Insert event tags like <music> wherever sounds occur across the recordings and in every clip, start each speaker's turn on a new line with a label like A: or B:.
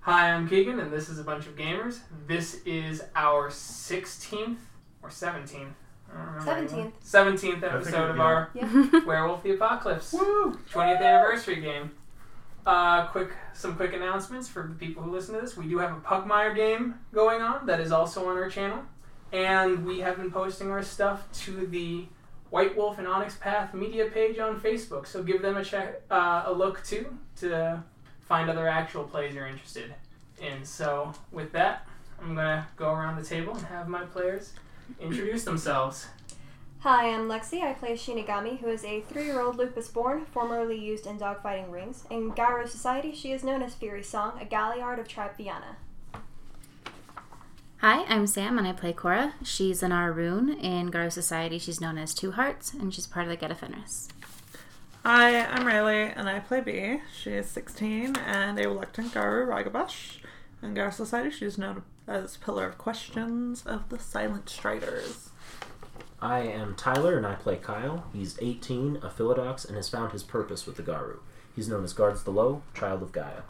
A: Hi, I'm Keegan, and this is a bunch of gamers. This is our 16th or 17th. I don't remember anymore. 17th
B: I think
A: episode
B: it-
A: of
B: yeah.
A: our
C: Yeah.
A: <laughs> Werewolf the Apocalypse
B: Woo!
A: 20th anniversary game. Uh, quick, some quick announcements for the people who listen to this. We do have a Pugmire game going on that is also on our channel, and we have been posting our stuff to the White Wolf and Onyx Path media page on Facebook. So give them a check, uh, a look too, to find other actual plays you're interested in. So with that, I'm gonna go around the table and have my players introduce themselves.
C: Hi, I'm Lexi. I play Shinigami, who is a three-year-old lupus born, formerly used in dogfighting rings. In Gyro society, she is known as Fury Song, a galliard of Tribe Viana.
D: Hi, I'm Sam and I play Cora. She's an Arun. In Garo Society, she's known as Two Hearts and she's part of the Geta Fenris.
E: Hi, I'm Riley, and I play B. She is 16 and a reluctant Garu Ragabash. In Garu Society, she is known as Pillar of Questions of the Silent Striders.
F: I am Tyler and I play Kyle. He's 18, a Philodox, and has found his purpose with the Garu. He's known as Guards the Low, Child of Gaia.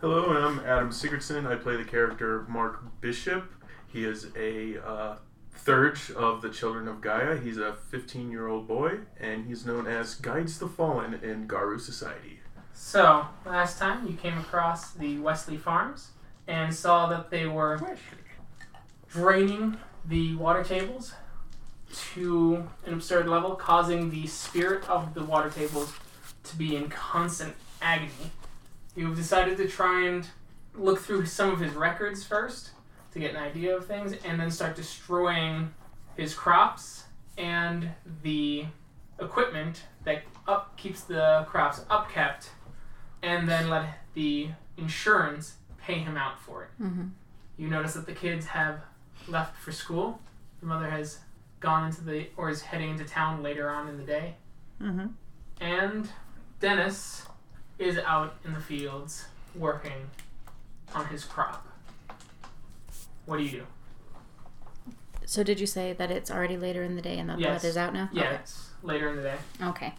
B: Hello, and I'm Adam Sigurdson. I play the character Mark Bishop. He is a uh, Thurge of the Children of Gaia. He's a 15 year old boy, and he's known as Guides the Fallen in Garu Society.
A: So, last time you came across the Wesley Farms and saw that they were draining the water tables to an absurd level, causing the spirit of the water tables to be in constant agony. You've decided to try and look through some of his records first to get an idea of things, and then start destroying his crops and the equipment that up keeps the crops upkept, and then let the insurance pay him out for it.
D: Mm-hmm.
A: You notice that the kids have left for school. The mother has gone into the or is heading into town later on in the day.
E: Mm-hmm.
A: And Dennis is out in the fields working on his crop. What do you do?
D: So, did you say that it's already later in the day and that
A: Yes.
D: the weather's out now?
A: Yeah, it's later in the day.
D: Okay.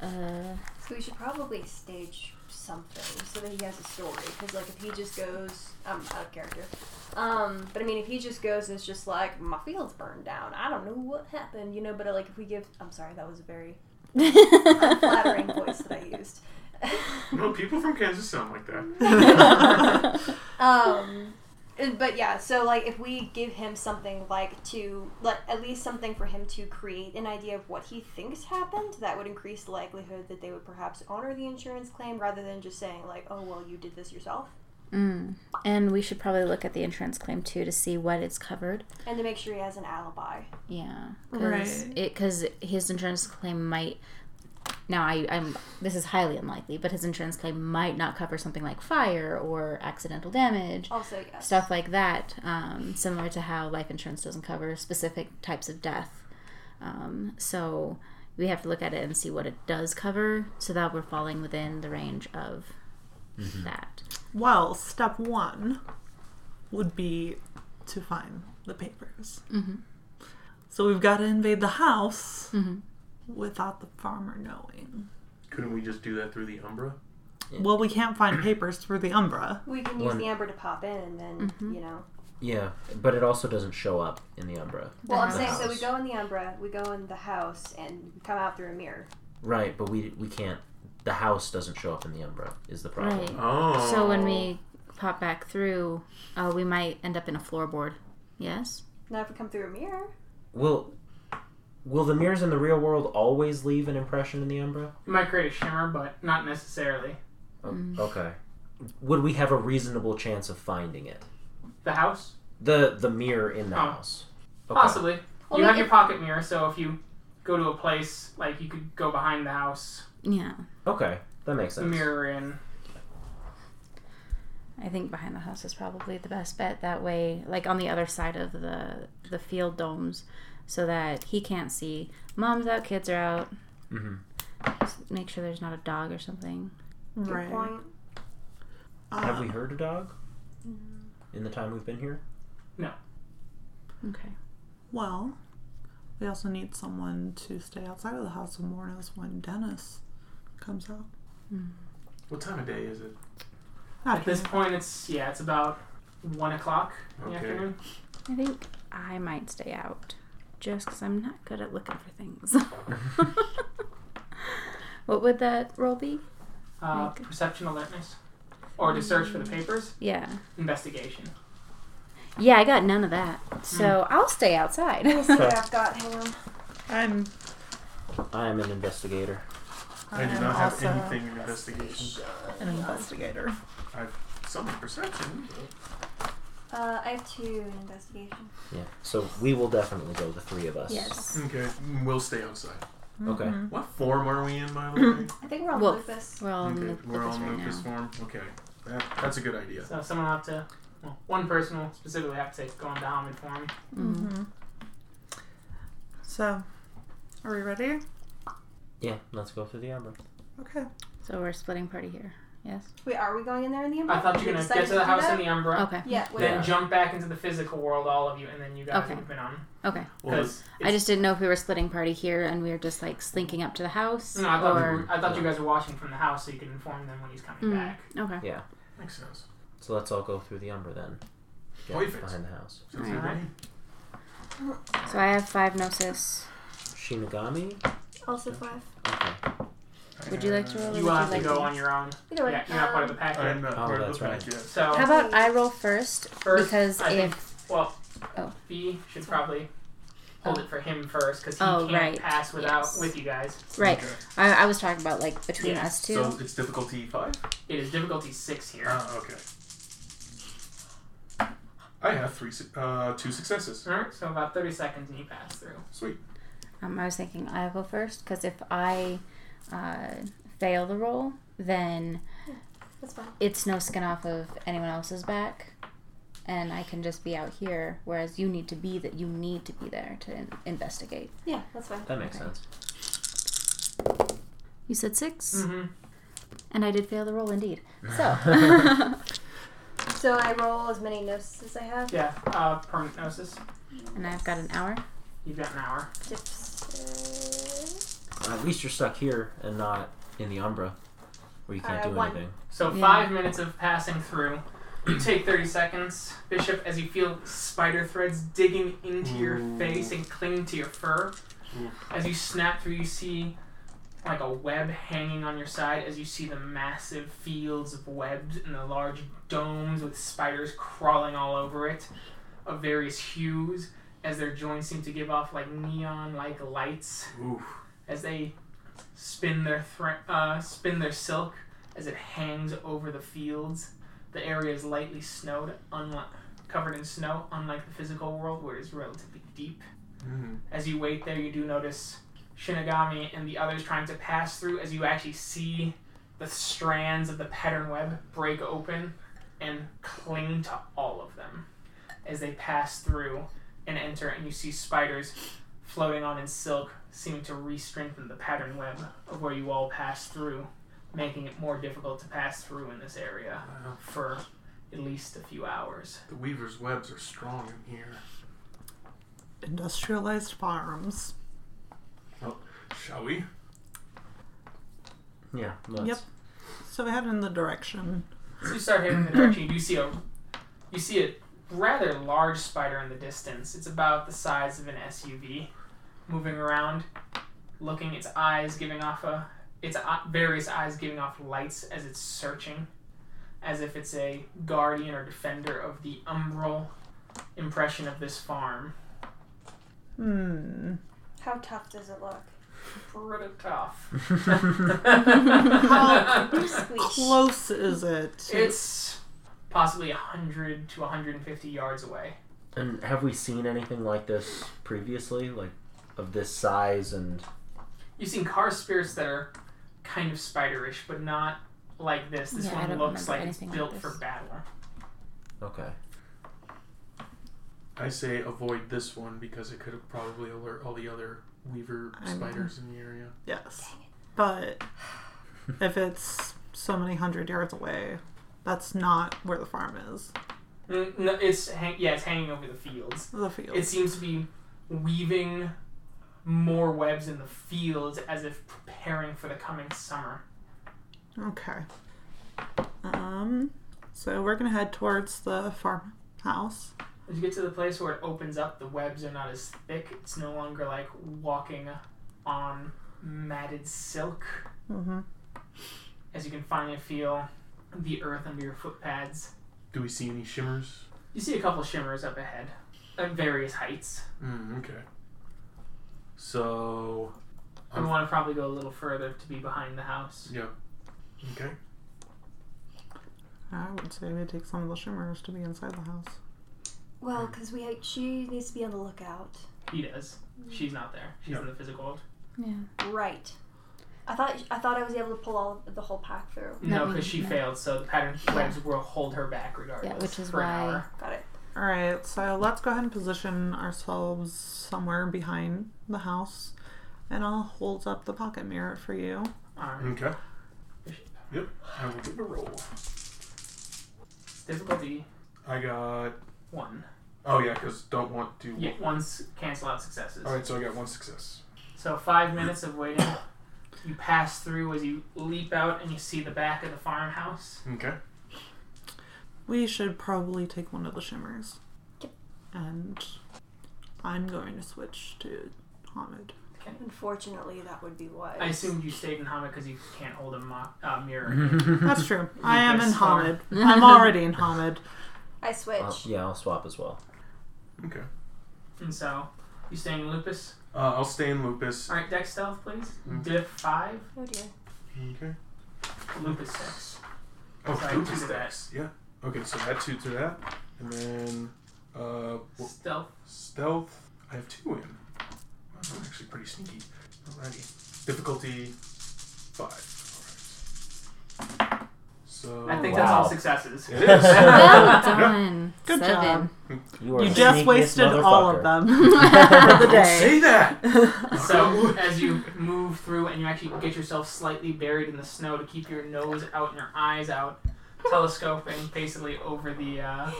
D: Uh,
C: So we should probably stage something so that he has a story. Because like if he just goes, um, out of character. Um, but I mean, if he just goes and it's just like my fields burned down, I don't know what happened, you know. But uh, like if we give, I'm sorry, that was a <laughs> very
D: <laughs>
C: flattering voice that I used.
B: No, people from Kansas sound like that.
D: <laughs>
C: um, and- but yeah, so like if we give him something like to like at least something for him to create an idea of what he thinks happened, that would increase the likelihood that they would perhaps honor the insurance claim rather than just saying like, oh well, you did this yourself,
D: mm. And we should probably look at the insurance claim too to see what it's covered.
C: and to make sure he has an alibi.
D: Yeah.
E: Right.
D: Because his insurance claim might. Now, I, I'm. This is highly unlikely, but his insurance claim might not cover something like fire or accidental damage.
C: Also, yes,
D: stuff like that, um, similar to how life insurance doesn't cover specific types of death. Um, so we have to look at it and see what it does cover so that we're falling within the range of that.
E: Well, step one would be to find the papers.
D: Mhm.
E: So we've got to invade the house
D: Mhm.
E: without the farmer knowing.
B: Couldn't we just do that through the Umbra?
F: Yeah.
E: Well, we can't find papers through the Umbra.
C: we can use
F: One-
C: the amber to pop in, and then you know.
F: Yeah, but it also doesn't show up in the Umbra.
C: Well, I'm
D: house.
C: saying so we go in the umbra, we go in the house, and we come out through a mirror.
F: Right, but we we can't. The house doesn't show up in the Umbra is the problem.
D: Right.
B: Oh.
D: So when we pop back through, uh, we might end up in a floorboard. Yes?
C: Now if we come through a mirror,
F: Will will the mirrors in the real world always leave an impression in the Umbra?
A: It might create a shimmer, but not necessarily.
F: O-
C: Mm.
F: Okay. Would we have a reasonable chance of finding it?
A: The house?
F: The the mirror in the
A: Oh.
F: house. Okay.
A: Possibly.
C: Well,
A: you have
C: if-
A: your pocket mirror, so if you go to a place, like you could go behind the house,
D: Yeah.
F: Okay, that makes
A: the
F: sense.
A: mirror in.
D: I think behind the house is probably the best bet. That way, like on the other side of the the field domes, so that he can't see. Mom's out, kids are out.
F: Mm-hmm.
D: Just make sure there's not a dog or something.
C: good point.
F: Have we
E: Um,
F: heard a dog in the time we've been here?
D: Okay.
E: Well, we also need someone to stay outside of the house and warn us when Dennis comes out.
B: What time of day is it?
A: At this point, it's yeah, it's about one o'clock in the
B: Okay.
A: afternoon.
D: I think I might stay out just because I'm not good at looking for things. what would that roll be?
A: Uh,
D: Okay.
A: Perception alertness, or to search for the papers.
D: Yeah.
A: Investigation.
D: Yeah, I got none of that. So I'll stay outside.
C: Let's see what I've got. Hang on.
E: I'm.
F: I am an investigator.
B: I do
E: am
B: not have
E: also
B: anything in investigation.
E: An investigator.
B: Some perception.
C: Uh, I have two in investigation.
F: Yeah. So we will definitely go, the three of us.
D: <laughs> yes.
B: though. Okay, we'll stay outside.
F: Okay.
E: Mhm.
B: What form are we in, by the
D: <laughs>
B: way?
C: I think we're on
D: Well,
C: lupus.
D: We're all in
B: okay,
D: the
B: we're all
D: Um, right
B: in Lucas
D: now.
B: form. Okay, that, that's a good idea.
A: So someone will have to, well, one person will specifically have to take go into Hamid for me.
D: Mhm.
E: Mhm. So, are we ready?
F: Yeah, let's go through the armor.
E: Okay.
D: So we're splitting party here. Yes.
C: Wait, are we going in there in the
A: I
C: umbrella?
A: thought you were
C: We
A: gonna
C: decided
A: get to the
C: do
A: house
C: that?
A: in the Umbra,
D: Okay.
C: Yeah, wait.
A: then
F: Yeah.
A: jump back into the physical world, all of you, and then you guys
D: Oh, Okay.
A: move it on.
D: Okay.
B: Well,
A: Because
D: I just didn't know if we were splitting party here and we were just like slinking up to the house.
A: no, I thought, you,
D: or
A: were- I thought you guys were watching from the house, so you could inform them when he's coming
D: Mm.
A: back.
D: okay.
F: Yeah.
B: makes sense.
F: So let's all go through the umber then. Yeah,
B: Boyfriends.
F: behind the house.
B: Sounds
D: All
B: good
A: right.
B: to me.
D: So I have five gnosis.
F: Shinigami.
C: Also five.
F: Okay.
D: Would you like to roll?
B: Uh,
A: You
D: What would
A: will
D: you
A: have to
D: like
A: go
D: to-
A: on your own.
C: Either way.
A: yeah, you're not part of the
C: um,
A: pack.
B: I'm
A: yet.
B: not
F: Oh,
B: part of
F: that's
B: the pack
F: right.
B: yet.
A: So
D: How about I roll first?
A: first,
D: because
A: I
D: if
A: think, well,
D: Oh.
A: B should probably hold it for him first because he
D: Oh,
A: can't
D: right.
A: pass without
D: Yes.
A: with you guys.
D: right,
B: Okay.
D: I, I was talking about like between
A: Yeah,
D: us two.
B: So it's difficulty five.
A: It is difficulty six here.
B: Ah, okay. I have three, su- uh, two successes.
A: All right, so about thirty seconds and you pass through.
B: Sweet.
D: Um, I was thinking I'll go first because if I uh, fail the roll, then
C: That's fine.
D: it's no skin off of anyone else's back, and I can just be out here. Whereas you need to be that you need to be there to in- investigate.
C: Yeah, that's fine.
F: That makes
D: Okay.
F: sense.
D: You said 6
A: Mm-hmm.
D: and I did fail the roll indeed. <laughs> So,
C: So I roll as many notices as I have.
A: Yeah, uh, permanent gnosis.
D: and I've got an hour.
A: You've got an hour.
C: Dips.
F: At least you're stuck here and not in the umbra, where you can't
C: Uh,
F: do
C: one.
F: anything.
A: So
D: Yeah.
A: five minutes of passing through. You take 30 seconds, Bishop, as you feel spider threads digging into your
B: Ooh.
A: face and clinging to your fur.
B: Ooh.
A: As you snap through, you see like a web hanging on your side as you see the massive fields of webs and the large domes with spiders crawling all over it of various hues as their joints seem to give off like neon like lights
B: Ooh.
A: as they spin their thre- uh, spin their silk as it hangs over the fields. The area is lightly snowed, unlike covered in snow, unlike the physical world where it is relatively deep.
B: Mm.
A: As you wait there, you do notice Shinigami and the others trying to pass through. As you actually see the strands of the pattern web break open and cling to all of them as they pass through and enter, and you see spiders floating on in silk, seeming to re-strengthen the pattern web of where you all passed through, making it more difficult to pass through in this area
B: Wow.
A: for at least a few hours.
B: The weaver's webs are strong in here.
E: Industrialized farms.
B: Shall we?
F: Yeah. Let's,
E: Yep. So we head in the direction.
A: So you start heading in the direction. You do see a, you see a rather large spider in the distance. It's about the size of an SUV, moving around, looking. Its eyes giving off a, its eye- various eyes giving off lights as it's searching, as if it's a guardian or defender of the umbral impression of this farm.
E: Hmm.
C: How tough does it
D: <laughs>
C: look?
A: Pretty tough.
E: <laughs>
C: Squeeze.
E: Close is it?
A: it's possibly 100 to 150 yards away.
F: And have we seen anything like this previously, like of this size and?
A: You've seen car spirits that are kind of spiderish, but not like this. This
D: Yeah, I
A: one
D: don't
A: looks
D: remember
A: like it's
D: anything like
A: built
D: this.
A: for battle.
F: Okay.
B: I say avoid this one because it could have probably alert all the other weaver
E: I'm-
B: spiders in the area.
E: yes. But if it's so many hundred yards away, that's not where the farm is.
A: Mm, No, it's hang- yeah, it's hanging over the fields.
E: The field.
A: It seems to be weaving more webs in the fields as if preparing for the coming summer.
E: okay. Um. So we're gonna head towards the farmhouse.
A: As you get to the place where it opens up, the webs are not as thick. It's no longer like walking on matted silk.
E: Mm-hmm.
A: As you can finally feel the earth under your foot pads.
B: Do we see any shimmers?
A: You see a couple shimmers up ahead at various heights.
B: Mm, okay. So,
A: I
B: Oh.
A: would want to probably go a little further to be behind the house.
B: yeah. Okay.
E: I would say we take some of the shimmers to be inside the house.
C: Well, because we had, she needs to be on the lookout.
A: He does. She's not there. She's
B: Yeah.
A: in the physical world.
C: Right. I thought I thought I was able to pull all the whole pack through.
A: No,
D: No,
A: because she
D: no.
A: failed, so the pattern webs will hold her back regardless.
D: which is
A: for an
D: why-
A: hour.
C: Got it.
E: All right, so let's go ahead and position ourselves somewhere behind the house, and I'll hold up the pocket mirror for you.
A: Alright.
B: Okay. Yep. I will give a roll. Mm.
A: Difficulty
B: I got.
A: one.
B: Oh yeah, because don't want to.
A: Yeah, one's cancel out successes.
B: All right, so I got one success.
A: So five minutes of waiting. You pass through as you leap out and you see the back of the farmhouse.
B: Okay.
E: We should probably take one of the shimmers.
C: Yep.
E: And I'm going to switch to Hamid.
C: Unfortunately, that would be wise.
A: I assumed you stayed in Hamid because you can't hold a mo- uh, mirror.
B: Mm-hmm.
F: well,
E: That's true. I am in
A: Yes, or-
D: <laughs>
E: Hamid. I'm already in Hamid.
C: I switch.
F: yeah, I'll swap as well.
B: Okay.
A: and so you staying in Lupus.
B: Uh, I'll stay in lupus.
A: All right, deck stealth, please.
B: Mm.
A: Diff five,
C: Oh dear.
B: Okay.
A: Lupus six.
B: Oh,
A: Sorry, two
B: lupus
A: to that.
B: decks. Yeah. Okay, so add two to that, and then uh, wh-
A: Stealth.
B: stealth. I have two in. Wow, I'm actually pretty sneaky. Alrighty. Difficulty five. Alright. So
A: I think
F: Wow.
A: that's all successes.
B: It is.
E: <laughs>
D: done.
E: Good
D: Seven.
F: You,
E: You just wasted all of
B: <laughs>
E: them for the
B: Don't
E: day.
B: say that.
A: <laughs> So
B: <laughs>
A: as you move through and you actually get yourself slightly buried in the snow to keep your nose out and your eyes out, telescoping basically over the. Uh,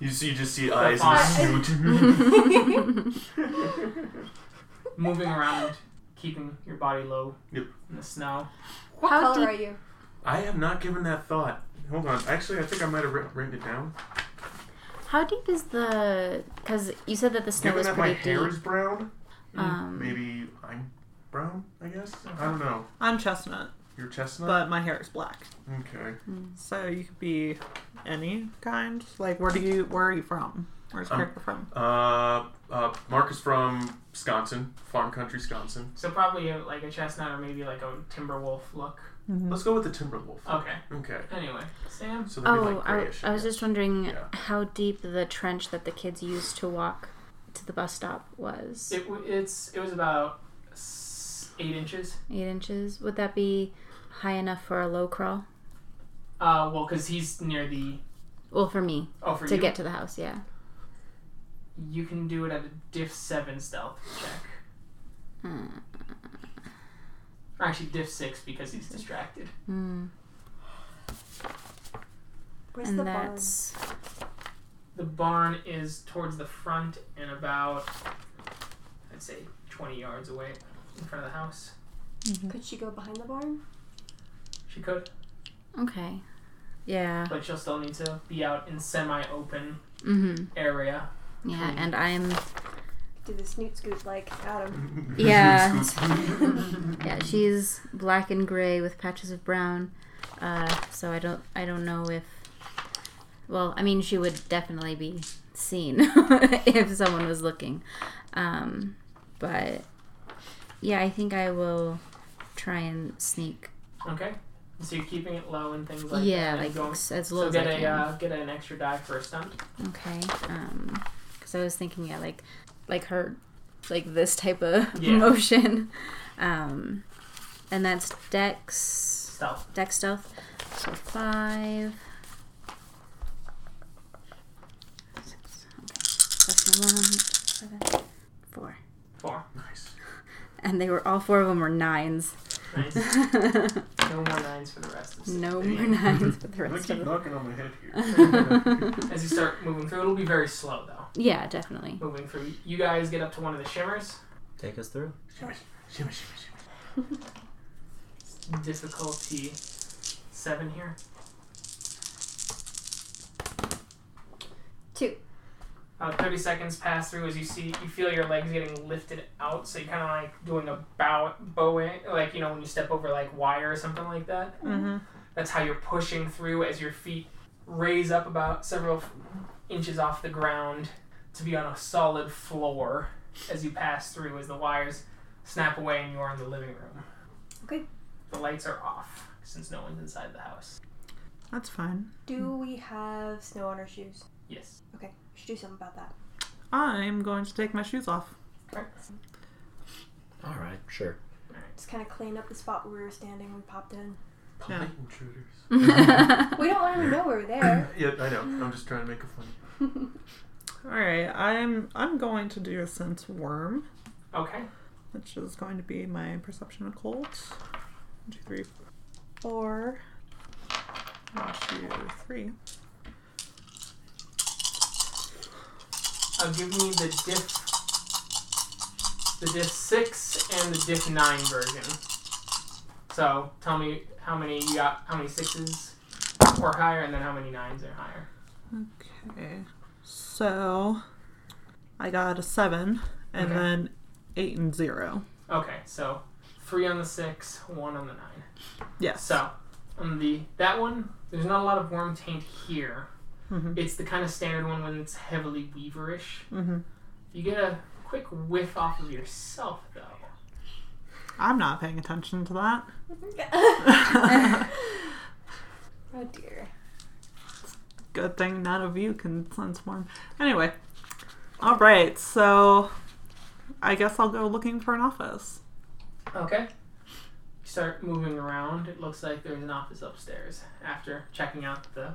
B: You see, you just see eyes
A: fine.
B: and snoot.
A: <laughs> <laughs>
D: <laughs>
E: <laughs>
A: moving around, keeping your body low
B: Yep.
A: in the snow.
C: What
D: How
C: color
D: deep-
C: are you?
B: I have not given that thought. Hold on. Actually, I think I might have writ- written it down.
D: How deep is the? Because you said that the snow
B: Given
D: was
B: that my
D: pretty
B: hair
D: deep.
B: is brown,
A: Mm.
D: Um,
B: maybe I'm brown. I guess. I don't know.
E: <laughs> I'm chestnut,
B: Your chestnut.
E: but my hair is black.
B: okay.
D: hmm.
E: So you could be any kind. Like, where do you? Where are you from? Where's
B: Um,
E: character from?
B: Uh, uh, Mark is from Wisconsin, farm country, Wisconsin.
A: So probably uh, like a chestnut or maybe like a timber wolf look.
E: mm-hmm.
B: Let's go with the Timberwolf.
A: Okay.
B: Okay.
A: Anyway, Sam.
B: So that'd be
D: oh,
B: like
D: I,
B: grayish.
D: I was just wondering
B: Yeah.
D: how deep the trench that the kids used to walk to the bus stop was.
A: It w- it's it was about s- eight inches.
D: Eight inches. Would that be high enough for a low crawl?
A: Uh, well, because he's near the.
D: Well, for me
A: Oh, for
D: to
A: you.
D: get to the house, yeah.
A: You can do it at a diff seven stealth check.
D: Mm.
A: Or actually, diff six because he's distracted.
D: Mm.
C: Where's the
D: And
C: barn?
D: that's
A: The barn is towards the front and about, I'd say, twenty yards away in front of the house.
C: Could she go behind the barn?
A: She
D: Uh-huh.
A: could,
D: okay. Yeah.
A: but she'll still need to be out in semi-open
D: Mm-hmm.
A: area.
D: Yeah, and I'm
C: Do the snoot scoot like
D: <laughs>
C: Adam?
B: <laughs>
D: Yeah. yeah, she's black and gray with patches of brown. Uh, so I don't I don't know if well, I mean she would definitely be seen <laughs> if someone was looking. Um, but yeah, I think I will try and sneak.
A: Okay. So you're keeping it low and things like
D: yeah,
A: that. and
D: like
A: going,
D: ex- as low
A: so
D: as
A: get
D: I
A: a
D: can.
A: uh, get an extra die for a stunt.
D: Okay. Um, because I was thinking, yeah, like, like her, like this type of
A: Yeah.
D: <laughs> motion. Um, and that's Dex,
A: Stealth.
D: Dex stealth. So five. Six, okay. Plus my one, seven, four.
A: Four.
D: <laughs>
B: nice.
D: And they were all four of them were nines. <laughs>
A: Nice.
D: no
A: no more nines for the rest of the
D: more
A: <laughs>
D: nines for the
B: I
D: rest
B: keep
D: of
B: knocking on my head
D: <laughs>
B: here.
D: them.
A: As you start moving through, it'll be very slow though.
D: yeah, definitely. <laughs>
A: Moving through, you guys get up to one of the shimmers.
F: Take us through.
B: shimmy, shimmy, shimmy, shimmy.
A: Difficulty seven here.
C: Two.
A: About 30 seconds pass through as you see, you feel your legs getting lifted out, so you're kind of like doing a bow, bowing, like, you know, when you step over like wire or something like that.
E: Mm-hmm.
A: That's how you're pushing through as your feet raise up about several f- inches off the ground to be on a solid floor as you pass through as the wires snap away and you are in the living room.
C: Okay.
A: The lights are off since no one's inside the house.
E: That's fine.
C: Do we have snow on our shoes?
A: Yes.
C: Okay, we should do something about that.
E: I'm going to take my shoes off.
F: All right, sure.
C: Just kind of clean up the spot where we were standing. We popped in.
B: Polite
E: Yeah.
B: intruders.
C: We don't want them to know we were
D: <laughs>
C: there.
B: Yeah, I know. I'm just trying to make a funny.
E: All right, I'm I'm going to do a sense worm,
A: Okay.
E: which is going to be my perception occult. One, two, three, four. One, two, three.
A: I'll give me the diff, the diff six and the diff nine version. So tell me how many you got, how many sixes or higher, and then how many nines are higher.
E: Okay, so I got a seven, and
A: Okay.
E: then eight and zero.
A: Okay, so three on the six, one on the nine.
E: Yes.
A: So on the that one, there's not a lot of worm taint here.
E: Mhm.
A: It's the kind of standard one when it's heavily weaverish.
E: Mm-hmm.
A: You get a quick whiff off of yourself though.
E: I'm not paying attention to that.
C: Oh dear.
E: Good thing none of you can sense warm. Anyway, all right. So I guess I'll go looking for an office.
A: Okay. You start moving around. It looks like there's an office upstairs after checking out the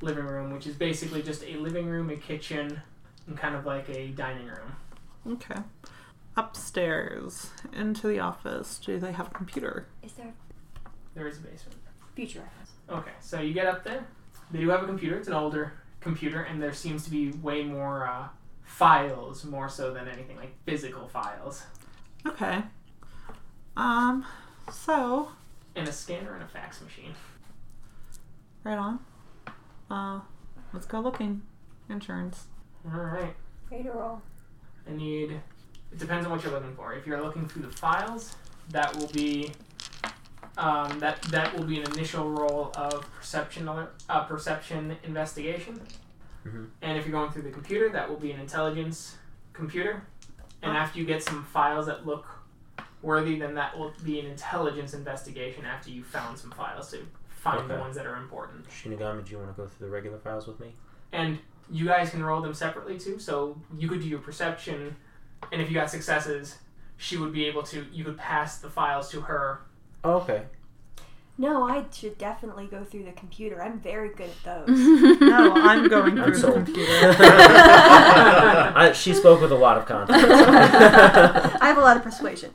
A: living room, which is basically just a living room, a kitchen, and kind of like a dining room.
E: Okay. Upstairs into the office. Do they have a computer?
C: Is there
A: There is a basement.
C: a future reference?
A: Okay, so you get up there. They do have a computer. It's an older computer, and there seems to be way more uh, files, more so than anything, like physical files,
E: Okay. Um. So
A: and a scanner and a fax machine.
E: right on. Uh, let's go looking. Insurance.
A: All right.
C: Ready to roll.
A: I need. It depends on what you're looking for. If you're looking through the files, that will be. Um, that that will be an initial roll of perception alert, uh, perception investigation,
F: Mhm.
A: and if you're going through the computer, that will be an intelligence computer. And after you get some files that look worthy, then that will be an intelligence investigation. After you found some files to find the
F: Okay.
A: ones that are important,
F: Shinigami, do you want to go through the regular files with me?
A: and you guys can roll them separately too. So you could do your perception, and if you got successes, she would be able to. You could pass the files to her.
F: Oh, okay. <laughs>
C: No, I should definitely go through the computer. I'm very good at
D: <laughs>
C: those.
E: No, <laughs> I'm going
F: I'm
E: through the
F: sold. <laughs>
A: <laughs>
E: computer.
F: I, she spoke with a lot of confidence.
C: I have a lot of persuasion.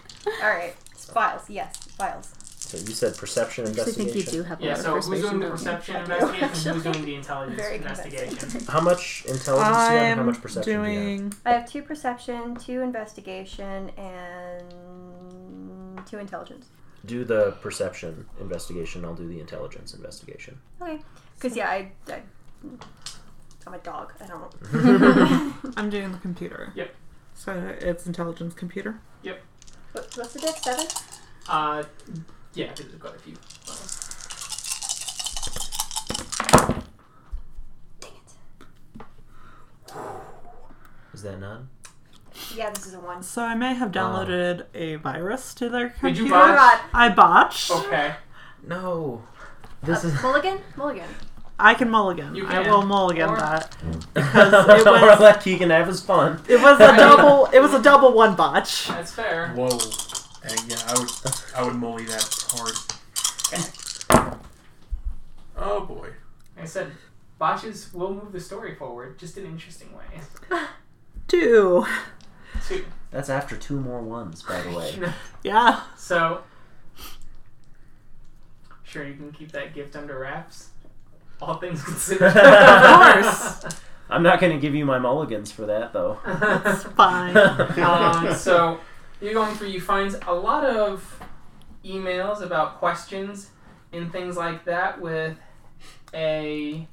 C: <laughs> All right, files. Yes, files.
F: <laughs> so you said perception
D: I actually think you
F: investigation.
D: do have a
A: Yeah.
D: lot
A: So
D: of
A: who's doing
D: persuasion.
A: the
D: don't you?
A: perception
C: I do,
A: investigation? Who's
C: actually.
A: doing the intelligence
C: Very
A: investigation?
F: <laughs>
C: convincing.
F: How much intelligence do you have? and How much
E: I'm
F: perception do you have?
E: doing.
C: I have two perception, two investigation, and two intelligence.
F: Do the perception investigation. I'll do the intelligence investigation.
C: Okay. Because yeah, I, I, I'm a dog. I don't.
E: I'm doing the computer.
A: Yep.
E: So it's intelligence computer.
C: What, what's the deck? Seven.
A: Uh, yeah, because there's quite a few. files.
C: Dang it.
F: Is that none?
C: Yeah, this is a one.
E: So I may have
F: Ah.
E: downloaded a virus to their
A: Did
E: computer.
A: you Oh.
C: Oh my god.
E: I botched.
A: Okay.
F: No. This
C: Uh,
F: is. <laughs>
C: Mulligan. Mulligan.
E: I can mulligan.
A: You
E: I
A: can.
E: will mulligan
A: Or-
E: that.
F: Because
E: it was-
F: let Keegan have his fun.
E: It
A: <laughs>
E: was a double. It was a double one botch.
A: That's fair.
B: Whoa. Uh, yeah, I would, I would molly that hard. Oh boy.
A: Like I said botches will move the story forward, just in interesting <laughs> ways.
E: Two.
A: Two.
F: That's after two more ones, by the way.
E: Yeah.
A: So, sure, you can keep that gift under wraps. All things considered.
E: Of
A: course.
F: I'm not going to give you my mulligans for that, though.
A: <laughs>
F: <laughs>
E: <laughs> It's fine.
A: um, so, you're going through, you find a lot of emails about questions and things like that with a.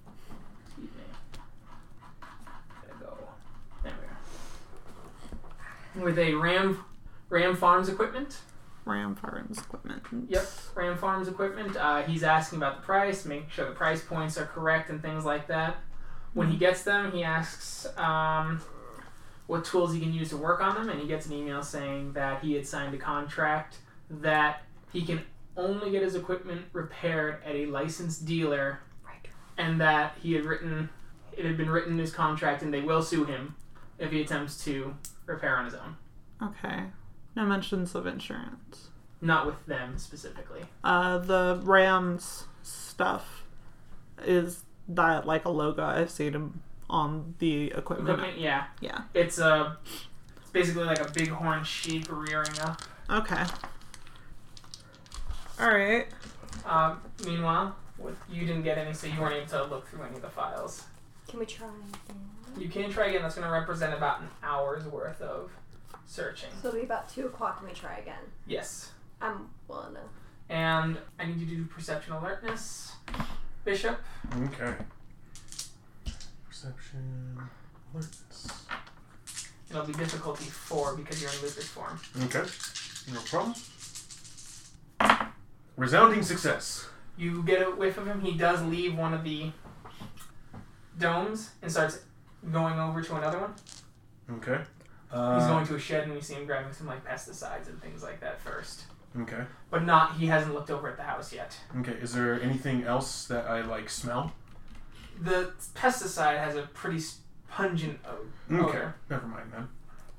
A: with a Ram Ram Farms equipment.
E: Ram Farms equipment.
A: Yep, Ram Farms equipment. Uh, he's asking about the price, making sure the price points are correct and things like that. When he gets them, he asks um, what tools he can use to work on them, and he gets an email saying that he had signed a contract that he can only get his equipment repaired at a licensed dealer,
C: Right.
A: and that he had written it had been written in his contract, and they will sue him if he attempts to repair on his own,
E: Okay. No mentions of insurance.
A: not with them specifically.
E: Uh, the Rams stuff is that like a logo I've seen him on the equipment.
A: Equipment, yeah.
E: Yeah.
A: It's a, it's basically like a bighorn sheep rearing up.
E: Okay. All right.
A: Uh, meanwhile, with, you didn't get any, so you weren't able to look through any of the files.
C: Can we try again?
A: You can try again. That's going to represent about an hour's worth of searching.
C: So it'll be about 2 o'clock when we try again.
A: Yes.
C: I'm willing to.
A: And I need you to do perception alertness. Bishop,
B: Okay. Perception. Alertness.
A: it'll be difficulty four because you're in lizard form.
B: Okay. No problem. Resounding success.
A: You get a whiff of him. He does leave one of the domes and starts going over to another one.
B: Okay. Uh,
A: He's going to a shed and you see him grabbing some like pesticides and things like that first.
B: Okay.
A: But not he hasn't looked over at the house yet.
B: Okay. Is there anything else that I like smell?
A: The pesticide has a pretty s- pungent o-
B: Okay.
A: odor.
B: Never mind then.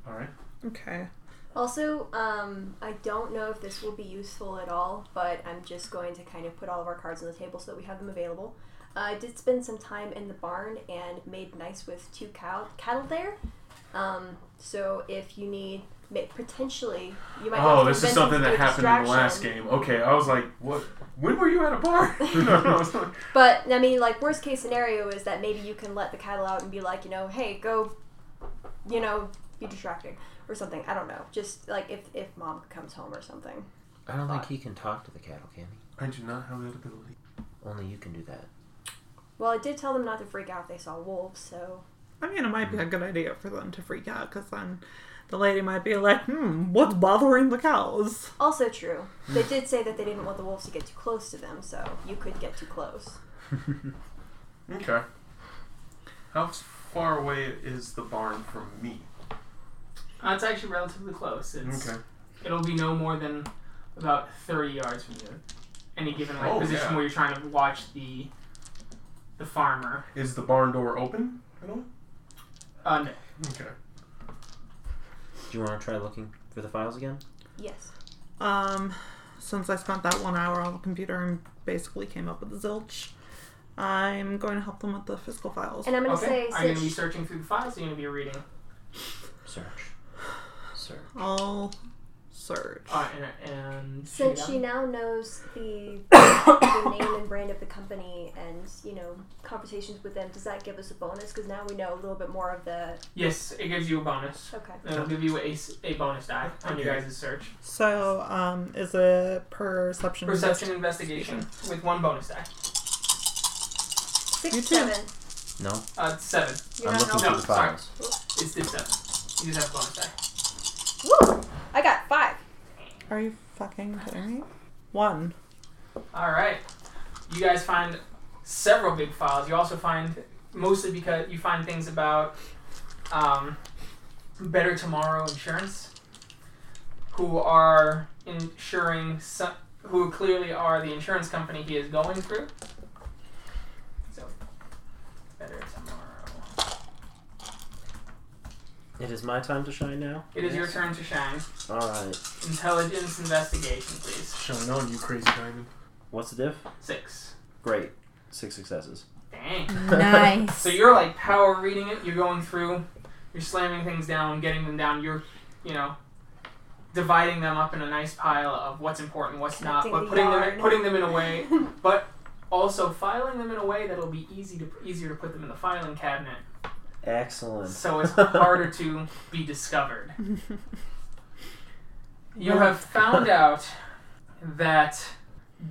B: All right.
E: Okay.
C: Also, um, I don't know if this will be useful at all, but I'm just going to kind of put all of our cards on the table so that we have them available. Uh, I did spend some time in the barn and made nice with two cow- cattle there. Um, so if you need, ma- potentially, you might.
B: Oh,
C: have to
B: this is
C: invent
B: something
C: a
B: that happened in the last
C: distraction.
B: game. Okay, I was like, what? When were you at a bar? <laughs> no, no, it's not.
C: But I mean, like worst case scenario is that maybe you can let the cattle out and be like, you know, hey, go, you know, be distracting or something. I don't know. Just like if if mom comes home or something.
F: I don't think he can talk to the cattle, can he?
B: I do not have that ability.
F: Only you can do that.
C: Well, I did tell them not to freak out if they saw wolves, so
E: I mean, it might be a good idea for them to freak out because then the lady might be like, hmm, what's bothering the cows?
C: also true. They did say that they didn't want the wolves to get too close to them, so you could get too close.
B: Okay. How far away is the barn from me?
A: Uh, it's actually relatively close. It's
B: Okay.
A: it'll be no more than about thirty yards from you. Any given like
B: Oh,
A: position
B: yeah.
A: where you're trying to watch the the farmer.
B: Is the barn door open at all?
A: Uh, no.
B: Okay.
F: Do you want to try looking for the files again?
C: Yes.
E: Um, since I spent that one hour on the computer and basically came up with zilch, I'm going to help them with the fiscal files.
C: And I'm gonna
A: okay.
C: say
A: Are you gonna be
C: since
A: searching through the files? Or are you gonna be reading?
F: Search. Search.
E: I'll search.
A: Uh, and and
C: Since
A: Shida?
C: she now knows the, the name and brand of the company and, you know, conversations with them, does that give us a bonus? Because now we know a little bit more of the.
A: Yes, it gives you a bonus.
C: Okay.
A: It'll give you a, s- a bonus die on your
B: Okay.
A: guys' search.
E: So, um, is it perception?
A: Perception investigation with one bonus die.
C: Six,
E: You too.
C: seven.
F: No,
A: Uh, it's seven.
C: You're
F: I'm
C: not
F: looking
C: helping.
F: for
A: No,
F: the
A: sorry.
F: files.
A: It's this seven. You just have a bonus die.
C: Woo! I got five.
E: Are you fucking kidding me? One.
A: All right. You guys find several big files. You also find mostly because you find things about um, Better Tomorrow Insurance, who are insuring some, who clearly are the insurance company he is going through. So, Better Tomorrow.
F: It is my time to shine now.
A: It is your turn to shine.
F: All right.
A: Intelligence investigation, please.
B: Shine on, you crazy diamond.
F: What's the diff?
A: Six.
F: Great. Six successes.
A: Dang.
D: Nice.
A: <laughs> So you're like power reading it. You're going through. You're slamming things down, getting them down. You're, you know, dividing them up in a nice pile of what's important, what's not,
C: Connecting
A: but
C: the
A: putting them
C: yarn.
A: in, putting them in a way,
C: <laughs>
A: but also filing them in a way that'll be easy to easier to put them in the filing cabinet,
F: Excellent.
A: so
F: <laughs>
A: it's harder to be discovered. You have found out that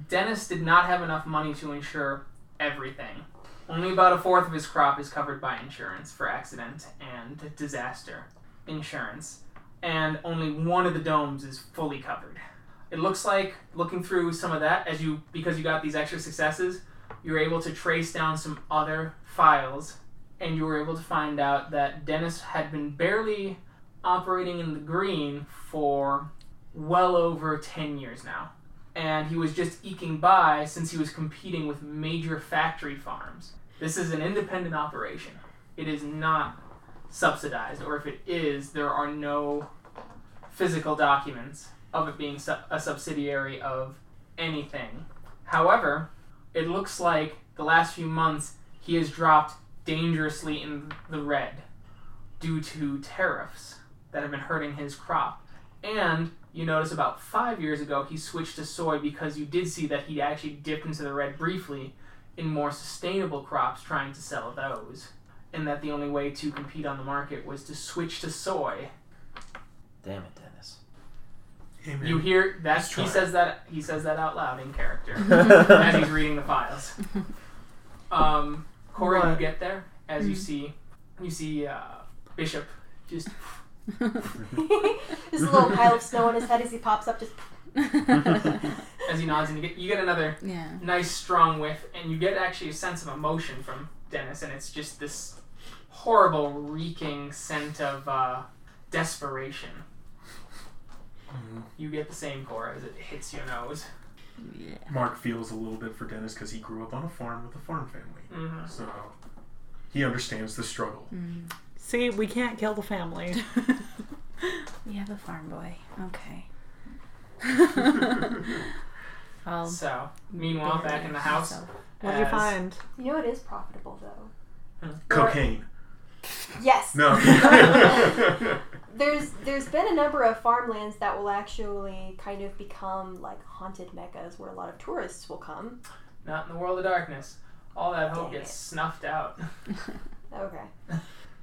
A: Dennis did not have enough money to insure everything. Only about a fourth of his crop is covered by insurance for accident and disaster insurance. and only one of the domes is fully covered. It looks like looking through some of that as you because you got these extra successes, you were able to trace down some other files and you were able to find out that Dennis had been barely operating in the green for well over 10 years now. And he was just eking by since he was competing with major factory farms. This is an independent operation. It is not subsidized, or if it is, there are no physical documents of it being su- a subsidiary of anything. However, it looks like the last few months he has dropped dangerously in the red due to tariffs that have been hurting his crop. And you notice about five years ago he switched to soy because you did see that he actually dipped into the red briefly in more sustainable crops trying to sell those. And that the only way to compete on the market was to switch to soy.
F: Damn it, Dennis.
A: You hear that
F: He's
A: he
F: trying.
A: says that he says that out loud in character. <laughs> <laughs> as he's reading the
E: <laughs>
A: files. Um, Corey, you
E: What?
A: get there as
E: Hmm.
A: you see you see uh, Bishop just
C: There's a little pile of snow on his head as he pops up. Just
A: as he nods and you get you get another
D: <laughs> yeah.
A: nice strong whiff and you get actually a sense of emotion from Dennis and it's just this horrible reeking scent of uh, desperation.
B: Mm-hmm.
A: You get the same core as it hits your nose.
D: Yeah.
B: Mark feels a little bit for Dennis because he grew up on a farm with a farm family,
A: hmm
E: Mm-hmm.
B: so he understands the struggle.
E: See, we can't kill the family.
D: we have a farm boy. Okay.
A: <laughs>
D: I'll
A: So, meanwhile, back in the house,
E: What do you
A: as-
E: find?
C: you know, it is profitable though.
B: Cocaine.
C: Yes.
B: No.
A: <laughs>
B: <laughs>
C: There's there's been a number of farmlands that will actually kind of become like haunted meccas where a lot of tourists will come.
A: not in the world of darkness. All that hope
C: Dang
A: gets
C: it.
A: snuffed
E: <laughs>
A: out.
C: Okay,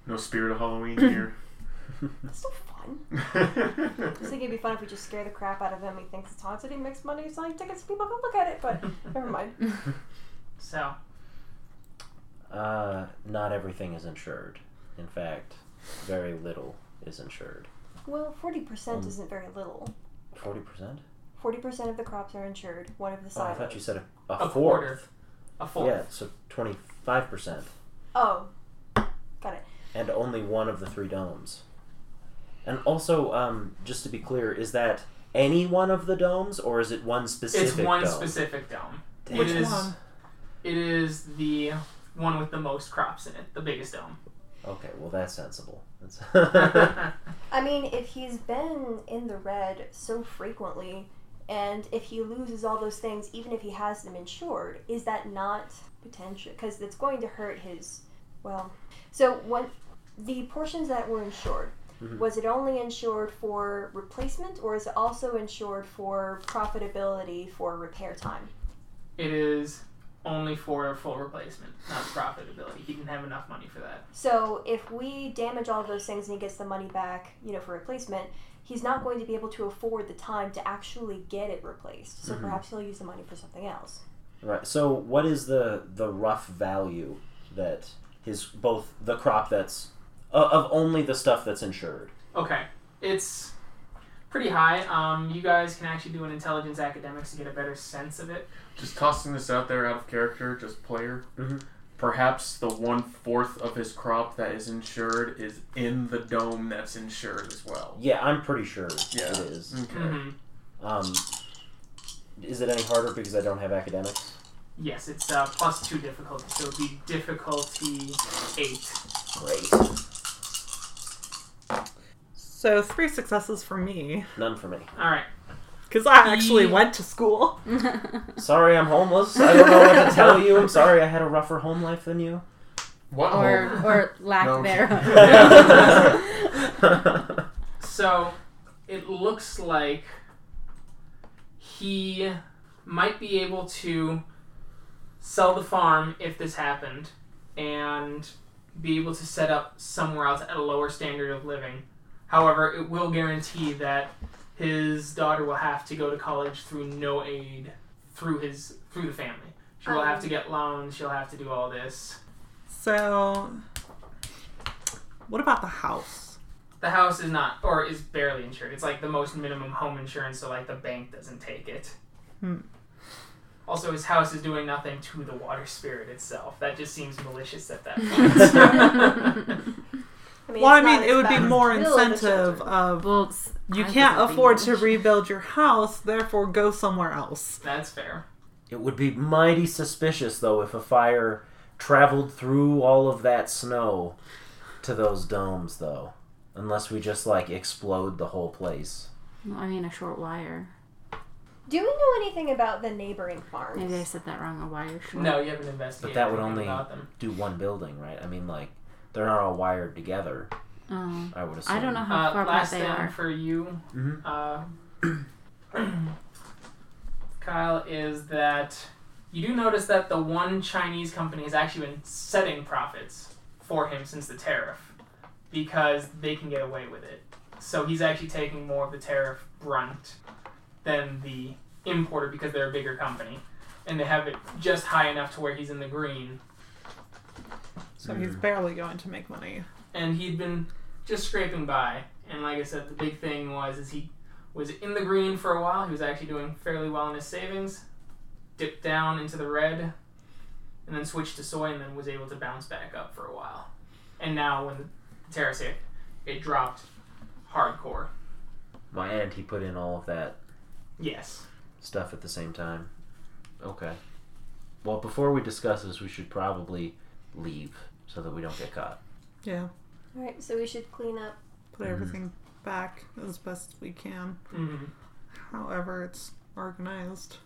B: no spirit of Halloween here. <laughs>
C: that's still fun. I just think it'd be fun if we just scare the crap out of him. He thinks it's haunted. He makes money selling tickets. People come look at it, <laughs> but never mind.
A: So,
F: <laughs> Uh, not everything is insured. In fact, very little is insured.
C: Well, forty percent isn't very little.
F: Forty percent?
C: Forty percent of the crops are insured. One of the
F: Oh, I
C: silos.
F: thought you said a, a,
A: a
F: fourth.
A: quarter, a fourth.
F: Yeah, so twenty-five percent,
C: Oh,
F: and only one of the three domes. And also, um, just to be clear, is that any one of the domes, or is it one specific?
A: It's one
F: dome?
A: specific dome.
F: Damn.
A: It
E: Which
A: is
E: one?
A: it is the one with the most crops in it, the biggest dome.
F: Okay, well that's sensible. That's
A: <laughs>
F: <laughs>
C: I mean, if he's been in the red so frequently, and if he loses all those things, even if he has them insured, is that not potential? Because it's going to hurt his. Well, so when the portions that were insured,
F: Mhm.
C: was it only insured for replacement, or is it also insured for profitability for repair time?
A: it is only for a full replacement, not profitability. He didn't have enough money for that.
C: So if we damage all of those things and he gets the money back, you know, for replacement, he's not going to be able to afford the time to actually get it replaced. So
F: Mhm.
E: Mm-hmm.
C: perhaps he'll use the money for something else.
F: right. So what is the the rough value that his both the crop that's uh, of only the stuff that's insured?
A: Okay, it's pretty high. Um, you guys can actually do an intelligence academics to get a better sense of it.
B: just tossing this out there, out of character, just player.
F: Mhm.
B: Perhaps the one fourth of his crop that is insured is in the dome that's insured as well.
F: Yeah, I'm pretty sure
B: Yeah.
F: it is.
B: Okay.
D: Mm-hmm.
A: hmm
F: Um, is it any harder because I don't have academics?
A: Yes, it's uh, plus two difficulty, so it'd be difficulty eight.
F: Great.
E: So three successes for me,
F: None for me.
A: All right.
E: because I actually
A: Ye-
E: went to school.
F: Sorry, I'm homeless. I don't know what to tell you. I'm sorry, I had a rougher home life than <laughs> you.
B: What
D: <laughs> or
A: Oh.
B: home?
D: or lack
B: No.
D: <laughs> thereof.
A: So it looks like he might be able to sell the farm if this happened and be able to set up somewhere else at a lower standard of living. However, it will guarantee that his daughter will have to go to college through no aid through his through the family. She will have to get loans, she'll have to do all this.
E: So, what about the house?
A: The house is not, or is barely insured. It's like the most minimum home insurance, so like the bank doesn't take it.
E: Hmm.
A: Also, his house is doing nothing to the water spirit itself. That just seems malicious at that point.
C: I mean,
E: Well, I
C: it's not
E: mean, it would be
C: expensive.
E: more
C: Middle of the
E: incentive
C: shelter.
E: of
D: well, it's-
E: you
D: I
E: can't
D: wouldn't be
E: afford to
D: rich.
E: rebuild your house, therefore go somewhere else.
A: That's fair.
F: It would be mighty suspicious, though, if a fire traveled through all of that snow to those domes, though. Unless we just, like, explode the whole place.
D: Well, I mean, a short wire.
C: Do we know anything about the neighboring farms?
D: Maybe I said that wrong. A wire short.
A: No, you haven't investigated.
F: But that would
A: anything
F: only-
A: about them.
F: Do one building, right? I mean, like, they're not all wired together,
D: Oh.
F: I would assume.
D: I don't know how
A: Uh,
D: far apart
A: last
D: they
A: thing
D: are.
A: for you,
F: Mhm.
A: uh, Kyle, is that you do notice that the one Chinese company has actually been setting profits for him since the tariff because they can get away with it. So he's actually taking more of the tariff brunt than the importer because they're a bigger company and they have it just high enough to where he's in the green
E: So he's barely going to make money.
A: and he'd been just scraping by. And like I said, the big thing was is he was in the green for a while. He was actually doing fairly well in his savings, dipped down into the red, and then switched to soy, and then was able to bounce back up for a while. And now when the tariffs hit, it dropped hardcore.
F: My aunt, he put in all of that
A: Yes.
F: stuff at the same time. Okay. Well, before we discuss this, we should probably leave so that we don't get caught.
E: Yeah.
C: Alright, so we should clean up.
E: Put
F: Mhm.
E: everything back as best we can.
A: hmm
E: However, it's organized.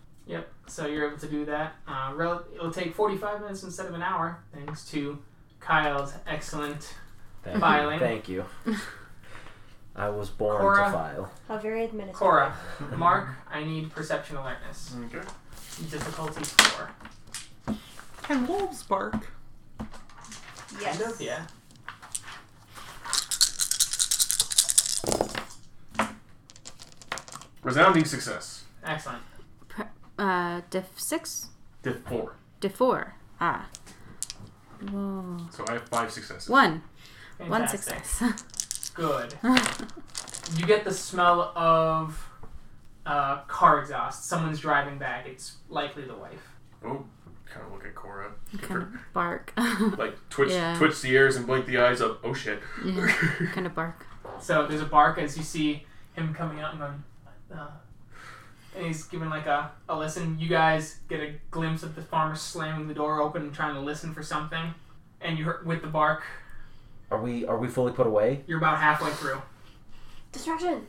A: So you're able to do that. Uh, rel- it'll take 45 minutes instead of an hour, thanks to Kyle's excellent.
F: Thank you.
A: Filing.
F: Thank you. I was born
A: Cora.
F: to file.
C: How very administrative.
A: Cora, Mark, I need perception alertness.
B: Okay.
A: Difficulty four.
E: Can wolves bark?
C: Yes.
A: Kind of, yeah.
B: Resounding success.
A: Excellent.
D: Uh, diff six,
B: Diff four.
D: diff four. Ah. Whoa.
B: So I have five successes.
D: One.
A: Fantastic.
D: One success.
A: Good. You get the smell of uh, car exhaust. Someone's driving back. It's likely the wife.
B: Oh, kind of look at Cora. Give
D: kind
B: her,
D: of <laughs> bark. <laughs>
B: like twitch,
D: Yeah.
B: twitch the ears and blink the eyes up. Oh shit.
D: yeah. Kind of bark.
A: So there's a bark as you see him coming out and going, uh, and he's giving like a, a listen. You guys get a glimpse of the farmer slamming the door open and trying to listen for something. And you're with the bark.
F: Are we are we fully put away?
A: You're about halfway through.
C: Distraction.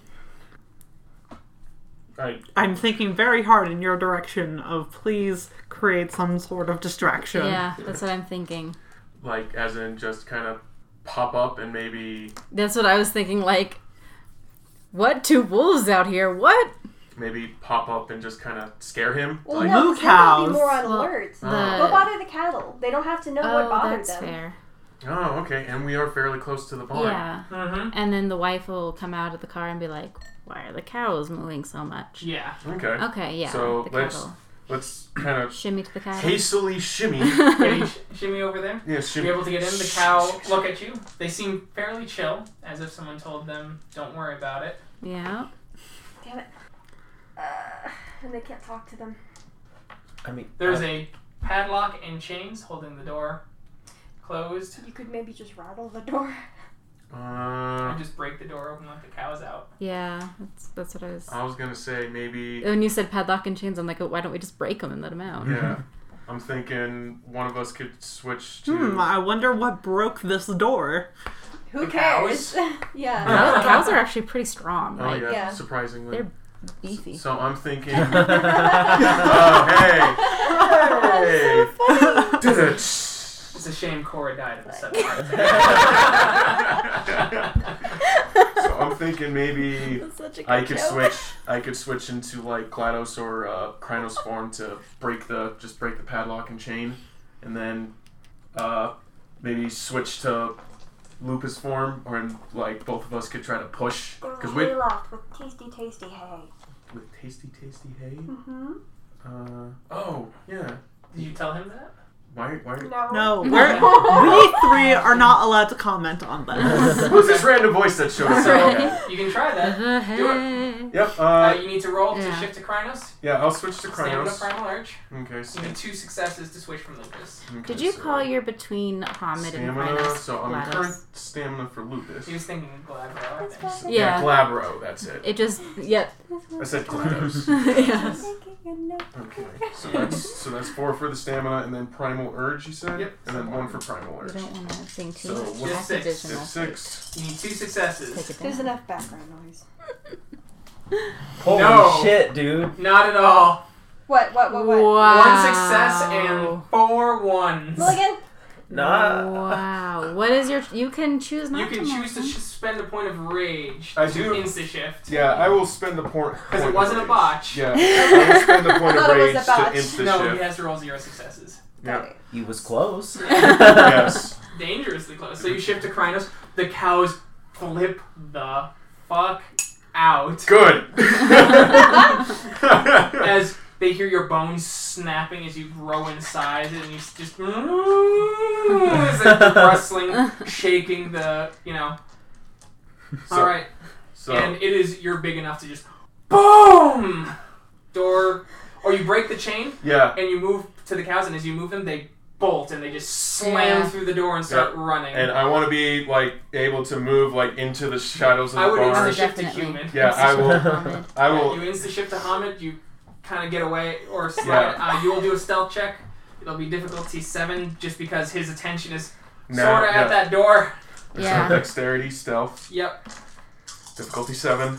B: I
E: I'm thinking very hard in your direction of please create some sort of distraction.
D: Yeah, that's what I'm thinking.
B: like as in just kind of pop up and maybe
D: That's what I was thinking. Like, what? Two wolves out here? What?
B: maybe pop up and just kind of scare him.
C: Well,
B: like,
C: no,
E: Moo
C: the cattle would
E: cows.
C: be more on
D: Well,
C: alert.
D: The...
C: What bother the cattle? They don't have to know what
D: oh,
C: bothered
D: that's
C: them.
D: fair.
B: oh, okay. And we are fairly close to the barn.
D: Yeah.
A: Mm-hmm.
D: And then the wife will come out of the car and be like, "Why are the cows mooing so much?"
A: Yeah.
B: Okay.
D: Okay, yeah.
B: So,
D: the
B: let's-
D: cattle.
B: Let's kind of
D: Shimmy to the cattle.
B: hastily shimmy.
D: <laughs>
A: Can you sh- shimmy over there?
B: Yeah, shimmy.
A: You're able to get in. The cow look at you. They seem fairly chill, as if someone told them, "Don't worry about it."
D: yeah.
C: Damn it. Uh, and they can't talk to them.
F: I mean, uh,
A: There's
F: I-
A: a padlock and chains holding the door closed.
C: You could maybe just rattle the door.
A: And
B: Uh,
A: just break the door open, let the cows out.
D: Yeah. That's, that's what I was.
B: I was gonna say maybe.
D: When you said padlock and chains, I'm like, oh, why don't we just break them and let them out?
B: Yeah. I'm thinking one of us could switch to.
E: Hmm, I wonder what broke this door. <laughs>
C: Who
A: The
C: cares? <laughs>
A: cows?
C: yeah.
D: Cows, cows are actually pretty strong.
B: Oh
D: Like,
B: yeah,
C: Yeah.
B: surprisingly.
D: They're <laughs> beefy.
B: So I'm thinking. <laughs>
D: <laughs>
F: <laughs>
B: oh hey. <laughs> hey.
A: It's a shame Cora died of a sudden heart attack.
B: <laughs> so I'm thinking maybe
D: such a
B: I could switch. I could switch into like Glados or uh, Krynos form to break the just break the padlock and chain, and then uh, maybe switch to Lupus form, or like both of us could try to push because we
C: locked with tasty, tasty hay.
B: with tasty tasty hay.
C: Mm-hmm.
B: Uh, oh yeah,
A: Did you tell him that?
B: Why? Why? <laughs>
E: <laughs> No, we're, we three are not allowed to comment on this.
B: Who's this random voice that showed us up?
D: Right.
A: You can try that.
D: The
A: Do
D: heck?
B: Yep.
A: Uh,
B: Uh,
A: you need to roll to
D: Yeah.
A: shift to Krynos.
B: yeah, I'll switch to
A: Stand up
B: Krynos.
A: primal arch.
B: Okay.
A: You
B: Stand,
A: need two successes to switch from Lupus.
B: okay,
D: Did you
B: so
D: call your between Hamid and
B: stamina?
D: Krynos?
B: So I'm
D: Gladys?
B: current stamina for lupus.
A: He was thinking Glabro. I think.
C: fine.
D: Yeah.
B: Glabro. That's it.
D: It just yep. <laughs>
C: <laughs>
B: I said Glados.
D: yes.
B: <laughs> okay. So that's so that's four for the stamina, and then primal urge. You said.
A: Yep.
B: And then one for primal
D: We
B: urge.
D: don't want to sing too
B: So
D: much.
B: what's
D: Half
A: six?
D: division
B: Six.
D: left.
B: six.
A: You need two
D: Take
A: successes.
D: it
C: There's
D: down.
C: enough background noise.
F: Holy
A: No.
F: shit, dude.
A: Not at all.
C: What? What? What? What?
D: Wow.
A: One success and four ones.
C: Mulligan.
F: Nah.
D: Wow. What is your? You can choose
A: You
D: not
A: can
D: to.
A: choose to sh- spend a point of rage
B: I
A: to
B: do-
A: insta shift.
B: Yeah, I will spend the
A: <laughs>
B: point.
A: Because it wasn't a botch.
B: Yeah, I will spend the
C: <laughs>
B: point
C: I
B: of
C: thought it was
B: rage
C: a
B: to
C: botch.
B: insta
A: No, he
B: shift.
A: has to roll zero successes. <laughs>
B: Yeah.
F: He was close.
B: yes.
A: dangerously close. So you shift to Krynos. The cows flip the fuck out
B: Good.
A: as they hear your bones snapping as you grow in size, and you s- just <laughs> it's like rustling, shaking the you know. All right,
B: <laughs> So,
A: and it is you're big enough to just boom door, or you break the chain
B: yeah.
A: and you move to the cows, and as you move them, they bolt and they just slam
D: Yeah.
A: through the door and start running.
B: And I want to be like able to move like into the shadows of the
A: I would
B: barn.
A: insta
D: Oh,
A: shift to
D: definitely.
A: human.
B: yeah, I will.
D: Hamid.
B: I
A: Yeah,
B: will.
A: You insta shift to Hamid, you kind of get away or slide.
B: Yeah.
A: Uh, you will do a stealth check. It'll be difficulty seven just because his attention is
B: Now,
A: sort of
B: yeah.
A: at that door.
B: So
D: Yeah.
B: Dexterity, stealth,
A: Yep.
B: difficulty seven.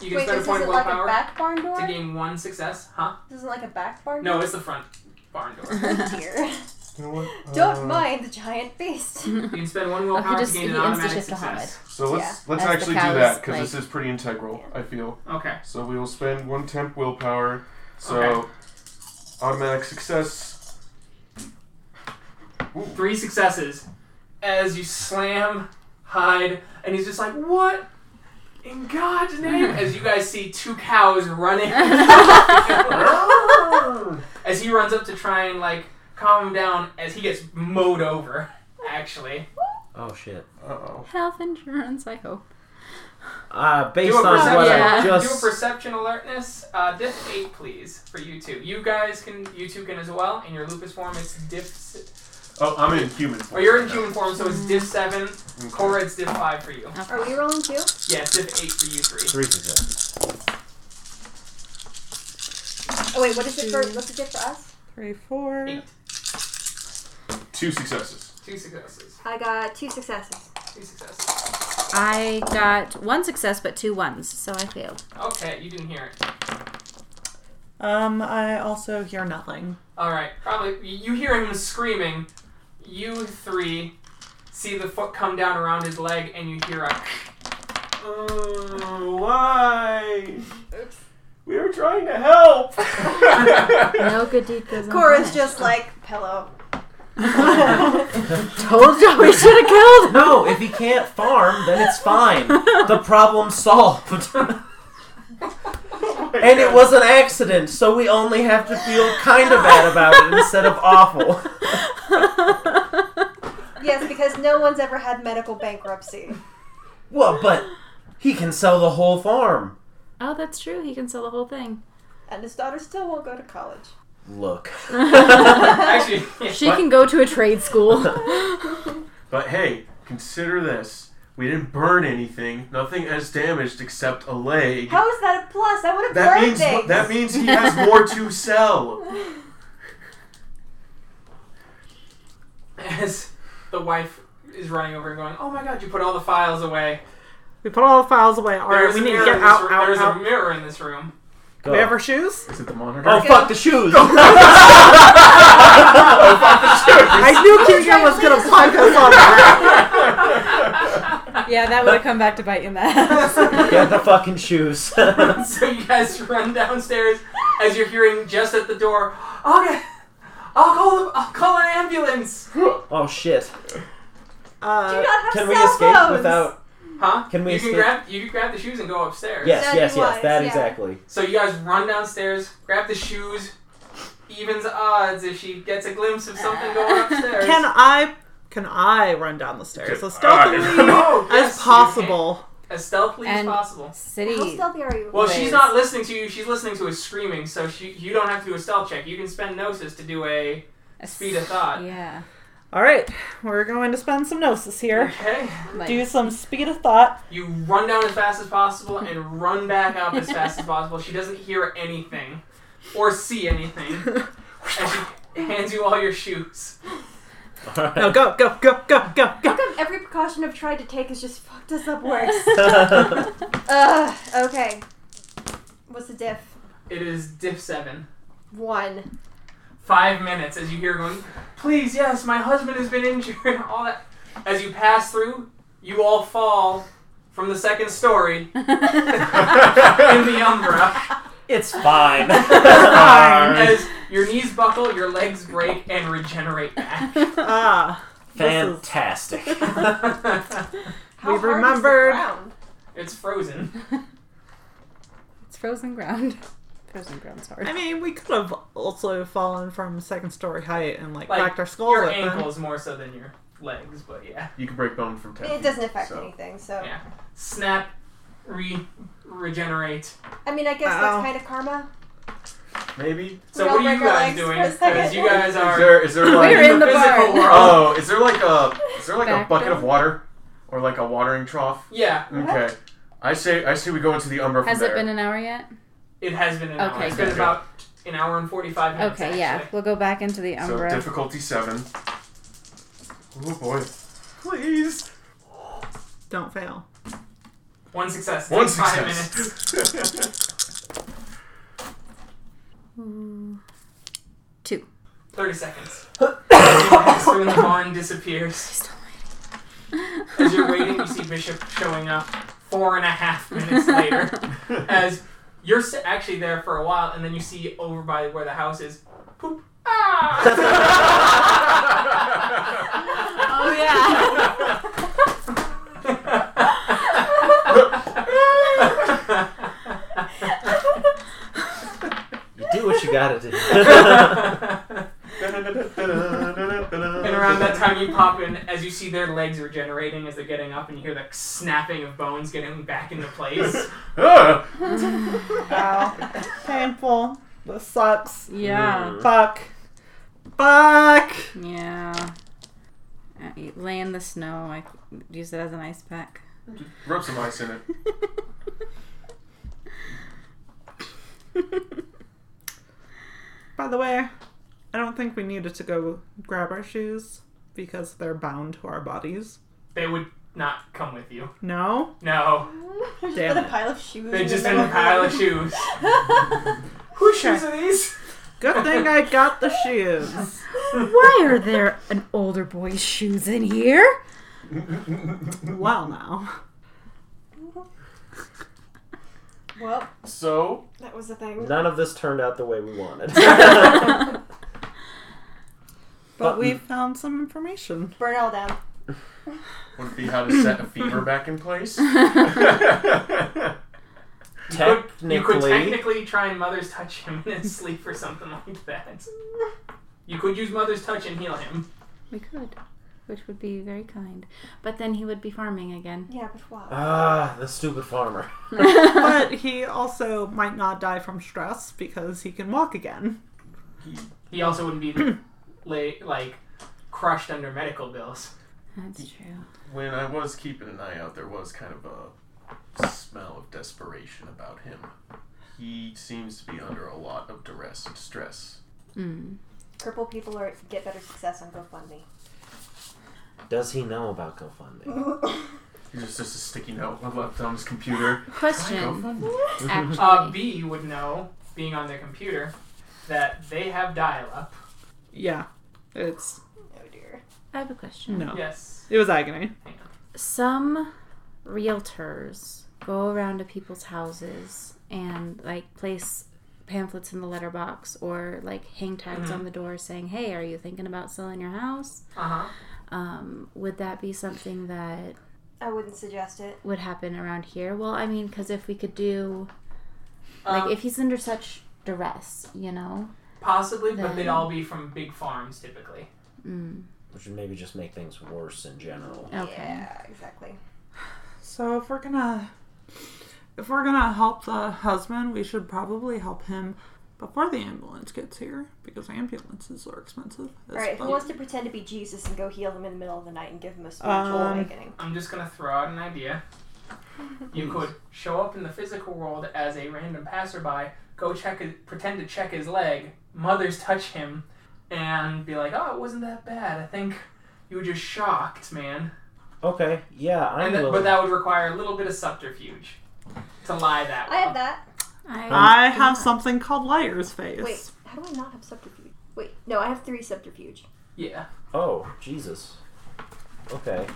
A: You can
C: Wait,
A: spend a
C: this
A: point
C: isn't
A: of
C: like a
A: willpower
C: back barn
A: to
C: door.
A: gain one success. Huh?
C: This isn't like a back barn
A: No,
C: door.
A: it's the front barn
D: <laughs>
A: door.
B: <laughs>
C: Oh, <laughs> dear.
B: You know what?
C: Don't
B: Uh,
C: mind the giant beast.
A: You can spend one willpower
D: just-
A: to gain
D: Oh, he
A: an
D: insta
A: automatic
D: shift to Hamid.
A: success.
B: So let's let's
D: As the
B: actually do
D: cows,
B: that because
D: like-
B: this is pretty integral. I feel.
A: Okay.
B: So we will spend one temp willpower. So
A: Okay.
B: automatic success.
A: Three successes as you slam, hide, and he's just like, what? In God's name! As you guys see two cows running. <laughs>
B: Ah!
A: as he runs up to try and like calm him down as he gets mowed over actually
F: Oh shit.
B: Uh-oh.
D: <laughs> Health insurance. I hope.
F: Uh, based
A: do a
F: on
A: perception,
F: what
D: Yeah.
F: I
A: do a
F: just
A: perception alertness uh, diff 8 please for you two you guys can you two can as well in your lupus form it's diff s-
B: Oh, I'm in human form.
A: or you're in
B: now.
A: human form so it's diff 7
B: Okay.
A: Cora it's diff 5 for you
C: Are we rolling too?
A: yeah it's diff 8 for you three
F: three successes.
C: Oh wait, what is it for? What's it get for us?
E: <laughs> Three, four.
A: Eight.
B: Two successes.
A: two successes
C: I got two successes.
A: two successes
D: I got one success, but two ones, so I failed.
A: okay you didn't hear it
E: Um, I also hear nothing.
A: All right, probably you hear him screaming. You three see the foot come down around his leg, and you hear a. <laughs>
B: Oh, why?
C: Oops.
B: We were trying to help. <laughs>
D: No good deed goes
C: Cora's just like pillow.
D: told you <laughs> we should have killed him.
F: No, if he can't farm, then it's fine. The problem solved. <laughs> And it was an accident, so we only have to feel kind of bad about it instead of awful. <laughs>
C: Yes, because no one's ever had medical bankruptcy.
F: Well, but he can sell the whole farm.
D: Oh, that's true. He can sell the whole
C: <laughs>
D: thing.
C: And his daughter still won't go to college.
F: Look.
A: Actually,
D: She can go to a trade <laughs> school.
B: but hey, consider this. We didn't burn anything. Nothing has damaged except a leg.
C: How is that a plus? I would have
B: that
C: learned
B: means
C: things.
B: that means he has more to sell.
A: <laughs> as the wife is running over and going, "Oh my God! You put all the files away.
E: We put all the files away. All right,
A: There's
E: we
A: a
E: need to
A: mirror
E: get
A: in this
E: out,
A: room.
E: out,
A: There's
E: out.
A: a mirror in this room. <laughs>
F: Go.
E: We have our shoes.
B: Is it the monitor? <laughs>
F: oh, fuck the shoes.
E: I knew Keegan was gonna plug us on that.
G: Yeah, that would have come back to bite you in the ass.
F: <laughs> Get the fucking shoes. <laughs> Oh,
A: So you guys run downstairs as you're hearing just at the door. Okay, I'll call. The, I'll call an ambulance.
F: oh, shit.
C: Do
E: <laughs> Uh,
C: not have
F: Can we
C: cell
F: escape
C: phones.
F: without.
A: Huh?
F: Can we
A: you can
F: escape?
A: grab. You can grab the shoes and go upstairs.
F: Yes, yes,
C: That'd
F: yes.
C: be wise,
F: That
C: yeah.
F: exactly.
A: So you guys run downstairs, grab the shoes, evens odds if she gets a glimpse of something going upstairs. <laughs>
E: Can I can I run down the stairs
B: Can
E: as stealthily
B: I?
A: oh, <laughs> yes,
E: as
A: you
E: possible?
A: can. As stealthily as
D: And-
A: possible.
C: How
D: City.
C: stealthy are you?
A: Well, she's
D: Ways.
A: not listening to you. She's listening to us screaming, so she, you don't have to do a stealth check. You can spend gnosis to do a speed of thought.
D: Yeah.
E: All right, we're going to spend some gnosis here.
A: Okay.
D: Like,
E: Do some speed
A: <laughs>
E: of thought.
A: You run down as fast as possible and run back up as fast as possible. She doesn't hear anything or see anything, and she hands you all your shoes.
E: No, go, go, go, go, go,
C: How
E: go.
C: come every precaution I've tried to take has just fucked us up
D: <laughs>
C: worse? Ugh, okay. What's the diff?
A: It is diff seven.
C: One.
A: Five minutes as you hear going, please, yes, my husband has been injured. <laughs> All that. As you pass through, you all fall from the second story in the umbra. <laughs>
F: it's fine.
A: As your knees buckle, your legs break, and regenerate back. <laughs>
E: Ah, this is
F: Fantastic.
C: How
E: We've
C: hard is the
E: remembered.
C: ground?
A: it's frozen.
D: it's frozen ground. Frozen ground's hard.
E: I mean, we could have also fallen from second story height and like,
A: Like,
E: cracked our skulls
A: Your
E: open.
A: ankles more so than your legs, but yeah.
B: You can break bone from
C: I
B: ten.
C: mean, it doesn't affect
B: so.
C: anything, so.
A: Yeah. Snap, re regenerate.
C: I mean, I guess
E: Ow.
C: that's kind of karma.
B: Maybe.
A: So
C: We all
A: what are you
C: break our
A: guys
C: legs for
A: doing?
C: a second.
A: Because you guys
B: Is
A: are
B: there is there like
D: We're in the
A: physical
D: barn.
A: world.
B: oh is there like a is there like
D: Back
B: a bucket
D: door.
B: of water or like a watering trough?
A: Yeah,
B: Okay. I say I say we go into the umbra from
D: Has
B: there.
D: it been an hour yet?
A: it has been an hour.
D: Okay,
A: It's been
B: good.
A: about an hour and forty five minutes.
D: Okay, yeah.
A: actually.
D: We'll go back into the
B: so
D: umbra.
B: difficulty seven. Oh boy. Please.
E: Don't fail.
A: One success. It
B: One
A: takes Five minutes. <laughs>
B: <laughs> success.
D: Ooh.
A: Thirty seconds. As you in the barn disappears. As you're waiting, you see Bishop showing up four and a half minutes later. As you're s- actually there for a while, and then you see over by where the house is, poop. <laughs> Ah!
D: oh yeah.
F: you do what you gotta do.
A: and around that time, you pop in as you see their legs regenerating as they're getting up, and you hear the snapping of bones getting back into place.
B: Ah.
E: Wow, <laughs> painful. This sucks.
D: Yeah.
E: Fuck. Fuck.
D: Yeah. Uh, you lay in the snow. I use it as an ice pack.
B: Rub some ice in it.
E: By the way, I don't think we needed to go grab our shoes because they're bound to our bodies.
A: They would not come with you.
E: No?
A: No,
C: There's
E: Damn
C: just
E: it.
C: a pile of shoes.
A: they're
C: in the
A: just in
C: middle
A: a pile of
C: the
A: shoes.
C: room.
A: Whose shoes are these?
E: Good thing I got the shoes.
D: Why are there an older boy's shoes in here?
E: Well, now.
C: <laughs> well,
B: So
C: that was the thing.
F: None of this turned out the way we wanted. <laughs>
E: But
F: Button.
E: we found
C: <laughs>
E: some information.
C: Burn it all down.
B: would it be how to set a fever back in place?
A: Could- You could
F: technically,
A: technically try and Mother's Touch him in his sleep or something like that. You could use Mother's Touch and heal him.
D: <laughs> We could, which would be very kind. But then he would be farming again.
C: Yeah, but wow.
F: ah, the stupid farmer.
E: But he also might not die from stress because he can walk again.
A: He also wouldn't be lay, like crushed under medical bills.
D: That's true.
B: <laughs> when I was keeping an eye out, there was kind of a smell of desperation about him. He seems to be under a lot of duress and stress.
D: Mm.
C: Crippled people are get better success on GoFundMe.
F: Does he know about GoFundMe?
C: Oh,
B: He just does a sticky note left on his computer.
D: Question. Actually,
A: Uh, B would know, being on their computer, that they have dial-up.
E: Yeah. It's.
C: Oh dear.
D: I have a question.
E: No.
A: Yes.
E: It was agony.
D: Some realtors go around to people's houses and like place pamphlets in the letterbox or like hang tags
A: Mhm.
E: Mm-hmm.
D: on the door saying, "Hey, are you thinking about selling your house?"
A: Uh huh.
D: Um, would that be something that
C: I wouldn't suggest it.
D: would happen around here? Well, I
E: Um,
A: Um,
D: mean, because if we could do like if he's under such duress, you know,
A: Possibly, but they'd
D: Then-
A: all be from big farms typically.
D: Mm.
F: Which would maybe just make things worse in general.
D: Okay.
C: Yeah, exactly.
E: So if we're gonna if we're gonna help the husband, we should probably help him before the ambulance gets here because ambulances are expensive. as
C: All right, who
E: fuck.
C: wants to pretend to be Jesus and go heal him in the middle of the night and give him a spiritual
E: Um,
C: awakening?
A: I'm just gonna throw out an idea. You could show up in the physical world as a random passerby, go check, his, pretend to check his leg. Mothers touch him, and be like, "Oh, it wasn't that bad. I think you were just shocked, man."
F: Okay, yeah, I'm
A: And that,
F: willing.
A: but that would require a little bit of subterfuge to lie that.
C: I have that.
E: I
D: do
E: have
D: not-
E: something called liar's face.
C: Wait, how do I not have subterfuge? Wait, no, I have three subterfuge.
A: Yeah.
F: oh, Jesus. Okay.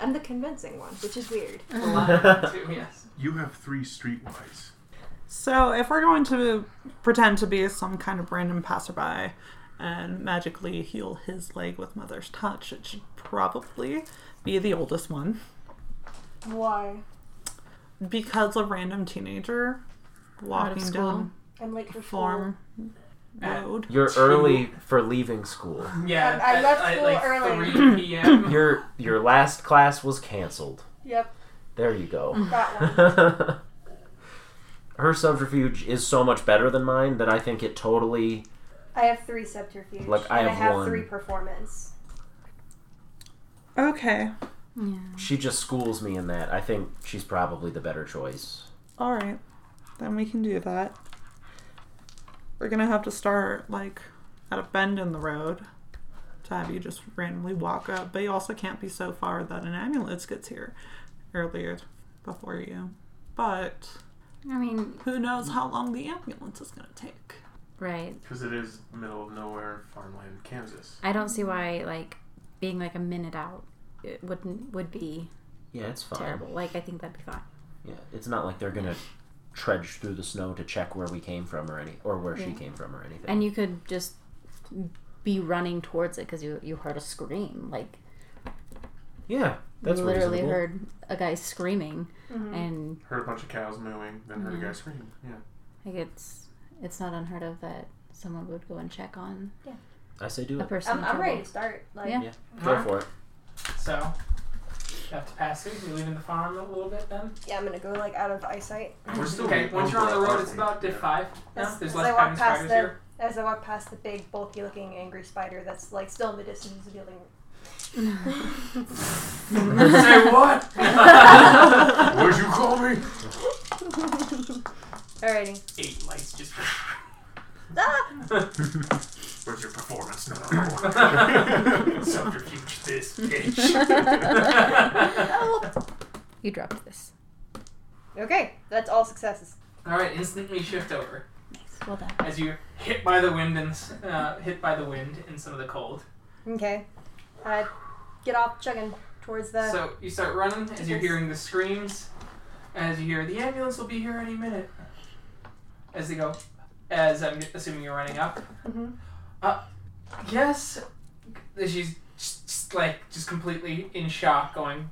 C: I'm the convincing one, which is weird.
A: the lie too, yes.
B: You have three streetwise.
E: So if we're going to pretend to be some kind of random passerby and magically heal his leg with mother's touch, it should probably be the oldest one.
C: Why?
E: Because a random teenager walking
D: school?
E: down
C: I'm late for
E: farm
A: At-
E: road.
F: You're
A: Two-
F: early for leaving school.
A: Yeah.
C: <laughs> I- I
A: at-
C: left
A: at
C: school
A: like
C: early.
A: 3 p.m.
F: Your your last class was canceled.
C: Yep,
F: There you go.
C: that one.
F: Her <laughs> subterfuge is so much better than mine that I think it totally
C: <laughs> I have three subterfuge.
F: Like, I
C: and
F: have
C: I have
F: one.
C: three performance.
E: Okay.
D: Yeah.
F: she just schools me in that. I think she's probably the better choice.
E: All right, then we can do that. We're gonna have to start like at a bend in the road to have you just randomly walk up, but you also can't be so far that an ambulance gets here earlier before you. But
D: I mean,
E: who knows how long the ambulance is gonna take?
D: right.
B: Because it is middle of nowhere farmland, Kansas.
D: I don't see why like being like a minute out it wouldn't would be
F: Yeah, it's fine.
D: terrible. Like I think that'd be fine.
F: Yeah, it's not like they're gonna trudge through the snow to check where we came from or any or where she
D: Yeah.
F: came from or anything.
D: And you could just be running towards it because you you heard a scream. Like
F: yeah, that's
D: you literally
F: reasonable.
D: heard a guy screaming,
A: Mm.
C: Mm-hmm.
D: and
B: Heard a bunch of cows mooing, then heard a guy scream. Yeah.
D: like it's it's not unheard of that someone would go and check on
F: I say do
D: a
F: it.
D: person.
C: I'm,
D: in
C: I'm
D: trouble.
C: ready to start. Like,
D: Yeah.
F: Go for it.
A: So, you have to pass through. You're leaving the farm a little bit then?
C: yeah, I'm gonna go like out of eyesight.
B: We're still
A: okay, once you're on the road, it's about diff 5. No,
C: As,
A: there's
C: as I
A: less
C: walk
A: common
C: past
A: spiders
C: the,
A: here.
C: as I walk past the big, bulky-looking, angry spider that's like still in the distance, dealing.
A: <laughs> Say what?
B: <laughs> Where'd you call me?
C: Alrighty.
A: Eight lights just.
C: Ah!
B: <laughs> Where's your performance? No, no, <laughs> no. Subterfuge
A: <laughs>
B: this bitch.
D: <laughs> You
C: <laughs>
D: dropped this.
C: Okay, that's all successes.
A: Alright, instantly shift over
D: Nice. Well done.
A: as you're hit by the wind and s- uh, hit by the wind and some of the cold.
C: Okay. I get off chugging towards the.
A: So you start running as you're hearing the screams, as you hear the ambulance will be here any minute. As they go, as I'm assuming you're running up.
C: Mhm.
A: Uh, yes, she's just, just like just completely in shock, going,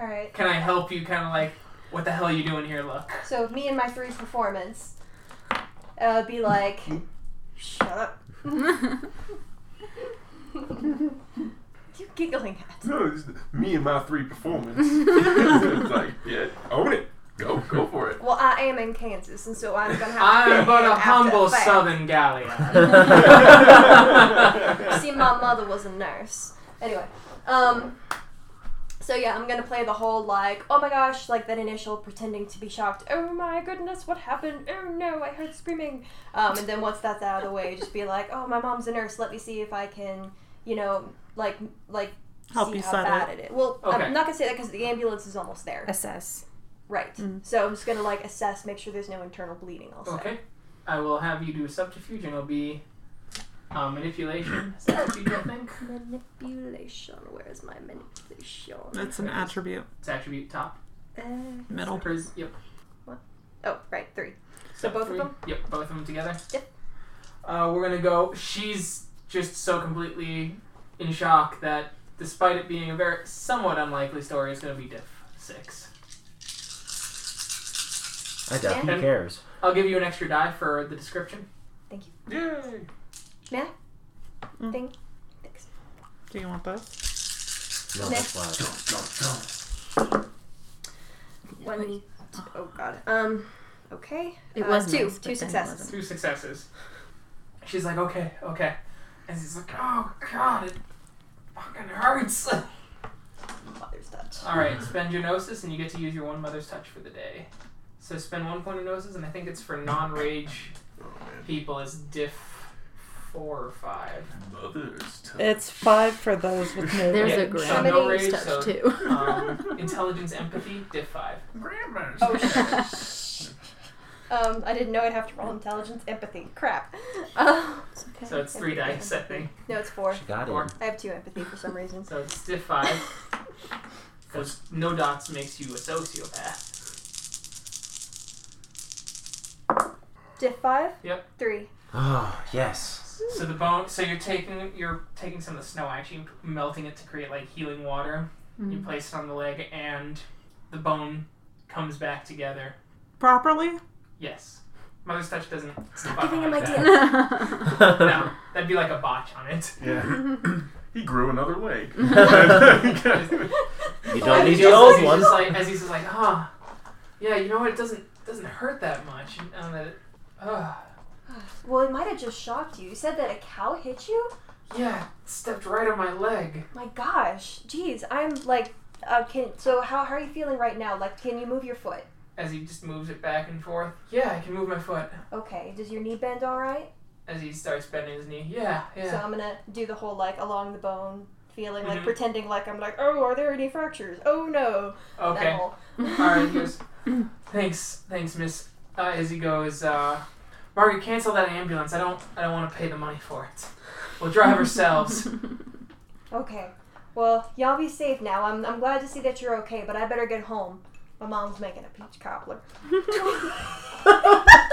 C: All right.
A: "Can I help you?" Kind of like, "What the hell are you doing here?" Look,
C: So me and my three performance, I would be like,
A: Mm-hmm.
C: shut up. What are you giggling at?
B: <laughs> no, it's me and my three performance. it's like, yeah, own it. Go, go for it.
C: Well, I am in Kansas, and so I'm gonna have. to
A: I'm but a
C: after
A: humble
C: the fact.
A: Southern
C: <laughs>
A: Gallia.
C: See, my mother was a nurse. Anyway, um, so yeah, I'm gonna play the whole like, oh my gosh, like that initial pretending to be shocked. Oh my goodness, what happened? Oh no, I heard screaming. Um, and then once that's out of the way, just be like, oh, my mom's a nurse. Let me see if I can, you know, like, like.
E: Help
C: see
E: you
C: how
E: settle
C: bad it is. Well,
A: Okay.
C: I'm not gonna say that because the ambulance is almost there.
D: Assess.
C: Right.
E: Mm-hmm.
C: So I'm just gonna like assess, make sure there's no internal bleeding. Also.
A: Okay, I will have you do subterfuge, and it'll be um, <clears throat> manipulation. subterfuge, I think.
C: Manipulation. Where's my manipulation?
E: That's an attribute.
A: It's attribute top.
C: Uh,
E: Middle.
A: Pres- Yep.
C: Oh, right, three.
A: So
C: both of them?
A: Yep, both of them together.
C: Yep.
A: Uh, we're gonna go. She's just so completely in shock that, despite it being a very somewhat unlikely story, it's gonna be diff six.
F: I doubt who
A: Yeah.
F: cares.
A: I'll give you an extra die for the description.
C: Thank you.
B: Yay!
C: Thing. Thanks.
E: Do you want this?
F: No, that's loud.
C: One. Oh god. Um. Okay.
D: It
C: Uh,
D: was
C: two.
D: nice,
C: two
D: but then it
C: successes.
D: wasn't.
A: Two successes. She's like, okay, okay. And she's like, oh god, it fucking hurts. <laughs>
C: Mother's touch.
A: Alright, spend your gnosis and you get to use your one mother's touch for the day. So spend one point of gnosis, and I think it's for non rage
B: Oh, man.
A: people as diff four or
B: <laughs>
A: five.
B: Mother's touch.
E: It's five for those with no.
D: There's
A: Yeah,
D: a
A: so
D: grab
A: no
D: and
A: rage,
D: stuff
A: so-
D: too.
A: Um, intelligence, empathy, diff five.
B: Grandma's.
C: Oh <laughs> shit. um. I didn't know I'd have to roll intelligence, empathy. Crap. Uh,
A: So it's three dice, I think.
C: no, it's four.
F: She got
A: Four.
F: it.
C: I have two empathy for some reason.
A: So it's diff five.
C: <laughs>
A: Because no dots makes you a sociopath.
C: Diff five.
A: Yep.
C: Three.
F: Oh, yes.
A: So the bone. So you're taking you're taking some of the snow actually and melting it to create like healing water.
D: Mm.
C: Mm-hmm.
A: You place it on the leg, and the bone comes back together.
E: Properly?
A: Yes. Mother's touch doesn't.
C: Stop
A: fuck
C: giving him
A: like that.
C: ideas.
D: <laughs>
A: No, that'd be like a botch on it.
B: Yeah. he grew another leg.
F: You
C: Well,
F: don't
A: As
F: need the
A: he's-
F: old
A: he's
F: one.
A: Just like, as he's just like, ah, yeah, you know what? It doesn't doesn't hurt that much. And, um, that it, uh,
C: Well, it might have just shocked you. You said that a cow hit you?
A: yeah, it stepped right on my leg.
C: My gosh. Jeez. I'm like. Uh, can so how, how are you feeling right now? Like, can you move your foot?
A: As he just moves it back and forth. Yeah, I can move my foot.
C: Okay. Does your knee bend all right?
A: As he starts bending his knee. Yeah, yeah.
C: So I'm gonna do the whole like along the bone feeling, like
A: Mhm.
C: pretending like I'm like, oh, are there any fractures? Oh no. That
A: okay.
C: whole,
A: All right. He goes. Thanks, thanks, Miss. Uh, as he goes, uh, Margaret, cancel that ambulance. I don't, I don't want to pay the money for it. We'll drive ourselves.
C: okay. Well, y'all be safe now. I'm, I'm glad to see that you're okay, but I better get home. My mom's making a peach cobbler. <laughs>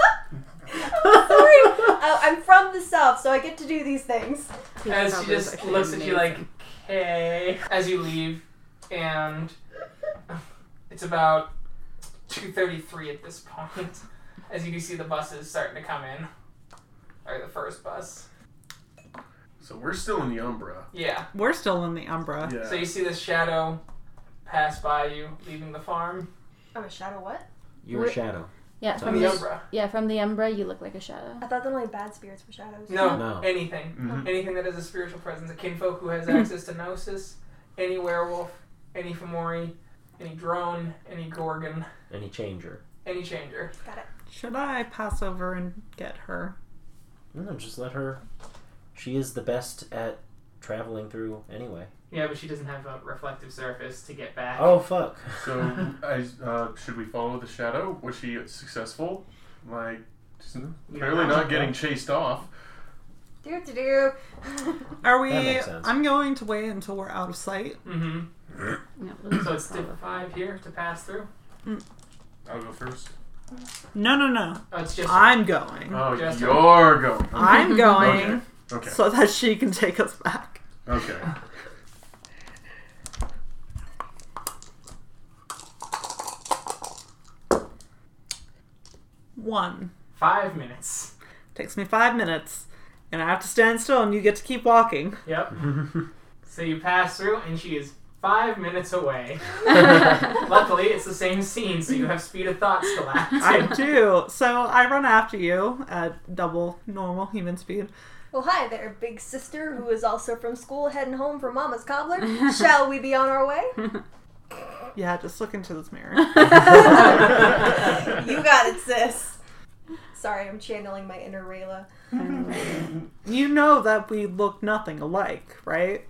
A: <laughs>
C: I'm sorry. Uh, I'm from the south, so I get to do these things.
A: As she just looks at you like, okay. As you leave, and it's about 2.33 at this point. As you can see the buses starting to come in. Or the first bus.
B: so we're still in the Umbra.
A: Yeah.
E: We're still in the Umbra.
B: Yeah.
A: So you see this shadow pass by you, leaving the farm.
C: I'm a shadow what?
F: You're a shadow.
D: yeah,
A: From
D: from
A: the
D: the
A: Umbra.
D: yeah from the umbra, you look like a shadow.
C: I thought that only bad spirits were shadows.
A: No,
F: No.
A: anything.
B: Mhm.
A: Anything that is a spiritual presence. A kinfolk who
E: <laughs>
A: has access to Gnosis. Any werewolf. Any Fomori. Any drone. Any Gorgon.
F: Any changer.
A: Any changer.
E: Should I pass over and get her?
F: No, just let her. She is the best at traveling through anyway.
A: Yeah, but she doesn't have a reflective surface to get back.
F: Oh, fuck. <laughs>
B: So I, uh, should we follow the shadow? Was she successful? Like, she's apparently not getting chased off.
C: Do do do. <laughs>
E: Are we?
F: That makes sense.
E: I'm going to wait until we're out of sight.
A: hmm
D: Yeah,
A: So it's diff
E: Oh.
A: five here to pass through.
B: I'll go first.
E: No, no, no.
A: Oh, it's just
E: I'm going.
B: Oh,
A: Just-
B: you're going.
E: I'm going
B: <laughs> Okay. Okay.
E: so that she can take us back.
B: Okay.
E: One.
A: five minutes.
E: Takes me five minutes, and I have to stand still, and you get to keep walking. <laughs>
A: Yep. so you pass through, and she is five minutes away. Luckily, it's the same scene, so you have speed of thought
E: <laughs>
A: still
E: I
B: <laughs>
A: active.
E: do. So I run after you at double normal human speed.
C: Well, hi there, big sister, who is also from school, heading home for Mama's cobbler. Shall we be on our
B: <laughs>
C: way?
E: Yeah, just look into this mirror.
A: <laughs>
D: <laughs>
C: You got it, sis. Sorry, I'm channeling my inner Rayla.
E: you know that we look nothing alike, right?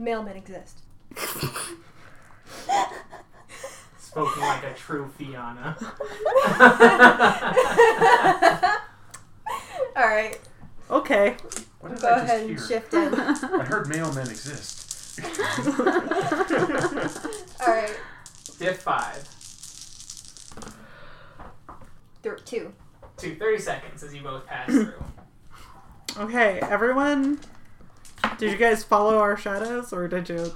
C: Mailmen exist.
A: Spoken like a true Fiona.
C: All right,
E: Okay.
B: What did
C: go
B: I just
C: ahead
B: hear?
C: and shift in.
A: <laughs>
C: All
B: I heard mailmen exist.
C: right,
A: Diff five.
C: th- two.
A: Two, 30 seconds as you both pass through.
E: Okay, everyone. Did you guys follow our shadows, or did you?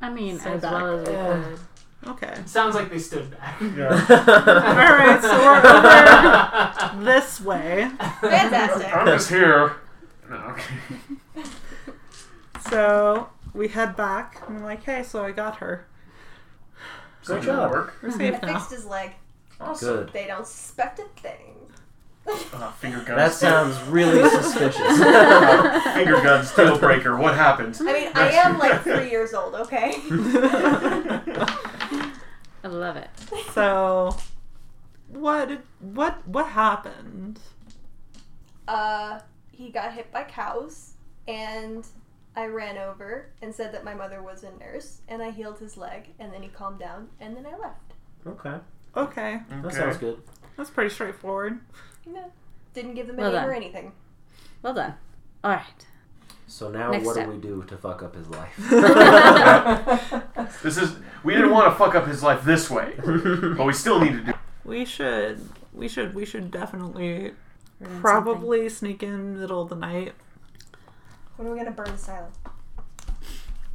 D: I mean,
E: So
D: as
E: back.
D: well as we
E: Yeah.
D: could.
E: Okay.
A: Sounds like they stood back.
F: <laughs>
B: Yeah.
E: All right, so we're over this way.
C: Fantastic.
B: I'm just here. No, okay.
E: So we head back. I'm like, hey, so I got her.
B: <laughs>
E: <laughs>
B: So
F: Good
B: did it
F: job.
B: Work.
E: We're
C: I
E: safe now.
C: fixed his leg.
B: Awesome.
F: Good.
C: They don't suspect a
B: <laughs>
C: thing.
B: Uh, finger guns.
F: That sounds really suspicious.
B: <laughs> finger guns
F: <laughs>
B: deal breaker. What happened?
C: I mean, I am like
B: <laughs>
C: three years old, okay?
D: I love it.
E: So what what what happened?
C: Uh, he got hit by cows, and I ran over and said that my mother was a nurse, and I healed his leg, and then he calmed down, and then I left.
F: Okay,
E: Okay.
F: that
B: Okay. <laughs>
F: sounds good.
E: That's pretty
D: <laughs>
E: straightforward.
C: No, didn't give them
D: Well
C: any
D: done.
C: or anything.
D: Well done. All right.
F: So now,
D: Next
F: what
D: step.
F: do we do to fuck up his life?
E: <laughs>
B: This is. We didn't want to fuck up his life this
F: <laughs>
B: way, but we still need to do.
E: We should we should we should definitely
D: We're doing something.
E: probably sneak in middle of the night.
C: When are we gonna burn silent?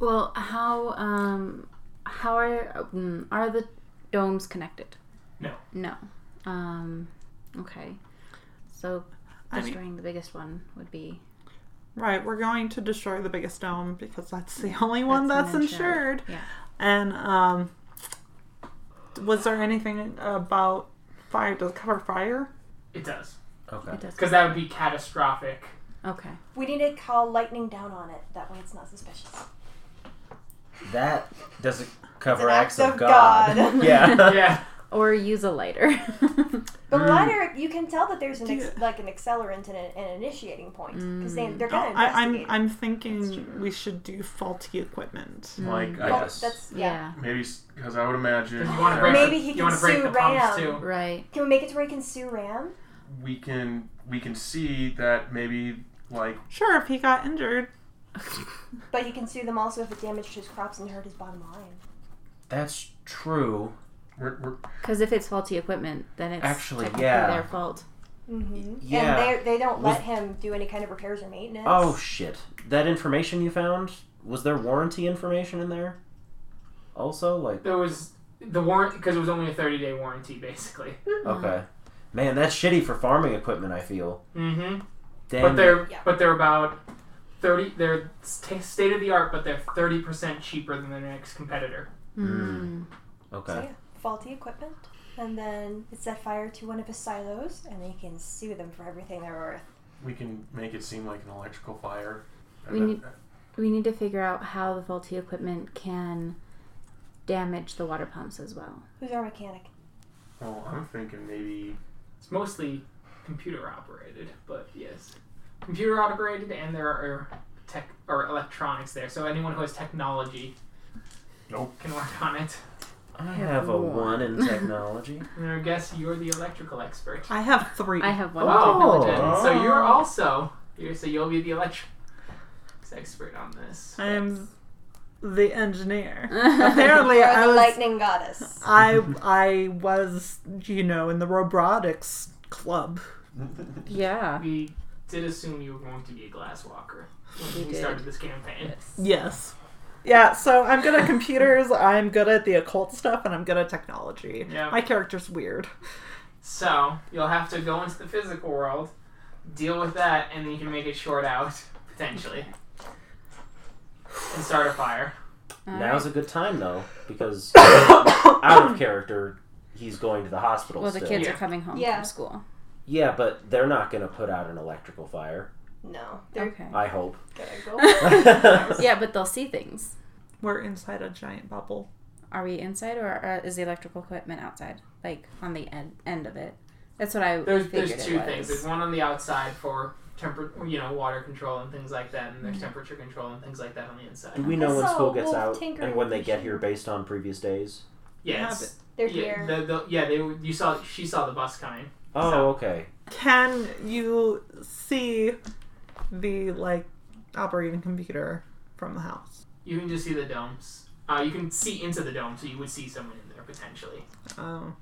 D: Well, how um how are um, are the domes connected?
A: No.
D: No. Um. Okay. So
E: I mean-
D: destroying the biggest one would be
E: Right, we're going to destroy the biggest dome because that's the only one
D: That's
E: that's,
D: uninsured.
E: insured.
D: Yeah.
E: And um was there anything about fire does it cover fire?
A: <laughs> It does.
F: Okay.
D: it does.
A: Because that would be catastrophic.
D: Okay.
C: We need to call lightning down on it. That way, it's not suspicious.
F: That doesn't cover
C: An
F: acts
C: act
F: of
C: of
F: God.
C: God. <laughs>
F: yeah.
A: <laughs> Yeah.
D: Or use a lighter. <laughs>
C: But
B: Mm.
C: lighter, you can tell that there's an
E: Yeah.
C: ex- like an accelerant and a- an initiating point because they they're gonna
E: Oh, I, I'm
C: investigate.
E: I'm
C: That's
E: thinking
C: true.
E: we should do faulty equipment.
B: Like, I
C: Well,
B: guess.
C: that's yeah.
D: yeah.
B: Maybe because I would imagine.
A: You want to
B: that
A: break.
C: Maybe
A: the,
C: he
A: you
C: can
A: want to break
C: sue
A: the pumps
C: Ram.
A: too.
D: Right. <laughs>
C: Can we make it to where he can sue Ram?
B: We can. We can see that maybe like
E: Sure, if he got injured.
C: But he can sue them also if it damaged his crops and hurt his bottom line.
F: That's true.
B: we're, we're
D: Because if it's faulty equipment, then it's
F: Actually,
D: technically
F: yeah.
D: their fault.
C: Mm-hmm.
F: Yeah.
C: And they, they don't
F: Was-
C: let him do any kind of repairs or maintenance.
F: Oh shit! That information you found was there warranty information in there? Also, like
A: There was the warrant because it was only a 30 day warranty basically.
D: Uh-huh.
F: okay, man, that's shitty for farming equipment. I feel.
A: Mm-hmm.
F: Damn.
A: But they're
C: Yeah.
A: but they're about 30. They're state of the art, but they're 30 percent cheaper than their next competitor.
D: Mm.
C: So
F: okay.
C: yeah, faulty equipment. And then it set fire to one of his silos, and they can sue them for everything they're worth.
B: we can make it seem like an electrical fire. uh,
D: We need- We need to figure out how the faulty equipment can damage the water pumps as well.
C: Who's our mechanic?
B: Well, I'm thinking <laughs> maybe.
A: It's mostly computer operated, but yes, computer operated, and there are tech or electronics there. So anyone who has technology
B: Nope.
A: can work on it.
F: I have a one
D: <laughs>
F: in technology.
A: And I guess you're the electrical expert.
E: I have three.
D: I have one.
F: Oh.
A: Technology. So you're also you're, so you'll be the electric expert on this.
E: I am the engineer.
D: technology.
E: Apparently,
C: You're
E: I
C: the
E: was
C: lightning goddess.
E: I I was you know in the robotics club.
D: <laughs> yeah.
A: We did assume you were going to be a glass walker when
D: We
A: we
D: did.
A: started this campaign.
E: Yes. Yeah, so I'm good at computers. I'm good at the occult stuff, and I'm good at technology.
A: Yeah.
E: My character's weird.
A: So you'll have to go into the physical world, deal with that, and then you can make it short out potentially, and start a fire.
F: Now's a good time though,
D: <coughs>
F: because out of character, he's going to the hospital.
D: Well, the
F: still.
D: kids
A: Yeah.
D: are coming home
C: Yeah.
D: from school.
F: Yeah, but they're not going to put out an electrical fire.
C: No, they're
D: Okay.
F: I hope. <laughs>
A: <laughs>
C: gonna go.
D: <laughs> yeah, but they'll see things.
E: We're inside a giant bubble.
D: Are we inside or uh, is the electrical equipment outside? Like on the end, end of it? That's what I
A: There's
D: figured
A: there's
D: it
A: two
D: was.
A: things. There's one on the outside for temper, you know, water control and things like that, and there's temperature control and things like that on the
F: Do
A: inside.
F: we know when
C: So,
F: school gets
C: wolf
F: out
C: tinkering
F: and when they get
C: machine.
F: here based on previous days?
A: Yeah,
E: Yeah,
A: it's-
C: They're
A: yeah,
C: here.
A: the, the, yeah. They you saw she saw the bus coming.
F: Oh, okay.
E: Can you see the like operating computer from the house?
A: You can just see the domes. Uh, you can see into the dome, so you would see someone in there potentially.
E: Um,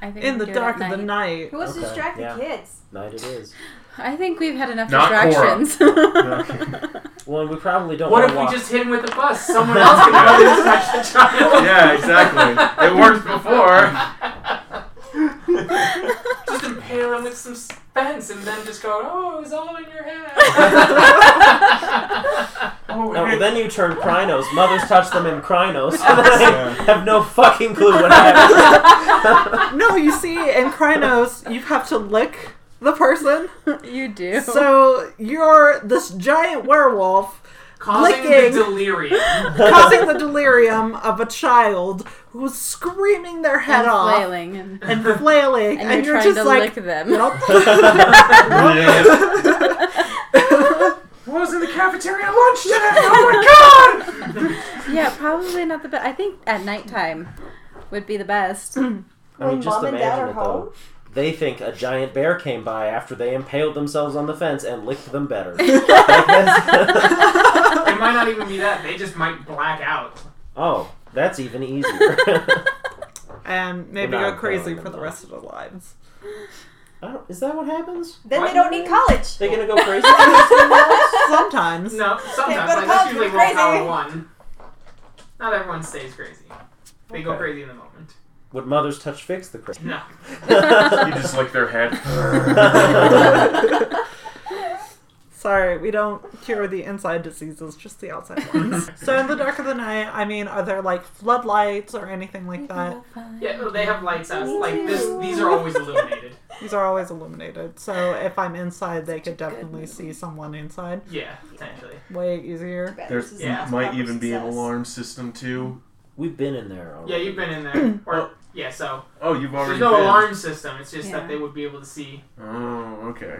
D: I think
E: in
D: we
E: the
D: do it at
E: dark of the
D: night.
E: night.
C: Who wants to
F: Okay,
C: distract
F: yeah.
C: the kids?
F: Night it is.
D: I think we've had enough
B: Not Cora.
D: distractions. <laughs>
B: Okay.
F: Well, and we probably don't.
A: What
F: wanna
A: if
F: walk-
A: we just hit him with the bus? Someone else can come in and touch the
B: <laughs>
A: child.
B: Yeah, exactly. It worked before.
A: <laughs> just impale him with some fence and then just go, oh, it was all in your <laughs> head.
B: Oh,
F: No,
A: <laughs>
F: well,
B: hey.
F: then you
D: <laughs>
F: turn Krynos. Mothers touch them in Krynos. and
B: Yeah.
F: <laughs> I have no fucking clue what happened.
E: No, you see, in Krynos, you have to lick the person.
G: You do.
D: <laughs>
E: So you're this giant werewolf
A: Causing
E: Licking.
A: the delirium.
E: causing the delirium of a child who's screaming their head
G: and
E: off
G: flailing and,
E: and flailing,
G: and
E: and,
G: you're, trying
E: you're, just
G: to
E: like,
G: lick them. <laughs>
E: <laughs>
B: Yeah.
A: What was in the cafeteria at lunch today? Oh my god!
G: <laughs> yeah, probably not the best. I think at nighttime would be the
D: <laughs>
G: best.
F: I mean,
C: When
F: just
C: mom and dad
F: imagine
C: are
F: it though. They think a giant bear came by after they impaled themselves on the fence and licked them
C: <laughs>
F: better. Like, that's-
A: <laughs> It might not even be that. They just might black out.
F: oh, that's
C: <laughs>
F: even easier.
E: and maybe
F: We're
E: go
F: not
E: crazy
F: telling
E: for
F: them
E: the
F: that.
E: rest of their lives.
F: I don't, is that what happens?
C: Then
A: What?
C: they don't need college.
F: They gonna go crazy? for the rest of their lives?
E: <laughs> Sometimes.
A: No, sometimes. Like,
C: but
A: that's
C: Cosmo's
A: usually roll power
C: crazy.
A: one. Not everyone stays crazy. They go
F: Okay.
A: crazy in the moment.
F: <laughs> Would mothers touch fix the crazy? <laughs>
A: No.
B: You just lick their <laughs> head.
E: Sorry, we don't cure the inside diseases, just the outside ones. so in the dark of the night, I mean, are there like floodlights or anything like
G: Mm-hmm.
E: that?
A: Yeah, no, they have lights out. Like this, these are always illuminated.
E: These are always illuminated, so if I'm inside, they could definitely see someone inside.
A: Yeah, potentially.
E: Way easier.
B: There
C: This is
A: yeah,
C: not
B: might
C: proper
B: even be an
C: success.
B: alarm system too.
F: We've been in there. Already.
A: Yeah, you've been in <clears throat> there. Or yeah, so
B: Oh, you've already
A: there's no
B: been.
A: alarm system. It's just
G: Yeah.
A: that they would be able to see.
B: Oh, okay.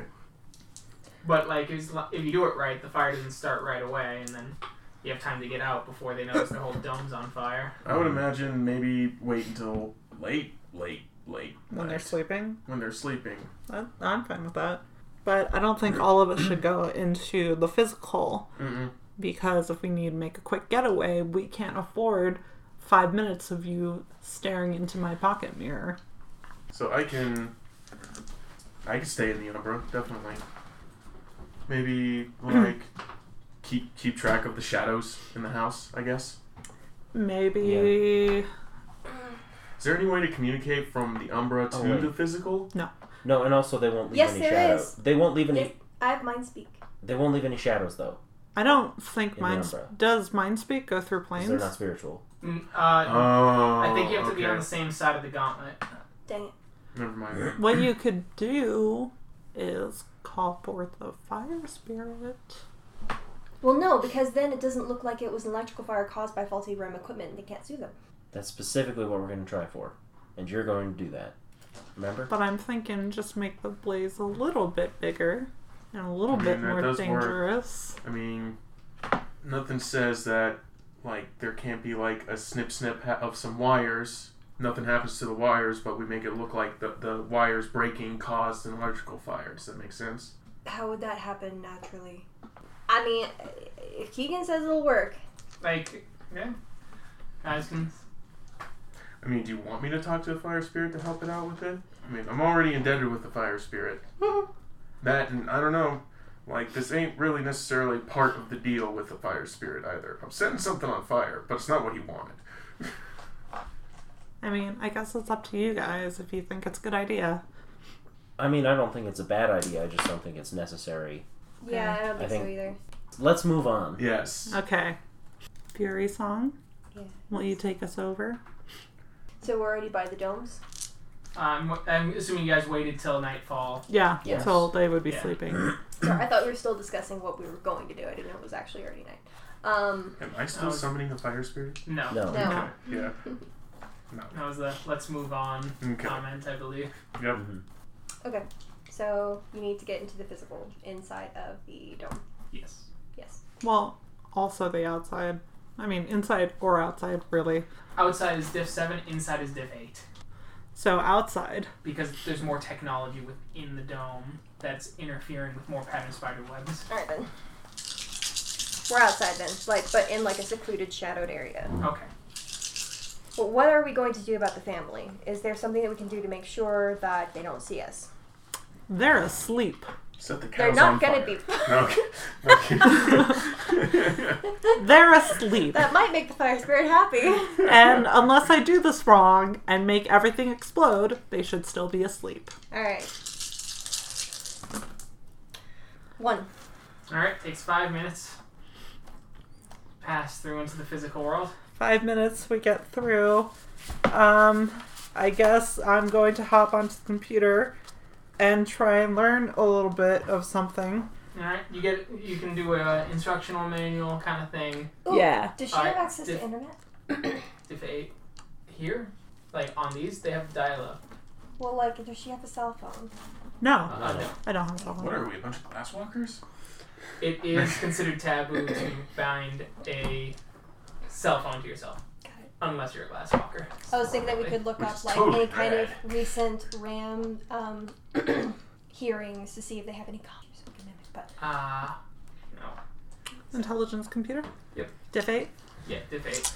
A: But like, it's, li- if you do it right, the fire doesn't start right away, and then you have time to get out before they notice the whole dome's on fire.
B: I would imagine maybe wait until late, late, late
E: When they're
B: night,
E: sleeping,
B: when they're sleeping.
E: I- I'm fine with that. But I don't think all of it should go into the physical
B: Mm-mm.
E: because if we need to make a quick getaway, we can't afford five minutes of you staring into my pocket mirror.
B: So I can, I can stay in the umbra definitely. Maybe like keep keep track of the shadows in the house. I guess.
E: Maybe
B: Is there any way to communicate from the umbra to
F: Oh, wait.
B: the physical?
F: No, and also they won't leave
C: Yes,
F: any
C: there
F: shadows.
C: is.
F: They won't leave any.
C: Yes, I have mine speak.
F: They won't leave any shadows though,
E: I don't think
F: In
E: mind
F: Umbra.
E: does mind speak go through
F: 'cause they're
E: planes.
F: not spiritual.
A: Mm, Uh,
B: Oh,
A: I think you have to be
B: okay.
A: on the same side of the gauntlet.
C: Dang it.
B: Never mind. then. <clears throat>
E: What you could do is call forth the fire spirit.
C: Well, no, because then it doesn't look like it was an electrical fire caused by faulty REM equipment. and They can't sue them.
F: That's specifically what we're going to try for, and you're going to do that. Remember?
E: But I'm thinking just make the blaze a little bit bigger and a little
B: I mean,
E: bit
B: that
E: more
B: does work.
E: dangerous.
B: I mean, nothing says that like there can't be like a snip snip ha- of some wires. Nothing happens to the wires, but we make it look like the, the wires breaking caused an electrical fire. Does that make sense?
C: How would that happen naturally? I mean, if Keegan says it'll work,
A: Like, yeah, guys can.
B: I mean, do you want me to talk to the fire spirit to help it out with it? I mean, I'm already indebted with the fire <laughs> spirit. that and I don't know. Like this ain't really necessarily part of the deal with the fire spirit either. I'm setting something on fire, but it's not what he wanted.
E: I mean, I guess it's up to you guys if you think it's a good idea.
F: I mean, I don't think it's a bad idea. I just don't think it's necessary.
C: yeah, I don't
F: I
C: think, so
F: think-
C: either.
F: Let's move on.
B: Yes.
E: Okay. Fury song.
C: Yeah.
E: Will you take us over?
C: So we're already by the <clears throat> domes.
A: Um, I'm assuming you guys waited till nightfall.
E: Yeah.
F: Yes.
E: So they would be
A: Yeah.
E: sleeping.
C: Sorry, I thought we were still discussing what we were going to do. I didn't know it was actually already night. Um,
B: Am I still
A: Oh.
B: summoning the fire spirit?
A: No,
C: No.
F: No.
B: Okay. Yeah.
A: that was the let's move on
B: Okay.
A: comment, I believe.
B: Yep.
F: Mhm.
C: <laughs> so you need to get into the physical inside of the dome.
A: Yes.
C: Yes.
E: Well, also the outside. I mean, inside or outside, really.
A: Outside is diff seven. Inside is diff eight.
E: So outside.
A: because there's more technology within the dome that's interfering with more pattern spider webs.
C: All right then. We're outside then, like, but in like a secluded, shadowed area.
A: Okay.
C: Well, what are we going to do about the family? Is there something that we can do to make sure that they don't see us?
E: They're asleep.
B: Set the cows
C: They're
B: on
C: not going
B: fire.
C: to be.
B: No, <laughs> okay.
C: <laughs>
B: okay. <laughs>
E: They're asleep.
C: That might make the fire spirit happy. <laughs>
E: and unless I do this wrong and make everything explode, they should still be asleep.
C: All right. One.
A: All right, takes five minutes. Pass through into the physical world.
E: Five minutes, we get through. Um, I guess I'm going to hop onto the computer and try and learn a little bit of something.
A: All right, you get you can do a instructional manual kind of thing.
C: Ooh,
E: Yeah.
C: Does she
A: I
C: have access
A: did-
C: to internet?
A: If eight here, like on these, they have dial-up.
C: Well, like, does she have a cell phone?
E: No,
A: Uh, no.
E: I don't have a cell phone.
B: What are we, a bunch of glass walkers?
A: It is considered taboo to bind a cell phone to yourself,
C: Got it.
A: unless you're a glass walker.
C: I was thinking that we could look
B: Which
C: up
B: is
C: like
B: totally
C: any kind of
B: bad.
C: recent RAM um, <clears throat> hearings to see if they have any comments. or mimic, But
A: Uh, no.
E: Intelligence computer?
A: Yep.
E: Diff 8?
A: Yeah, diff eight.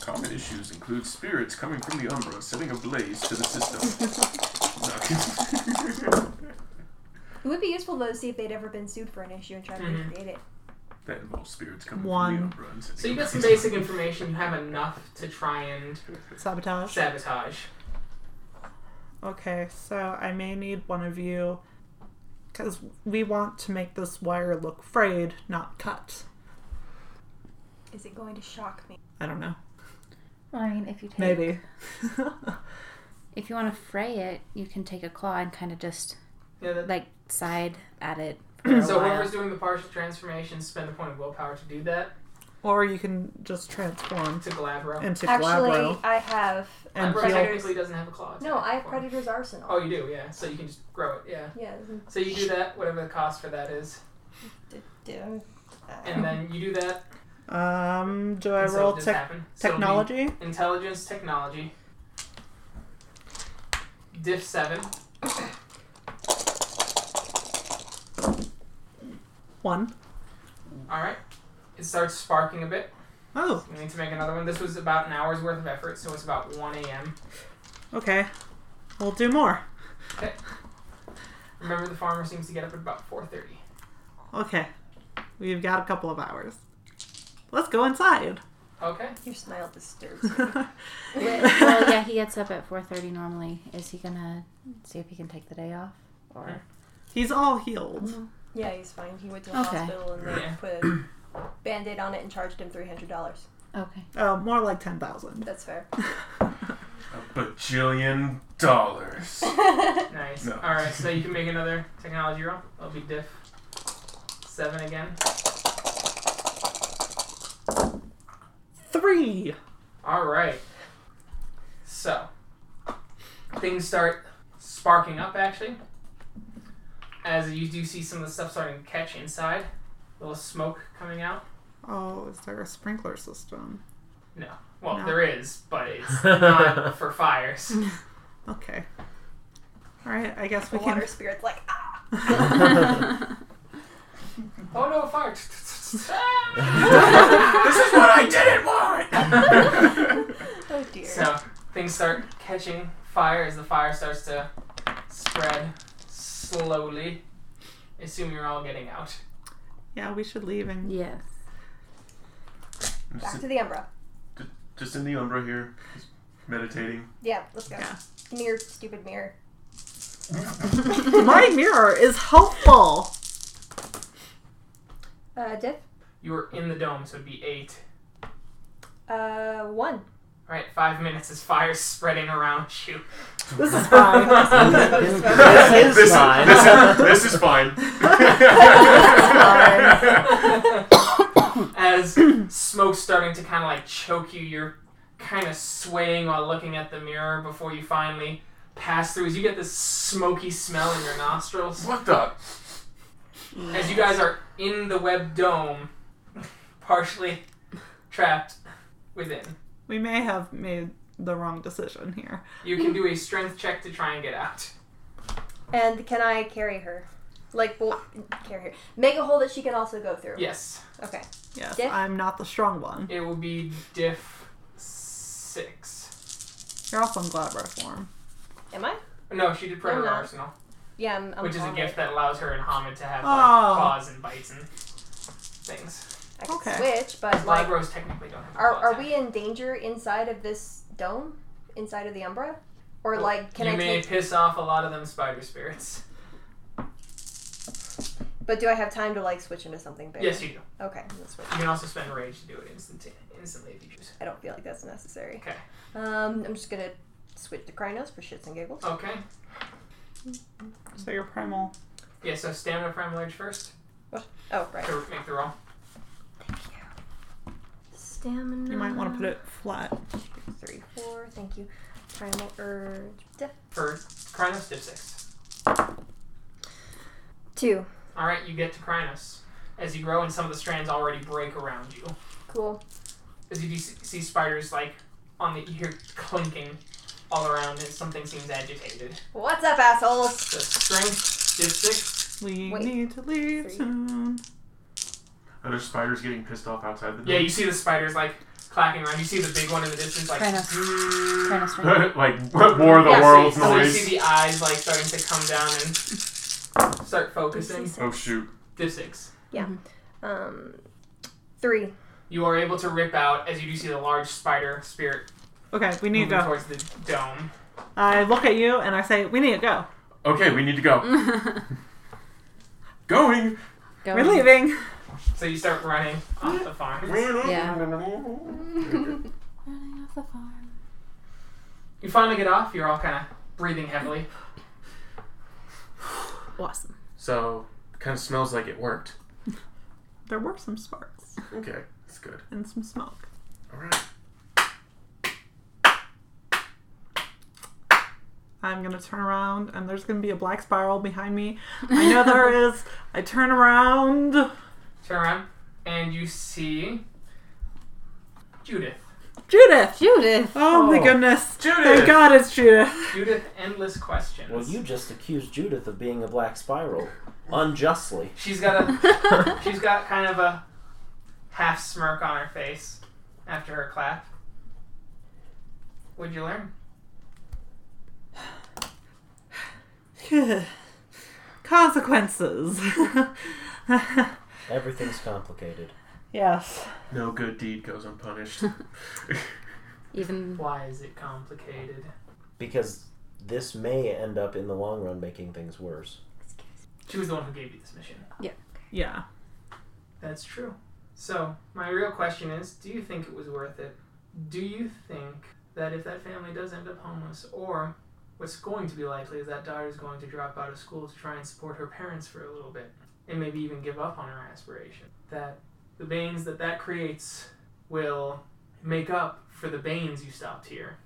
B: Common issues include spirits coming from the Umbra, setting a blaze to the
F: <laughs>
B: system. <laughs> No.
C: it would be useful though to see if they'd ever been sued for an issue and try to
A: Mhm.
C: recreate it.
B: that involves spirits coming
E: One.
B: from the Umbra. And setting
A: So you
B: a
A: get some
B: blaze.
A: basic information. You have enough to try and
E: Sabotage.
A: sabotage.
E: Okay, so I may need one of you because we want to make this wire look frayed, not cut.
C: Is it going to shock me?
E: I don't know.
D: Well, I mean, if you take,
E: Maybe.
D: if you want to fray it, you can take a claw and kind of just
A: Yeah, that,
D: like side at it. For a
A: <clears throat> so
D: while.
A: whoever's doing the partial transformation, spend a point of willpower to do that
E: or you can just transform
A: to Glabro.
E: into
C: Actually,
E: Glabro
C: I have.
E: and
A: Glabro
E: heal.
A: technically doesn't have a claw.
C: No,
A: attack
C: I have
A: form.
C: Predator's Arsenal.
A: Oh, you do, yeah. So you can just grow it, yeah.
C: Yeah.
A: So you do that, whatever the cost for that is, and then you do that.
E: Um, do I
A: and so
E: roll
A: this
E: tech
A: happen. So it'll be
E: technology?
A: intelligence, technology. Diff seven.
E: one.
A: All right. It starts sparking a bit.
E: Oh,
A: We need to make another one. This was about an hour's worth of effort, so it's about one a.m.
E: okay. We'll do more.
A: Remember, the farmer seems to get up at about four thirty.
E: Okay. We've got a couple of hours. Let's go inside. <laughs>
A: Okay.
C: Your smile disturbs me.
D: Wait, well, yeah, he gets up at four thirty normally. Is he gonna see if he can take the day off? Or
E: He's all healed.
C: yeah, he's fine. He went to a
D: Okay.
C: hospital and they
A: Yeah.
C: put
A: <clears throat>
C: a band aid on it and charged him $300.
D: okay,
E: Oh, more like ten thousand.
C: That's
E: <laughs>
C: fair.
B: A bajillion
A: <laughs>
B: dollars. <laughs>
A: Nice.
B: No.
A: All right. So you can make another technology roll. It'll be diff seven again.
E: Three.
A: All right. So things start sparking up actually, as you do see some of the stuff starting to catch inside. little smoke coming out.
E: Oh, is there a sprinkler system?
A: Well,
E: No.
A: there is, but it's not for fires.
E: Okay. All right. I guess
C: The
E: we can.
C: water spirit's like, ah!
A: Oh no, fire! <laughs> Ah!
B: this is what I didn't
F: <laughs>
B: want!
C: Oh dear.
A: so things start catching fire as the fire starts to spread slowly. I assume you're all getting out.
E: <laughs> Yeah, we should leave
D: <laughs>
E: and
D: <laughs> yes.
C: Back to the Umbra.
B: Just in the Umbra here, just meditating.
C: Yeah, let's go.
E: Yeah.
C: Mirror, stupid mirror.
E: my mirror is helpful.
C: Uh, Diff?
A: You were in the dome, so it'd be eight.
C: Uh, one.
A: All right, five minutes as fire's spreading around you.
E: This is
A: <laughs>
E: fine.
F: <laughs> this
B: This
F: is
B: is,
F: fine.
B: this is, this is
F: <laughs>
B: fine.
A: <laughs> as <coughs> smoke's starting to kind of like choke you, you're kind of swaying while looking at the mirror before you finally pass through. As you get this smoky smell in your nostrils,
B: What the?
A: as you guys are in the web dome, <laughs> partially trapped within,
E: we may have made the wrong decision here.
A: you can do a strength check to try and get out.
C: And can I carry her? Like, well, carry her. Make a hole that she can also go through.
A: Yes,
C: Okay.
E: Yes,
C: Diff?
E: I'm not the strong one.
A: it will be diff six.
E: You're also in Glabra form.
C: Am I?
A: No, she did Predator
C: I'm not.
A: Arsenal.
C: Yeah, I'm, Uh-huh. I'm
A: which is a
C: calling
A: gift
C: it.
A: that allows her and Hamid to have like,
E: Oh.
A: claws and bites and things.
C: I can
E: Okay.
C: switch, but like,
A: Blybros technically don't have
C: are,
A: claws
C: are
A: now.
C: we in danger inside of this dome, inside of the Umbra, or
A: Well,
C: like can
A: you
C: I
A: may
C: take?
A: piss off a lot of them spider spirits.
C: But do I have time to like switch into something big?
A: Yes, you do. You
C: Okay, let's switch.
A: can also spend rage to do it instantly, instantly if you choose.
C: I don't feel like that's necessary.
A: Okay.
C: Um, I'm just gonna switch to Krynos for shits and giggles.
A: Okay.
E: So your primal.
A: Yeah, so stamina prime large first
C: Oh, right.
A: to make the roll.
C: Stamina.
E: You might want to put it flat.
C: Three, four. Thank you. Primal urge. Def-
A: For Krynos, dip six.
C: Two.
A: Alright, you get to Krynos. As you grow and some of the strands already break around you.
C: Cool.
A: As you do see, see spiders like on the you hear clinking all around and something seems agitated.
C: What's up, assholes?
A: So strength, dip six.
E: We
C: Wait.
E: need to leave
C: Three.
E: soon.
B: Are there spiders getting pissed off outside the
A: Yeah,
B: door?
A: you see the spiders like clacking around. You see the big one in the distance like
G: Krynos. Krynos right.
B: <laughs> like War of the
C: Yeah, so
B: Worlds
A: So you
B: noise.
A: see the eyes like starting to come down and start focusing.
B: Oh shoot!
A: Div six.
C: Um, three.
A: You are able to rip out as you do see the large spider spirit
E: Okay, we need
A: moving
E: to
A: towards the dome.
E: go. I look at you and I say, we need to go.
B: Okay, we need to go. Going.
D: Go
E: We're leaving.
A: So you start running off the farm.
D: Yeah.
A: You finally get off. You're all kind of breathing heavily.
D: Awesome.
B: <laughs> So, kind of smells like it worked.
E: There were some sparks
B: Okay, that's good.
E: and some smoke.
B: All right.
E: I'm gonna turn around and there's gonna be a black spiral behind me.
C: <laughs>
E: I know there is. I turn around.
A: Turn around and you see Judith.
E: Judith! <laughs>
G: Judith.
E: Oh, my
F: Oh.
E: goodness.
B: Judith!
E: Thank God it's Judith. <sighs>
A: Judith, endless questions.
F: Well, you just accused Judith of being a black spiral, unjustly.
A: She's got a. she's got kind of a half smirk on her face after her clap. What'd you learn?
E: Consequences. <laughs>
F: Everything's complicated.
E: yes.
B: No good deed goes unpunished.
D: <laughs> Even
A: Why is it complicated?
F: Because this may end up in the long run making things worse.
A: She was the one who gave you this mission.
E: Yeah.
A: That's true. So, my real question is do you think it was worth it? Do you think that if that family does end up homeless, or what's going to be likely is that daughter's going to drop out of school to try and support her parents for a little bit, and maybe even give up on her aspiration, that the banes that that creates will make up for the banes you stopped here?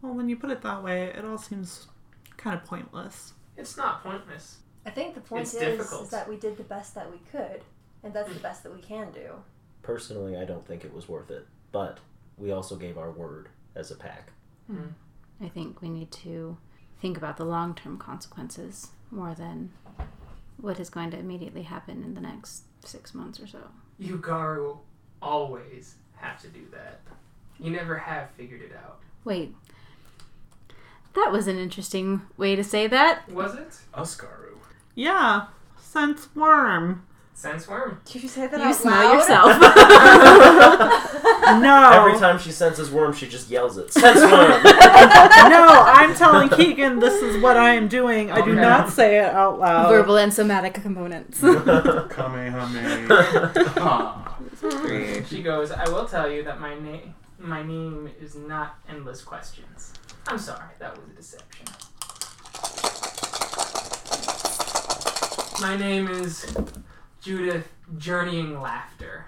E: Well, when you put it that way, it all seems kind of pointless.
A: It's not pointless.
C: I think the point
A: It's
C: is,
A: difficult. Mm.
C: is that we did the best that we could, and that's the best that we can do.
F: Personally, I don't think it was worth it, but we also gave our word as
A: <laughs>
F: a pack.
D: I think we need to think about the long term consequences more than what is going to immediately happen in the next six months or so.
A: You Garu always have to do that. You never have figured it out.
D: Wait. That was an interesting way to say that.
A: Was it?
B: Uskaru.
E: Yeah. Sense
F: <laughs>
E: worm.
A: Sense worm.
C: Did you say that
D: You smell yourself. <laughs>
F: <laughs>
E: No.
F: Every time she senses worm, she just yells it. Sense worm!
E: no, I'm telling Keegan this is what I am doing. I do
A: Okay.
E: not say it out loud.
G: Verbal and somatic
F: <laughs>
G: components.
A: <laughs>
B: Kamehameha. Ah.
E: Three.
A: She goes, I will tell you that my name my name is not endless questions. I'm sorry, that was a deception. My name is Judith Journeying Laughter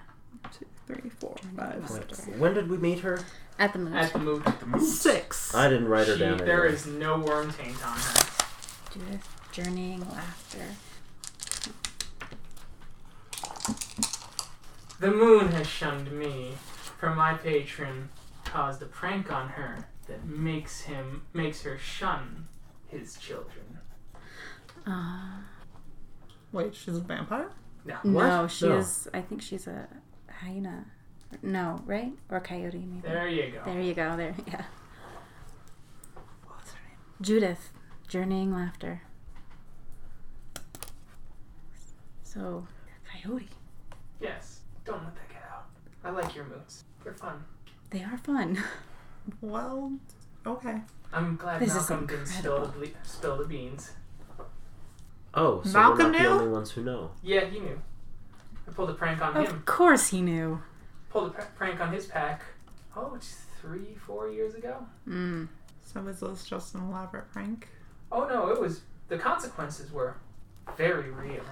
E: Three, four, five, six.
F: when did we meet her?
D: At the moon.
A: at the moot.
E: Six.
F: I didn't write her
A: She-
F: down.
A: there
F: anywhere.
A: is no worm taint on her.
D: Judith, journeying laughter.
A: The moon has shunned me, for my patron caused a prank on her that makes him makes her shun his children.
D: Uh,
E: Wait, she's a vampire?
A: No.
D: no, she
F: No.
D: is. I think she's a hyena. No, right? Or coyote, maybe.
A: There you go.
D: There you go. There, <laughs> yeah. Judith, journeying laughter. So, coyote.
A: Yes. Don't let that get out. I like your moves. They're fun.
D: They are fun.
E: Well, okay.
A: I'm glad
D: This is
A: Malcolm didn't spill the,
D: incredible.
A: ble- spill the beans.
F: Oh, so
E: Malcolm
F: we're not
E: knew?
F: the only ones who know.
A: Yeah, he knew. I pulled a prank on him.
D: Of course he knew.
A: Pulled a pr- prank on his pack. Oh, it's three, four years ago.
D: Mm.
E: So was this just an elaborate prank?
A: Oh no, it was the consequences were very real.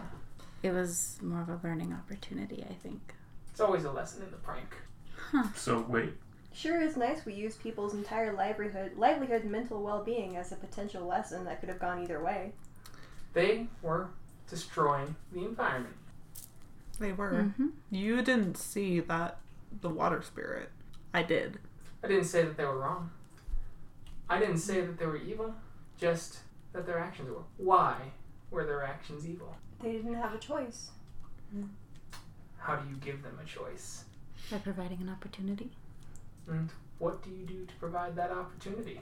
D: It was more of a learning opportunity, I think.
A: It's always a lesson in the prank.
B: So wait,
C: Sure is nice we use people's entire livelihood, livelihood and mental well-being as a potential lesson that could have gone either way.
A: They were destroying the environment.
E: They were.
D: Mm-hmm.
E: You didn't see that the water spirit. I did.
A: I didn't say that they were wrong. I didn't say that they were evil, just that their actions were. Why were their actions evil?
C: They didn't have a choice.
A: How do you give them a choice?
D: By providing an <laughs> opportunity.
A: And what do you do to provide that opportunity?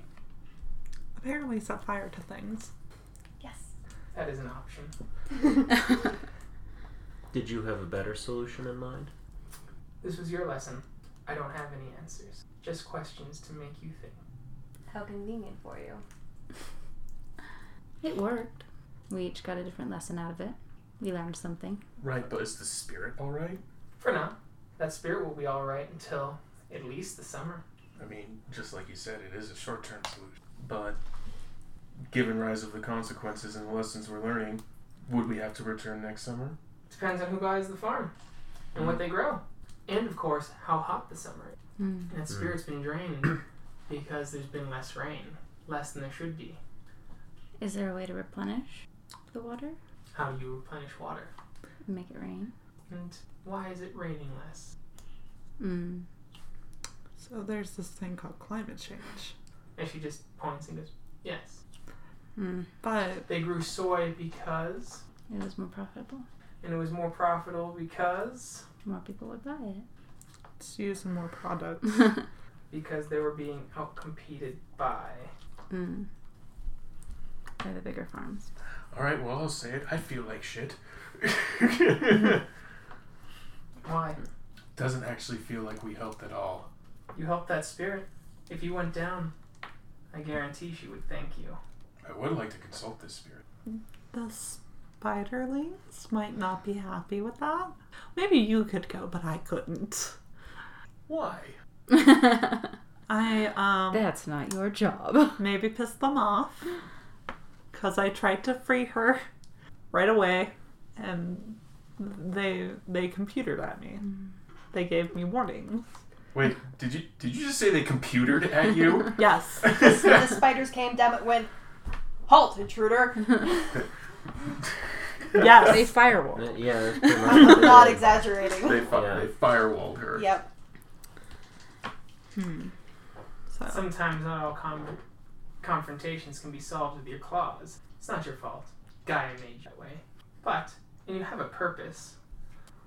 E: Apparently set fire to things. <laughs>
C: Yes.
A: That is an option.
F: Did you have a better solution in mind?
A: This was your lesson. I don't have any answers, just questions to make you think.
C: How convenient for you.
D: it worked. We each got a different lesson out of it. We learned something.
B: right? But is the spirit all right?
A: For now, that spirit will be all right until at least the summer.
B: I mean, just like you said, it is a short-term solution. But given rise of the consequences and the lessons we're learning, would we have to return next summer?
A: Depends on who buys the farm and what they grow. And of course, how hot the summer is. And
D: Mm.
A: that spirit's been drained <clears throat> because there's been less rain, less than there should be.
D: Is there a way to replenish the water?
A: How do you replenish water?
D: Make it rain?
A: And why is it raining less?
D: Mm.
E: So there's this thing called climate change.
A: And she just points and goes, Yes.
D: Mm.
E: But
A: They grew soy because,
D: It was more profitable.
A: and it was more profitable because,
D: More people would buy
E: it's using more products.
D: it.
A: because they were being outcompeted by.
D: <laughs> mm. By the bigger farms.
B: All right, well, I'll say it. I feel like shit.
A: Why?
B: Doesn't actually feel like we helped at all.
A: You helped that spirit. If you went down, I guarantee she would thank you.
B: I would like to consult this spirit.
E: The spiderlings might not be happy with that. Maybe you could go, but I couldn't.
B: Why?
E: I
D: <laughs>
E: um
D: That's not your <laughs> job.
E: maybe pissed them off because I tried to free her right away, and they they computered at me. They gave me warnings.
B: Wait, did you did you just say they computered at
E: <laughs>
B: you?
E: Yes,
C: So the spiders came down and went, Halt, intruder!
E: yes.
D: They firewall.
F: Uh, yeah, that's pretty much
C: I'm
F: what
E: <laughs>
F: they
C: not
F: did.
C: exaggerating.
B: they, fi-
F: Yeah.
B: they firewalled her.
C: Yep.
D: Hmm.
E: So
A: Sometimes not all com- confrontations can be solved with your claws. It's not your fault. Gaia made you that way. But, and you have a purpose.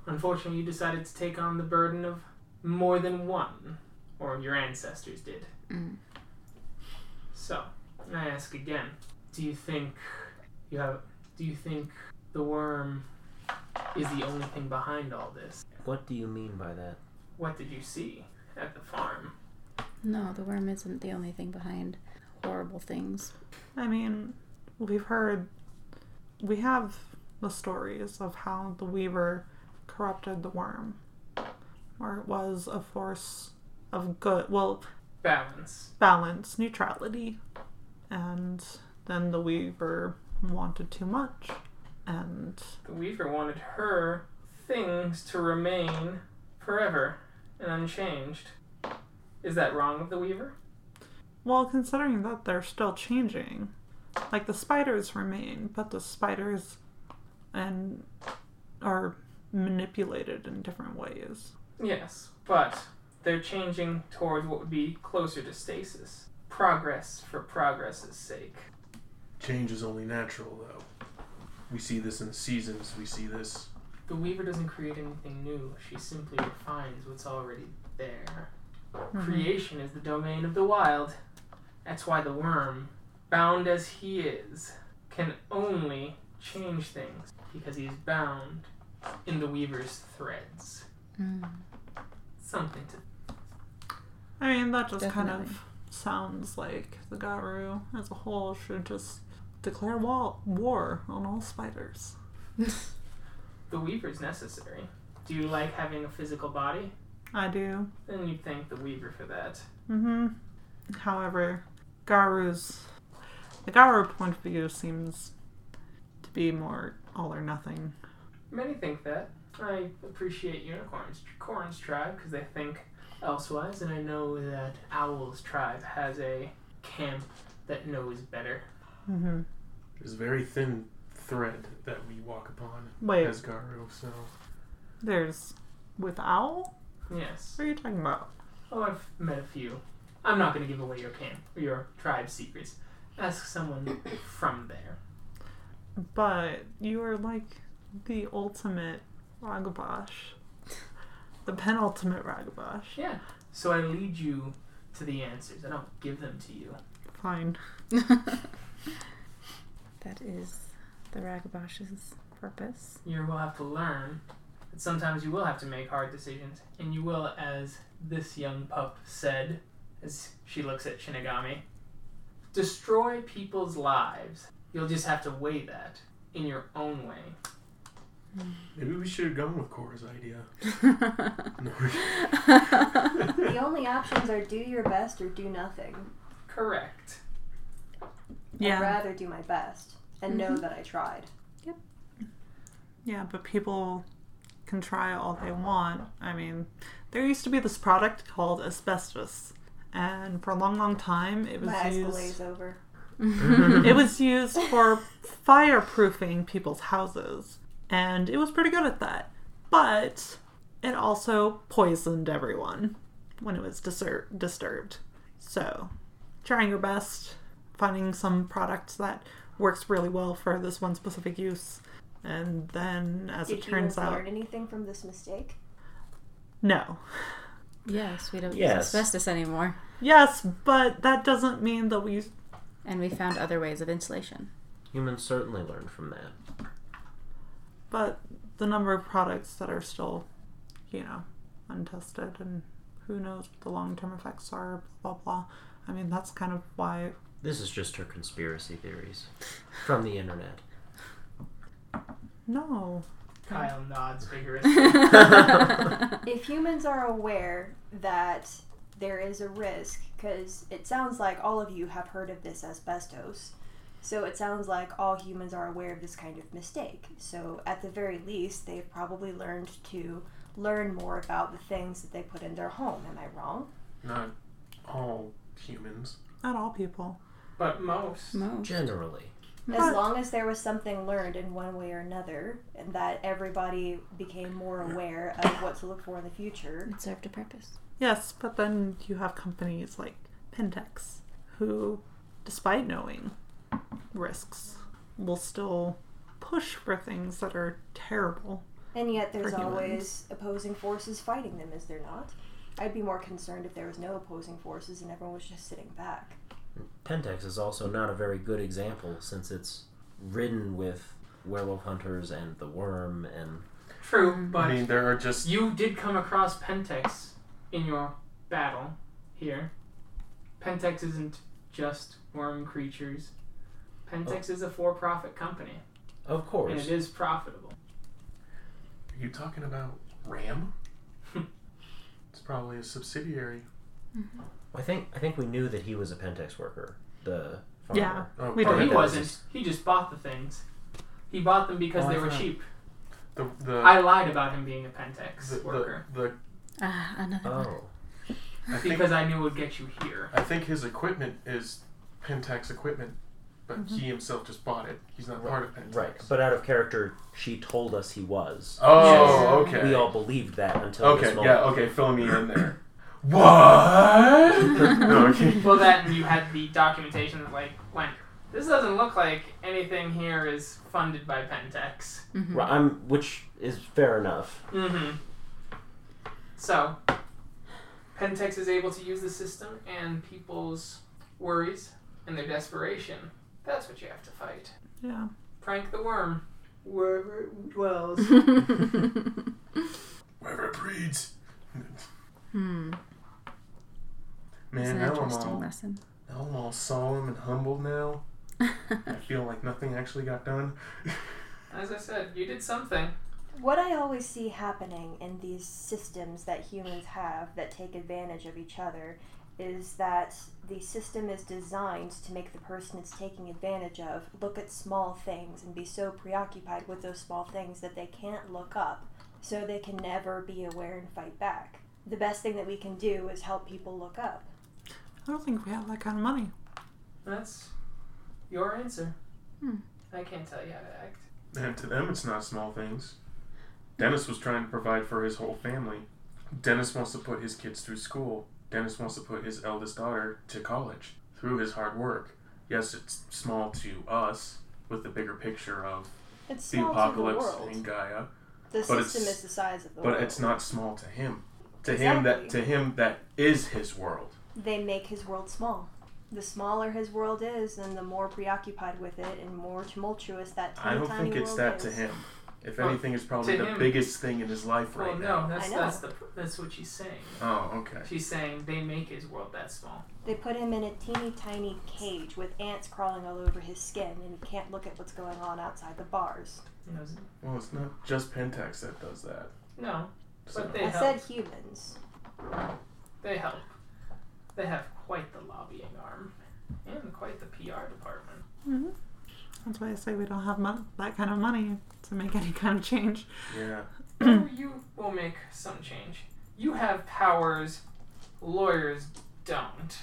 A: Unfortunately, you decided to take on the burden of more than one, or your ancestors did.
D: Mm.
A: So, I ask again: Do you think you have? Do you think the worm is the only thing behind all this?
F: What do you mean by that?
A: What did you see at the farm?
D: No, the worm isn't the only thing behind horrible things.
E: I mean, we've heard we have the stories of how the Weaver corrupted the worm, or it was a force of good. Well,
A: Balance.
E: balance, neutrality. And then the Weaver wanted too much. And
A: The Weaver wanted her things to remain forever and unchanged. Is that wrong of the Weaver?
E: well, considering that they're still changing, like the spiders remain, but the spiders and are manipulated in different ways.
A: Yes, but they're changing towards what would be closer to stasis. Progress for progress's sake.
B: Change is only natural, though. We see this in the seasons. We see this.
A: The Weaver doesn't create anything new, she simply refines what's already there. Creation is the domain of the wild. That's why the worm, bound as he is, can only change things because he is bound in the weaver's threads.
D: Mm.
A: Something to
E: I mean, that just kind
D: Definitely.
E: of sounds like the Garu as a whole should just declare wa- war on all spiders.
A: the weaver's necessary. Do you like having a physical body?
E: I do.
A: Then you thank the weaver for that.
E: hmm However, Garu's. The Garu point of view seems to be more all or nothing.
A: Many think that. I appreciate unicorns, corns tribe, because they think elsewise, and I know that owls tribe has a camp that knows better.
E: Mm-hmm.
B: There's a very thin thread that we walk upon
E: Wait,
B: as Garu, so
E: there's. With owl?
A: Yes.
E: What are you talking about?
A: Oh, I've met a few. I'm not going to give away your camp or your tribe secrets. Ask someone from there.
E: But you are like the ultimate Ragabosh. The penultimate Ragabosh.
A: Yeah. So I lead you to the answers. I don't give them to you.
E: Fine.
D: that is the Ragabosh's <laughs>
A: <laughs>
D: purpose.
A: You will have to learn that sometimes you will have to make hard decisions, and you will, as this young pup said, as she looks at Shinigami, destroy people's lives. You'll just have to weigh that in your own way.
B: maybe we should have gone with Cora's idea. <laughs> No,
C: The only options are do your best or do nothing.
A: Correct.
C: I'd rather do my best and know that I tried.
E: Yeah, but people can try all they want. I mean, there used to be this product called asbestos, and for a long, long time it was
C: My eyes will
E: used.
C: glaze over.
E: It was used for fireproofing people's houses, and it was pretty good at that. But it also poisoned everyone when it was disur- disturbed. So, trying your best, finding some product that works really well for this one specific use, and then as
C: Did
E: it turns
C: you
E: out,
C: learn anything from this mistake?
E: No.
D: yes, we don't
F: Yes.
D: use asbestos anymore.
E: Yes, but that doesn't mean that we.
D: And we found other ways of insulation.
F: Humans certainly learn from that.
E: But the number of products that are still, you know, untested and who knows what the long term effects are, blah, blah, blah. I mean, that's kind of why.
F: This is just her conspiracy theories from the internet.
E: No.
A: Kyle nods vigorously.
D: <laughs>
C: If humans are aware that there is a risk, because it sounds like all of you have heard of this asbestos, so it sounds like all humans are aware of this kind of mistake. So, at the very least, they've probably learned to learn more about the things that they put in their home. Am I wrong?
B: Not all humans.
E: Not all people.
A: but most.
D: Most.
F: Generally.
C: As long as there was something learned in one way or another, and that everybody became more aware of what to look for in the future,
D: It served a purpose.
E: Yes, but then you have companies like Pentex who, despite knowing risks, will still push for things that are terrible.
C: And yet there's
E: For humans.
C: always opposing forces fighting them, is there not? I'd be more concerned if there was no opposing forces and everyone was just sitting back.
F: Pentex is also not a very good example since it's ridden with werewolf hunters and the worm and
A: True, but
B: I mean, there are just
A: You did come across Pentex in your battle here. Pentex isn't just worm creatures.
B: Oh.
A: Pentex is a for-profit company,
F: of
A: and
F: course
A: it is profitable.
B: Are you talking about RAM? <laughs> it's probably a subsidiary.
F: I think I think we knew that he was a Pentex worker. The farmer.
E: Yeah.
B: Oh,
E: We
A: Or
E: don't
A: he
E: think
F: that was
A: wasn't.
F: just-
A: He just bought the things. He bought them because
B: Oh, I
A: they were
B: thought-
A: cheap.
B: The, the,
A: I lied about him being a Pentex
B: the, the,
A: worker
B: the,
D: Ah, another one.
F: Oh.
B: I, think,
A: because I knew it would get you here.
B: I think his equipment is Pentax equipment, but
A: Mm-hmm.
B: he himself just bought it. He's not part of Pentax.
F: Right. But out of character, she told us he was.
B: Oh, okay.
F: We all believed that until
B: okay,
F: this moment.
B: yeah, okay, fill me
A: <laughs>
B: in there. what? no, okay.
A: Well, then you had the documentation that like went. This doesn't look like anything here is funded by Pentex.
F: Ri- I'm, which is fair enough.
A: Mm-hmm. So, Pentex is able to use the system and people's worries and their desperation. That's what you have to fight.
E: Yeah.
A: Prank the worm. wherever it dwells.
D: Mm-hmm.
B: Wherever it breeds.
D: <laughs> hmm. It's
B: Man,
D: an
B: now I'm,
D: interesting
B: all, now
D: lesson.
B: I'm all solemn and humble now.
A: <laughs>
B: I feel like nothing actually got done.
A: As I said, you did something.
C: What I always see happening in these systems that humans have that take advantage of each other is that the system is designed to make the person it's taking advantage of look at small things and be so preoccupied with those small things that they can't look up, so they can never be aware and fight back. The best thing that we can do is help people look up.
E: I don't think we have that kind of money.
A: That's your answer.
D: Hmm.
A: I can't tell you how to act.
B: And to them, it's not small things. Dennis was trying to provide for his whole family. Dennis wants to put his kids through school. Dennis wants to put his eldest daughter to college through his hard work. Yes, it's small to us with the bigger picture of
C: It's
B: the
C: small
B: apocalypse
C: to the
B: and
C: world.
B: Gaia,
C: The
B: but
C: system
B: it's-
C: is the size of the
B: but
C: world.
B: it's not small to him. To him that to
C: Exactly.
B: him that is his world.
C: they make his world small. The smaller his world is, then the more preoccupied with it and more tumultuous that
B: I
C: tiny,
B: don't
C: tiny
B: think it's
C: world
B: that
C: is.
B: to him. If
A: Well,
B: anything, it's probably
A: to
B: the
A: him-
B: biggest thing in his life
A: well,
B: right
A: no,
B: now.
A: that's
C: I know.
A: that's the that's what she's saying.
B: Oh, okay.
A: She's saying they make his world that small.
C: They put him in a teeny tiny cage with ants crawling all over his skin, and he can't look at what's going on outside the bars.
A: You know,
B: Well, it's not just Pentax that does that.
A: no,
B: So-
A: but they
C: I
A: help.
C: said humans.
A: They help. They have quite the lobbying arm and quite the PR
C: <clears throat>
A: department.
E: hmm That's why I say we don't have mon- that kind of money to make any kind of change.
B: yeah.
A: Oh, you will make some change. You have powers, lawyers don't.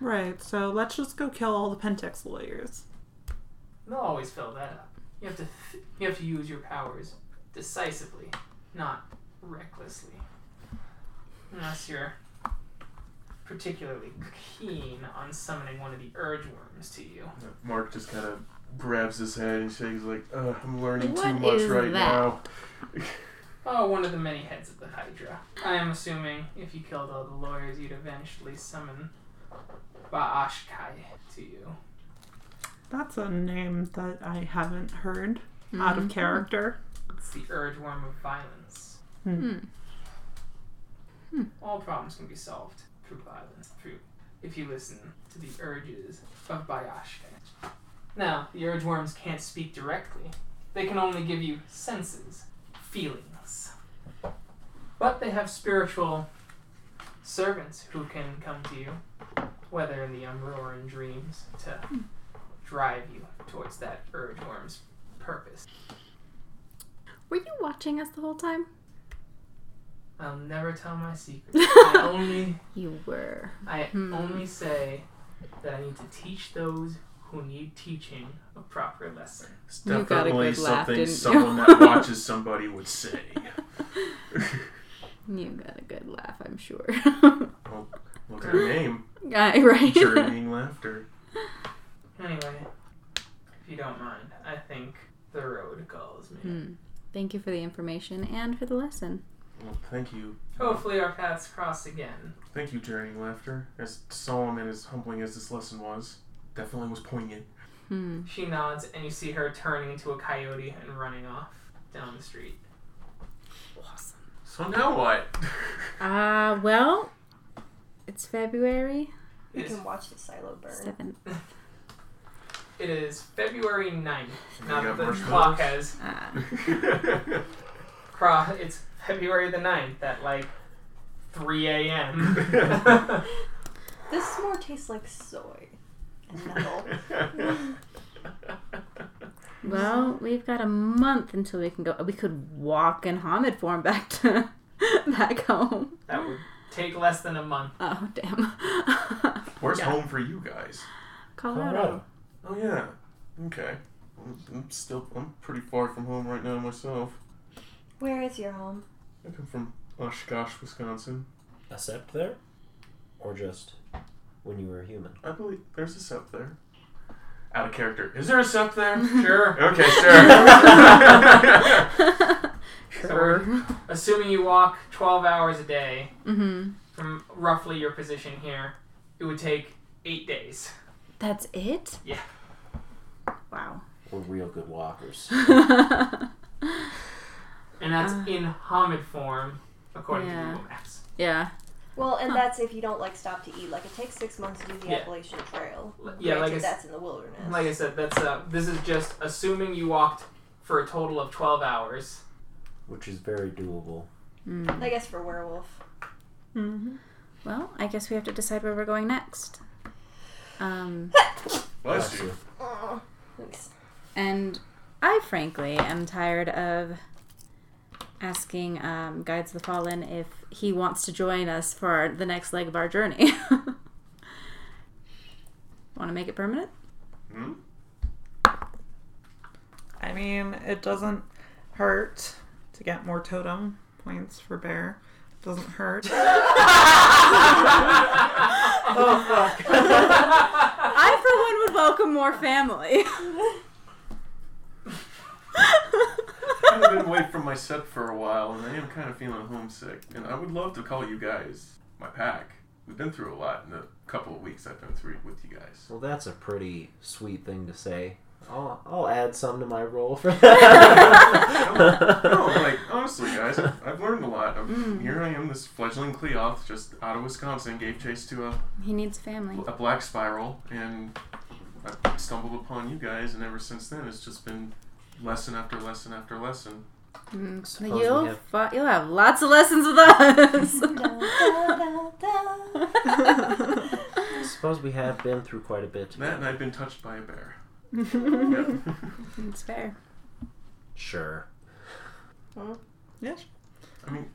E: Right, so let's just go kill all the Pentex lawyers.
A: They'll always fill that up. You have to you have to use your powers decisively, not recklessly. Unless you're particularly keen on summoning one of the urge worms to you.
B: Mark just kind of grabs his head and shakes like, Ugh, I'm learning too
D: What
B: much
D: is
B: right
D: that?
B: now.
A: Oh, one of the many heads of the Hydra. I am assuming if you killed all the lawyers, you'd eventually summon Baashkai to you.
E: That's a name that I haven't heard out of character.
A: It's the urge worm of violence.
D: Hmm.
A: All problems can be solved through violence, through if you listen to the urges of Bayashka. Now, the urge worms can't speak directly. They can only give you senses, feelings. But they have spiritual servants who can come to you, whether in the umbra or in dreams, to drive you towards that urge worm's purpose.
D: Were you watching us the whole time?
A: I'll Um, never tell my secrets. I only
D: You were.
A: I
D: Hmm.
A: only say that I need to teach those who need teaching a proper lesson.
B: It's
G: You got a
B: definitely
G: good laugh,
B: something
G: didn't you? <laughs>
B: someone that watches somebody would say.
D: You got a good laugh, I'm sure. <laughs>
B: Look at her name,
D: Guy, right?
B: journeying laughter.
A: Anyway, if you don't mind, I think the road calls me.
D: <laughs> Hmm. Thank you for the information and for the lesson.
B: Well, thank you,
A: Hopefully, our paths cross again.
B: thank you, journeying laughter. As solemn and as humbling as this lesson was, definitely was poignant.
D: Hmm.
A: She nods, and you see her turning into a coyote and running off down the street.
D: Awesome.
B: So now what? <laughs>
G: <laughs>
D: Uh, well, it's February
C: We
A: It is,
C: can watch the silo burn.
D: 7th.
A: it is February 9th.
B: We
A: Now
B: got
A: that the
B: marshmallows?
A: clock has
D: Ah.
A: crossed, it's February the 9th at like 3 a.m.
B: <laughs>
A: <laughs>
C: This more tastes like soy
B: <laughs>
C: and metal.
D: Well, we've got a month until we can go. We could walk in Hamid form back to <laughs> back home.
A: that would take less than a month.
D: <laughs> Oh, damn. <laughs>
B: Where's
D: Yeah.
B: home for you guys?
D: Colorado.
B: Oh yeah. Okay. I'm- I'm still I'm pretty far from home right now myself.
C: Where is your home?
B: I come from Oshkosh, Wisconsin.
F: Accept there? Or just when you were a human?
B: I believe there's a SEP there. Out of character. Is there a SEP there?
A: <laughs> Sure.
B: okay, sure.
D: Sure.
A: Assuming you walk 12 hours a day
D: <laughs> Mm-hmm.
A: from roughly your position here, it would take eight days.
D: That's it?
A: Yeah.
D: Wow. <laughs>
F: We're real good walkers.
A: and that's
D: Uh.
A: in Hamid form, according
D: Yeah.
A: to Google Maps.
D: yeah.
C: Well, and
D: Huh.
C: that's if you don't like stop to eat. Like it takes six months to do the
A: Yeah.
C: Appalachian Trail.
A: L- Yeah, like I,
C: Granted,
A: s-
C: that's in the wilderness.
A: like I said, that's uh, this is just assuming you walked for a total of twelve hours.
F: Which is very doable.
D: Mm.
C: I guess for werewolf.
E: Mm-hmm.
D: Well, I guess we have to decide where we're going next. Um,
B: Bless you.
C: Ugh. Thanks. <laughs>
D: and I frankly am tired of asking um, Guides of the Fallen if he wants to join us for the next leg of our journey. <laughs> Want to make it permanent?
B: Hmm?
E: I mean, it doesn't hurt to get more totem points for bear. It doesn't <laughs> hurt.
D: I, for one, would welcome more family. <laughs>
B: I've been away from my set for a while, and I am kind of feeling homesick. And I would love to call you guys my pack. We've been through a lot in the couple of weeks I've been through with you guys.
F: Well, that's a pretty sweet thing to say. I'll, I'll add some to my
B: <laughs>
F: role for <laughs> that.
B: No, like honestly, guys, I've, I've learned a lot. I'm, Here I am, this fledgling Cleoth, just out of Wisconsin, gave chase to a,
D: he needs family.
B: a black spiral, and I stumbled upon you guys. And ever since then, it's just been lesson after lesson after lesson.
D: Mm,
F: Suppose we
D: you'll,
F: have-
D: fi- you'll have lots of lessons with
F: <laughs>
D: us.
F: Suppose we have been through quite a bit.
B: That, and I've been touched by a bear. Yeah.
D: It's fair.
F: Sure.
E: yes.
B: I mean,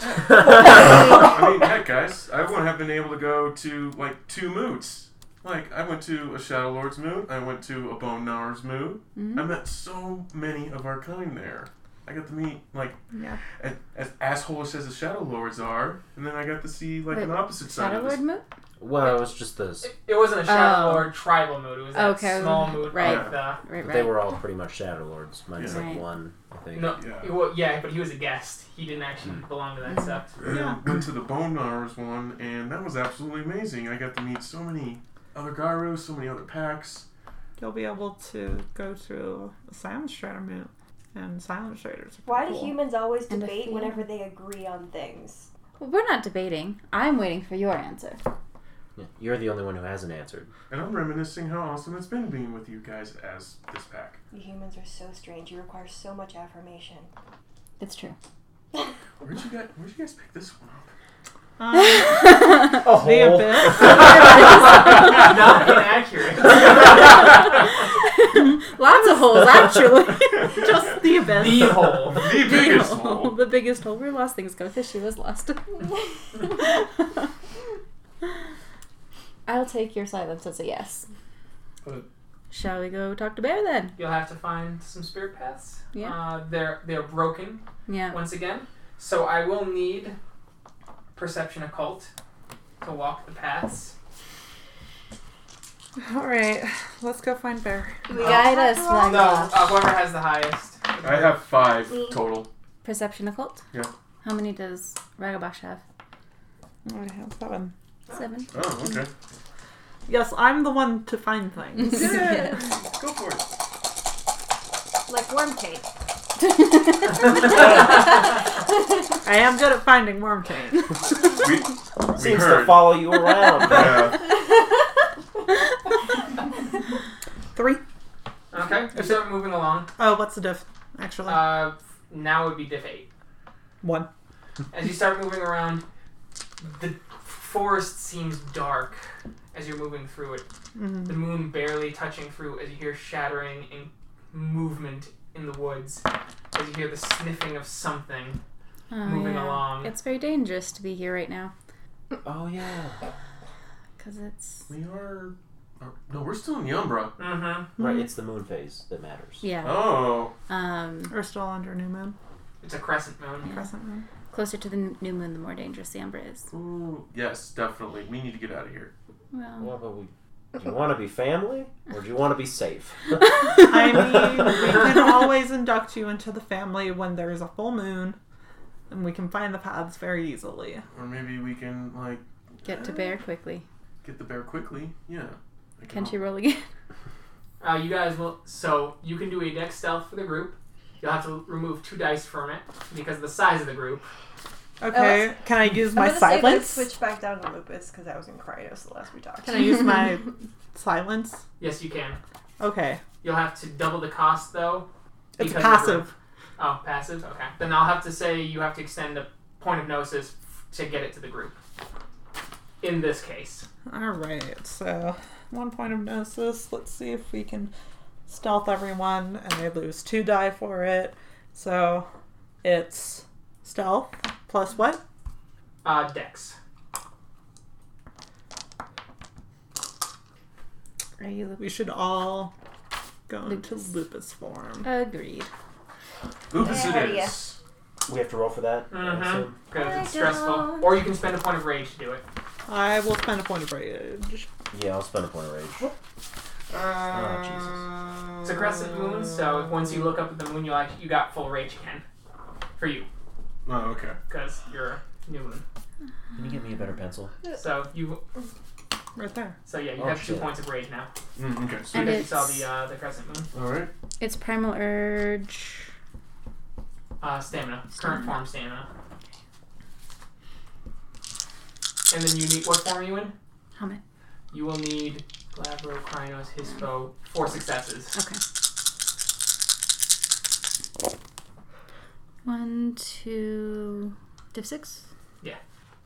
B: I mean, heck, guys, I wouldn't have been able to go to like two moots. Like, I went to a Shadow Lord's moot. I went to a Bone Gnawers moot. I met so many of our kind there. I got to meet like
E: Yeah.
B: as, as assholeish as the Shadow Lords are, and then I got to see like
D: Wait,
B: an opposite side
D: Shadow
B: of this.
D: Lord move?
F: Well, it was just those.
A: It, it wasn't a shadow
D: Oh.
A: or tribal mood. It was that
D: Okay,
A: small mood,
D: right.
A: Like the,
D: Right,
F: But
D: right.
F: they were all pretty much Shadow Lords. Mine's
D: Yeah.
F: like
D: Right.
F: one, I think.
A: no,
B: Yeah.
A: it wa- yeah, but he was a guest. He didn't actually belong to
D: <laughs>
A: that sect. <laughs>
B: And then went to the Bone Gnawers one, and that was absolutely amazing. I got to meet so many other Garus, so many other packs.
E: You'll be able to go to a silent strider moot. And silent striders are
C: Why do
E: cool.
C: humans always
D: And a
C: debate
D: female.
C: whenever they agree on things?
D: Well, we're not debating. I'm waiting for your answer.
F: Yeah, You're the only one who hasn't answered.
B: And I'm reminiscing how awesome it's been being with you guys as this pack.
C: You humans are so strange. You require so much affirmation.
D: It's true.
C: <laughs>
B: Where'd you guys Where'd you guys pick this one up?
D: <laughs>
E: Um,
F: Oh,
E: the abyss.
A: Not
D: <laughs>
A: inaccurate.
D: Lots of holes, actually. <laughs> Just the abyss.
A: the hole.
B: The biggest hole.
D: The biggest hole where lost things go. Fishy was lost. <laughs> I'll take your silence as a yes.
B: Uh,
A: Good.
D: Shall we go talk to Bear then?
A: <laughs> You'll have to find some spirit paths.
D: Yeah.
A: Uh, they're they're broken
D: Yeah.
A: once again. So I will need perception occult to walk the paths.
E: All right, let's go find bear.
C: Oh.
D: Guide us,
A: No, uh, whoever has the highest.
B: I have five
C: Me.
B: total.
D: Perception occult?
B: Yeah.
D: How many does Ragabosh have?
E: Oh, I have seven.
D: <laughs> Seven.
B: Oh, okay.
E: Yes, I'm the one to find things. <laughs>
B: Go for it.
C: Like worm tape.
E: I am good at finding worm taint.
B: We, we
F: Seems to
B: heard.
F: follow you around.
B: <laughs> yeah.
E: Three.
A: Okay. You start moving along.
E: Oh, what's the diff? Actually,
A: Uh, now would be diff eight.
E: one.
A: As you start moving around, the forest seems dark as you're moving through it. The moon barely touching through as you hear shattering and movement in the woods. As you hear the sniffing of something
D: Oh,
A: moving
D: yeah.
A: along.
D: It's very dangerous to be here right now
F: oh, yeah.
D: because it's.
B: We are. are- No, we're still in the Umbra.
A: mm-hmm.
F: Right, it's the moon phase that matters.
D: Yeah.
B: Oh.
D: Um,
E: We're still under new moon,
A: It's a crescent moon.
E: crescent moon.
C: <laughs>
D: closer to the n- new moon, the more dangerous the umbra is.
B: Ooh, yes, definitely. We need to get out of here.
D: Well,
F: Yeah,
D: <laughs>
F: <laughs> but we. Do you want to be family or do you want to be safe?
E: I mean, we can always induct you into the family when there is a full moon, and we can find the paths very easily.
B: Or maybe we can, like,
D: get to bear quickly.
B: get the bear quickly. Yeah. I
D: Can she roll again?
A: Uh, Uh, you guys will. So you can do a deck stealth for the group. You'll have to remove two dice from it because of the size of the group.
E: Okay, can I use
C: Oh, I'm
E: my
C: gonna say let's
E: silence?
C: switch back down to Lupus because I was in Krydos the last we talked.
E: Can I
C: <laughs>
E: use my silence?
A: Yes, you can.
E: Okay,
A: You'll have to double the cost though.
E: it's
A: because of
E: passive.
A: the- Oh, passive. Okay. Then I'll have to say you have to extend a point of gnosis f- to get it to the group. In this case,
E: All right, so one point of gnosis. Let's see if we can stealth everyone, and I lose two die for it. So it's stealth plus what?
A: uh, Dex.
D: Are you
E: We should all go
D: Lupus.
E: into lupus form.
D: agreed?
B: Lupus
C: Yeah,
B: it
C: yeah.
B: is.
F: We have to roll for that. I
A: Mhm.
F: assume.
A: Because it's
D: I
A: stressful.
D: don't.
A: Or you can spend a point of rage to do it.
E: I will spend a point of rage.
F: Yeah, I'll spend a point of rage. Oh, Jesus.
A: It's a crescent moon, so if once you look up at the moon, you like you got full rage again. For you,
B: Oh, okay.
A: because you're a new moon.
F: Can you get me a better pencil?
A: So you,
E: Right there.
A: so yeah, you
F: Oh,
A: have two
F: shit.
A: points of rage now.
B: Mm, okay.
A: So
D: And
A: you
B: Sweet.
D: it-
A: you saw
D: it's-
A: the uh, the crescent moon.
B: All right.
D: It's primal urge.
A: Uh, stamina, current form stamina. And then you need what form are you in?
D: Helmet.
A: You will need Glabro, Krynos, Hispo, four successes.
D: Okay. One, two, div six.
A: Yeah.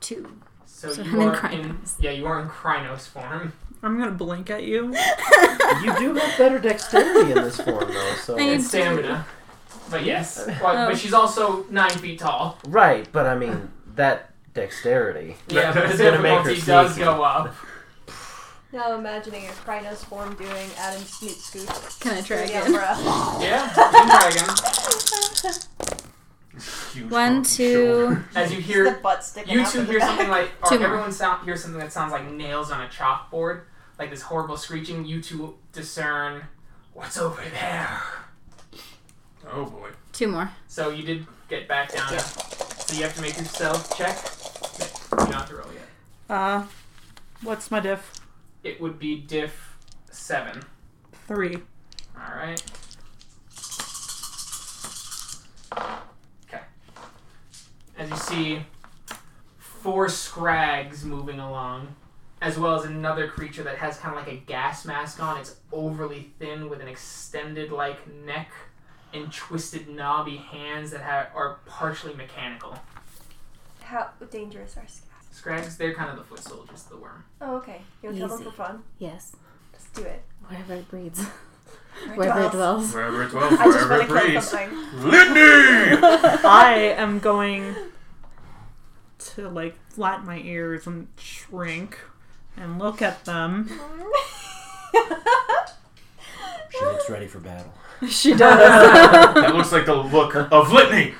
D: Two.
A: So,
D: So
A: you
D: I'm in
A: are in
D: Krynos.
A: yeah, you are in Krynos
D: <laughs>
A: form.
E: I'm gonna blink at you.
F: You do have better dexterity in this form, though. So
D: I
A: And
D: need-
A: stamina. But
F: <laughs>
A: yes, well,
D: Oh.
A: but she's also nine feet tall.
F: right, but I mean that dexterity.
A: Yeah, but the
F: That's gonna make her
A: difficulty does
F: sneaky.
A: go
F: <laughs>
A: up.
C: Now I'm imagining a Krynos form doing Adam Snoot Scoot.
D: Can I try
C: through the
D: again?
C: umbrella.
A: Yeah, you try again.
B: Huge
D: One,
B: fucking shoulder.
D: two.
A: As you
C: <laughs> The
D: <laughs>
A: hear,
C: butt sticking
A: you
C: out
A: two
C: of the
A: hear
C: back.
A: something like, or
D: Two more.
A: everyone sound hears something that sounds like nails on a chalkboard, like this horrible screeching. You two discern what's over there.
B: Oh boy.
D: <laughs> Two more.
A: So you did get back down.
C: Yeah.
A: So you have to make yourself check. You don't have to roll yet.
E: Uh, what's my diff?
A: It would be diff seven.
E: Three.
A: All right. Okay. As you see, four scrags moving along, as well as another creature that has kind of like a gas mask on. It's overly thin with an extended like neck and twisted knobby hands that have, are partially mechanical.
C: How dangerous are scouts?
A: Scrags, they're kind of the foot soldiers of the worm.
C: Oh, okay. You want to kill them
D: Easy.
C: for fun?
D: Yes.
C: Just do it.
D: Wherever it breeds. <laughs>
C: Or
D: Wherever it
C: twelve.
D: dwells.
B: Wherever it dwells,
C: I just
B: wherever
C: want
B: it
C: to kill
B: breathes.
C: something. <laughs>
D: <laughs>
B: Litany!
E: <laughs> I am going to like flatten my ears and shrink and look at them.
F: She looks ready for <laughs> battle.
D: she does.
B: <laughs> that looks like the look of <laughs> litany.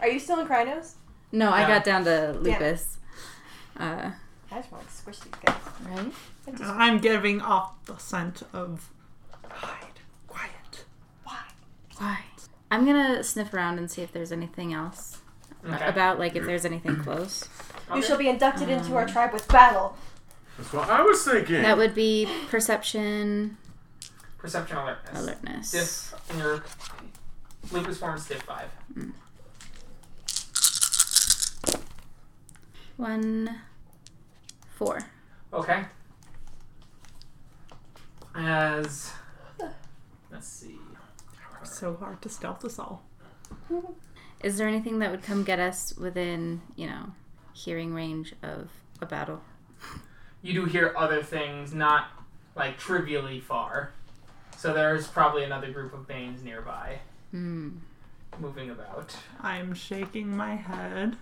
C: are you still in Krynos?
D: no, I
A: Yeah.
D: got down to lupus.
C: I just want to squish these guys.
D: Uh, right?
C: I just,
E: I'm giving off the scent of hide, quiet.
C: why?
D: Why? I'm gonna sniff around and see if there's anything else
A: Okay.
D: about like if there's anything close.
A: Okay.
C: You shall be inducted into
D: Um,
C: our tribe with battle.
B: That's what I was thinking.
D: That would be perception,
A: Perception alertness.
D: alertness.
A: Diff in your lupus form is diff five.
D: One, four.
A: Okay. As let's see.
E: So hard to stealth this all.
D: Is there anything that would come get us within, you know, hearing range of a battle?
A: You do hear other things, not like trivially far. So there's probably another group of Banes nearby
D: Hmm.
A: moving about.
E: I'm shaking my head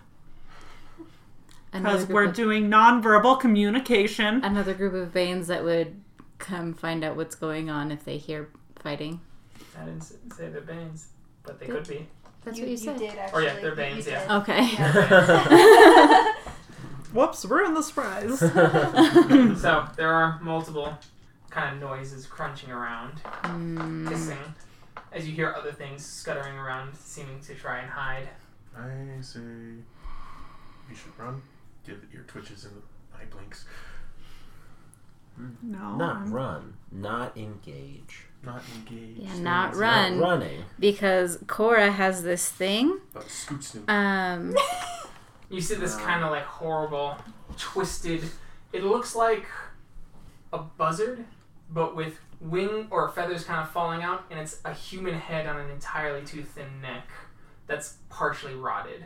D: Another
E: because
D: group
E: we're
D: of-
E: doing nonverbal communication.
D: another group of veins that would come find out what's going on if they hear fighting.
A: I didn't s- say they're Banes, but they could be.
D: That's
C: you,
D: what you, said.
C: did
A: Or
C: actually.
A: Oh, yeah, they're
C: You-
A: Banes,
C: you
A: yeah.
C: did.
D: Okay.
C: <laughs>
A: <laughs>
E: Whoops, ruin the
F: <laughs>
E: surprise.
A: so there are multiple kind of noises crunching around,
D: Hmm.
A: hissing, as you hear other things scuttering around, seeming to try and hide.
B: I say you should run. Give the ear twitches and the eye blinks.
E: No.
F: Not
E: I'm-
F: run. Not engage.
B: Not engaged.
D: Yeah,
B: That
D: not
B: means
D: run.
F: Not running.
D: because Cora has this thing.
B: But scoots him.
D: Um,
A: You see this
B: Wow.
A: kind of like horrible, twisted. It looks like a buzzard, but with wing or feathers kind of falling out, and it's a human head on an entirely too thin neck that's partially rotted,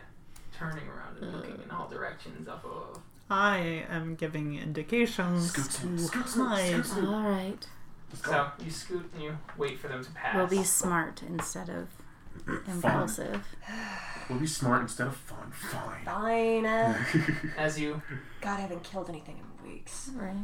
A: turning around and looking in all directions up above.
E: I am giving indications
B: Scoots him.
E: to
B: Scoots him.
E: hide.
B: Scoots
D: <laughs> all
B: him.
D: right,
A: So you scoot and you wait for them to pass.
D: we'll be smart instead of impulsive.
B: We'll be smart instead of fun. Fine.
C: Fine. uh,
A: as you
C: God, I haven't killed anything in weeks.
D: Right.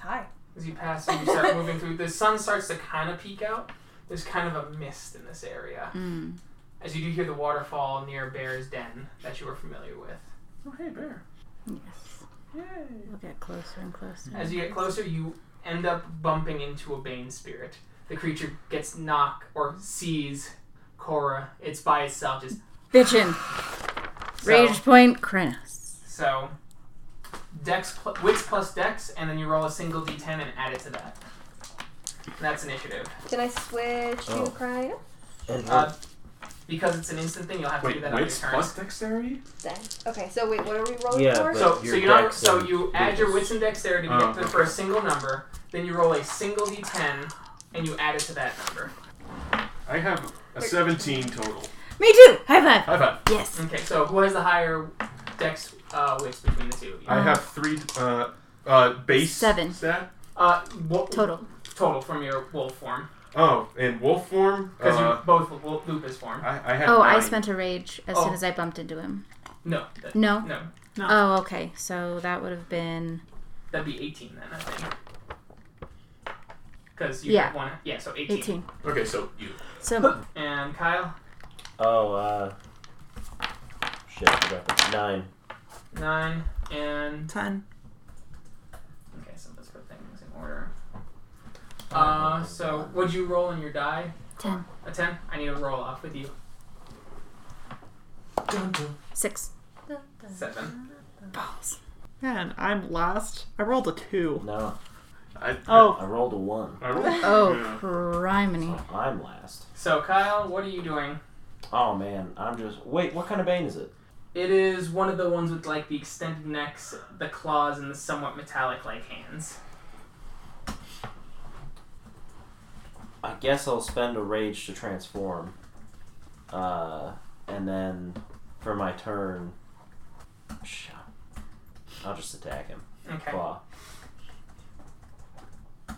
C: Hi.
A: as you pass and you start moving through. The sun starts to kind of peek out. There's kind of a mist in this area.
D: Mm.
A: As you do hear the waterfall near Bear's Den that you were familiar with.
B: <laughs> oh, hey, bear.
D: Yes. We'll get closer and closer.
A: As you get closer, you end up bumping into a Bane spirit. The creature gets knocked or sees Korra. It's by itself, just
D: Bitchin'.
A: so,
D: Rage point. Krenos.
A: So, Dex pl- Wits plus Dex, and then you roll a single D10 and add it to that. And that's initiative.
C: Can I switch
F: Oh.
C: to crying?
F: And
A: Uh, because it's an instant thing, you'll have to do
B: Wait,
A: that on your
B: wits
A: turn.
B: plus dexterity?
C: Then. Okay, so wait, what are we rolling
F: Yeah,
C: for?
F: but-
A: So,
F: your
A: so you not,
F: dex
A: so
F: and
A: you add your
F: wits.
A: wits and dexterity to
B: Oh,
A: get to the
B: okay.
A: first single number, then you roll a single d10, and you add it to that number.
B: I have a 17 total.
D: Me too. High five.
B: High five.
D: Yes.
A: Okay, so who has the higher dex uh, wits between the two of you?
B: I have three uh, uh, base
D: Seven.
B: stat.
A: Uh, wo-
D: Total.
A: total from your wolf form
B: Oh, in wolf form.
A: because
B: uh,
A: you both wo- lupus form.
B: I, I have.
D: Oh, I
B: nine.
D: spent a rage as soon
A: Oh.
D: as I bumped into him.
A: No, that,
D: No.
A: no,
D: Oh, okay. So that would have been
A: that'd be eighteen then, I think. Because you
D: Yeah.
A: have one, yeah, so 18.
D: 18.
B: Okay, so you.
D: So
A: And Kyle,
F: oh, uh. Shit, I forgot that. Nine.
A: nine, and
E: Ten.
A: okay, so let's put things in order. Uh, so would you roll in your die?
D: 10.
A: A ten. I need to roll off with you.
D: 6.
A: Seven.
D: Balls.
E: Man, I'm last. I rolled a two.
F: No,
B: I,
E: Oh,
F: I rolled a one.
B: I rolled.
D: Oh,
B: Yeah.
D: criminy.
F: So I'm last.
A: So Kyle, what are you doing?
F: Oh man, I'm just. Wait, what kind of bane is it?
A: It is one of the ones with like the extended necks, the claws, and the somewhat metallic like hands.
F: I guess I'll spend a rage to transform. Uh, and then for my turn, sh- I'll just attack him.
A: Okay.
F: Claw.
A: Okay.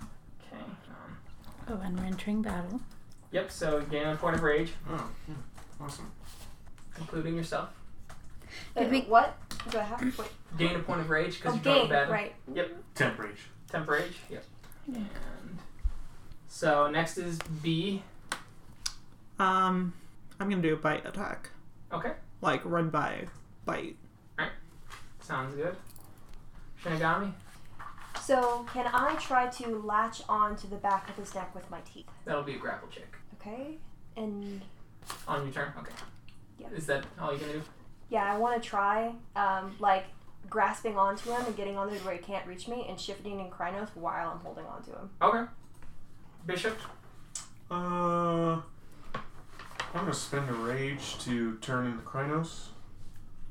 A: Um,
D: Oh, and we're entering battle.
A: yep. So gain a point of rage,
B: Oh, yeah. awesome.
A: including yourself.
C: Wait,
D: we-
C: Uh, what? Do I have to wait?
A: Gain a point of rage because you
C: Okay,
A: joined battle.
C: Oh, right.
B: Temp rage.
A: Temp rage. Yep. And so next is B.
E: Um, I'm gonna do a bite attack.
A: Okay.
E: Like run by bite.
A: Sounds good. Shinigami.
C: So can I try to latch on to the back of his neck with my teeth?
A: That'll be a grapple check
C: Okay? And
A: on your turn. Okay.
C: Yeah.
A: Is that all you can do?
C: yeah, I want to try, um, like, grasping onto him and getting on there where he can't reach me and shifting in Krynos while I'm holding onto him.
A: Okay. Bishop.
B: Uh, I'm gonna spend a rage to turn into Krynos,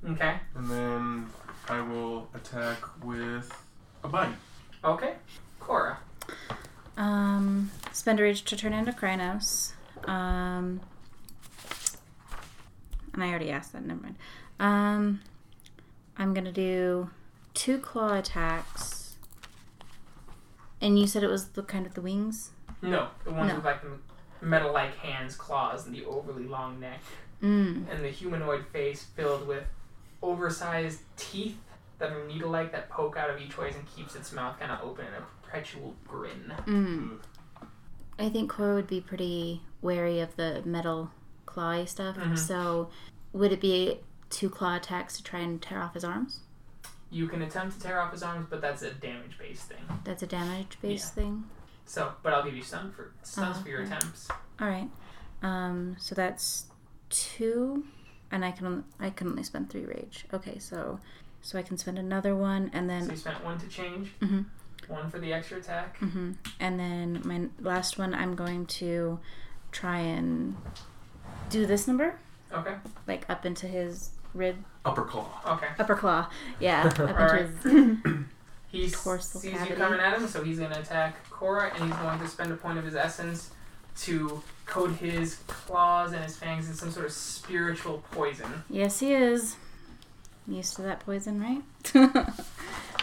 A: Okay.
B: and then I will attack with a bite.
A: Okay. Cora.
D: Um, spend a rage to turn into Krynos. Um, and I already asked that. Never mind. Um, I'm gonna do two claw attacks. And you said it was the kind of the wings.
A: No, the ones
D: No.
A: with like the metal-like hands, claws, and the overly long neck,
D: Mm.
A: and the humanoid face filled with oversized teeth that are needle-like that poke out of each way and keeps its mouth kind of open in a perpetual grin.
D: Mm. I think Cora would be pretty wary of the metal clawy stuff.
A: Mhm.
D: So, would it be two claw attacks to try and tear off his arms?
A: You can attempt to tear off his arms, but that's a damage-based thing.
D: That's a damage based thing.
A: So, but I'll give you stun for stuns
D: Uh-huh.
A: for your attempts.
D: All right. Um, so that's two, and I can only, I can only spend three rage. Okay, so so I can spend another one, and
A: So
D: then
A: you spent one to change.
D: Mhm.
A: One for the extra attack.
D: hmm And then my n- last one, I'm going to try and do this number,
A: Okay.
D: like up into his rib,
B: Upper claw.
A: Okay.
D: upper claw. Yeah,
A: <laughs>
D: up
A: Alright.
D: into his.
A: He s-
D: Dorsal
A: sees you
D: cavity.
A: coming at him, so he's going to attack Cora, and he's going to spend a point of his essence to coat his claws and his fangs in some sort of spiritual poison.
D: Yes, he is. Used to that poison, right? <laughs>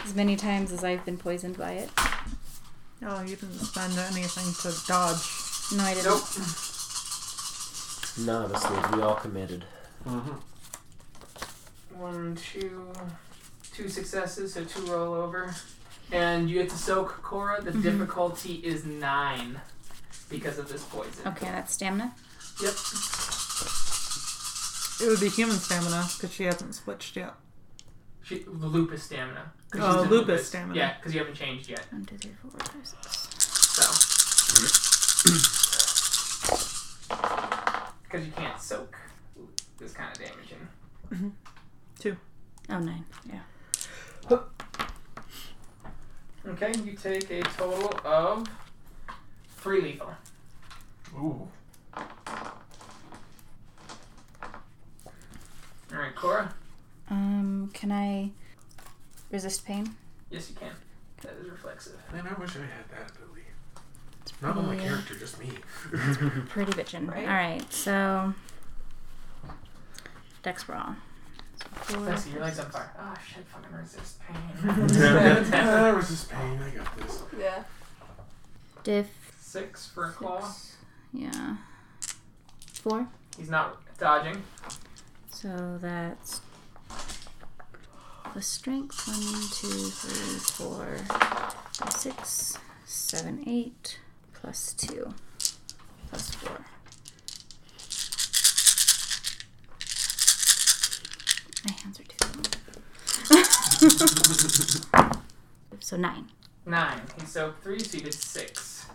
D: as many times as I've been poisoned by it.
E: Oh, you didn't spend anything to dodge.
D: No, I didn't.
A: Nope.
F: None of us did. We all committed.
B: Mm-hmm.
A: One, two, two successes, so two rollover. And you get to soak Cora.
E: Mm-hmm.
A: The difficulty is nine because of this poison.
D: Okay, that's stamina.
A: Yep.
E: It would be human stamina because she hasn't switched yet.
A: She, the lupus stamina. 'Cause she's
E: Oh,
A: in
E: lupus stamina.
A: Yeah, because you haven't changed yet.
D: One, two, three, four, five, six.
A: <clears throat> So. Because you can't soak this kind of damage in.
D: Oh, nine. Yeah.
A: Okay, you take a total of three lethal.
B: Ooh.
A: All right, Cora.
D: Um, can I resist pain?
A: Yes, you can. That is reflexive.
B: Man, I wish I had that ability. Not on my
D: Yeah.
B: character, just
F: <laughs>
B: me. <laughs>
A: Hmm.
D: Pretty bitchin'.
C: Right.
D: All right, so Dex brawl.
A: Lexi, your legs on fire. Oh shit! Fucking resist
B: Ah, <laughs>
A: pain.
B: resist pain. I got this.
C: Yeah.
D: Diff.
A: Six for a claw.
D: Yeah. Four.
A: He's not dodging.
D: So that's the strength. One, two, three, four, five, six, seven, eight, plus two, plus four. My hands are too long. <laughs> so nine.
A: Nine. He soaked three, so you did six.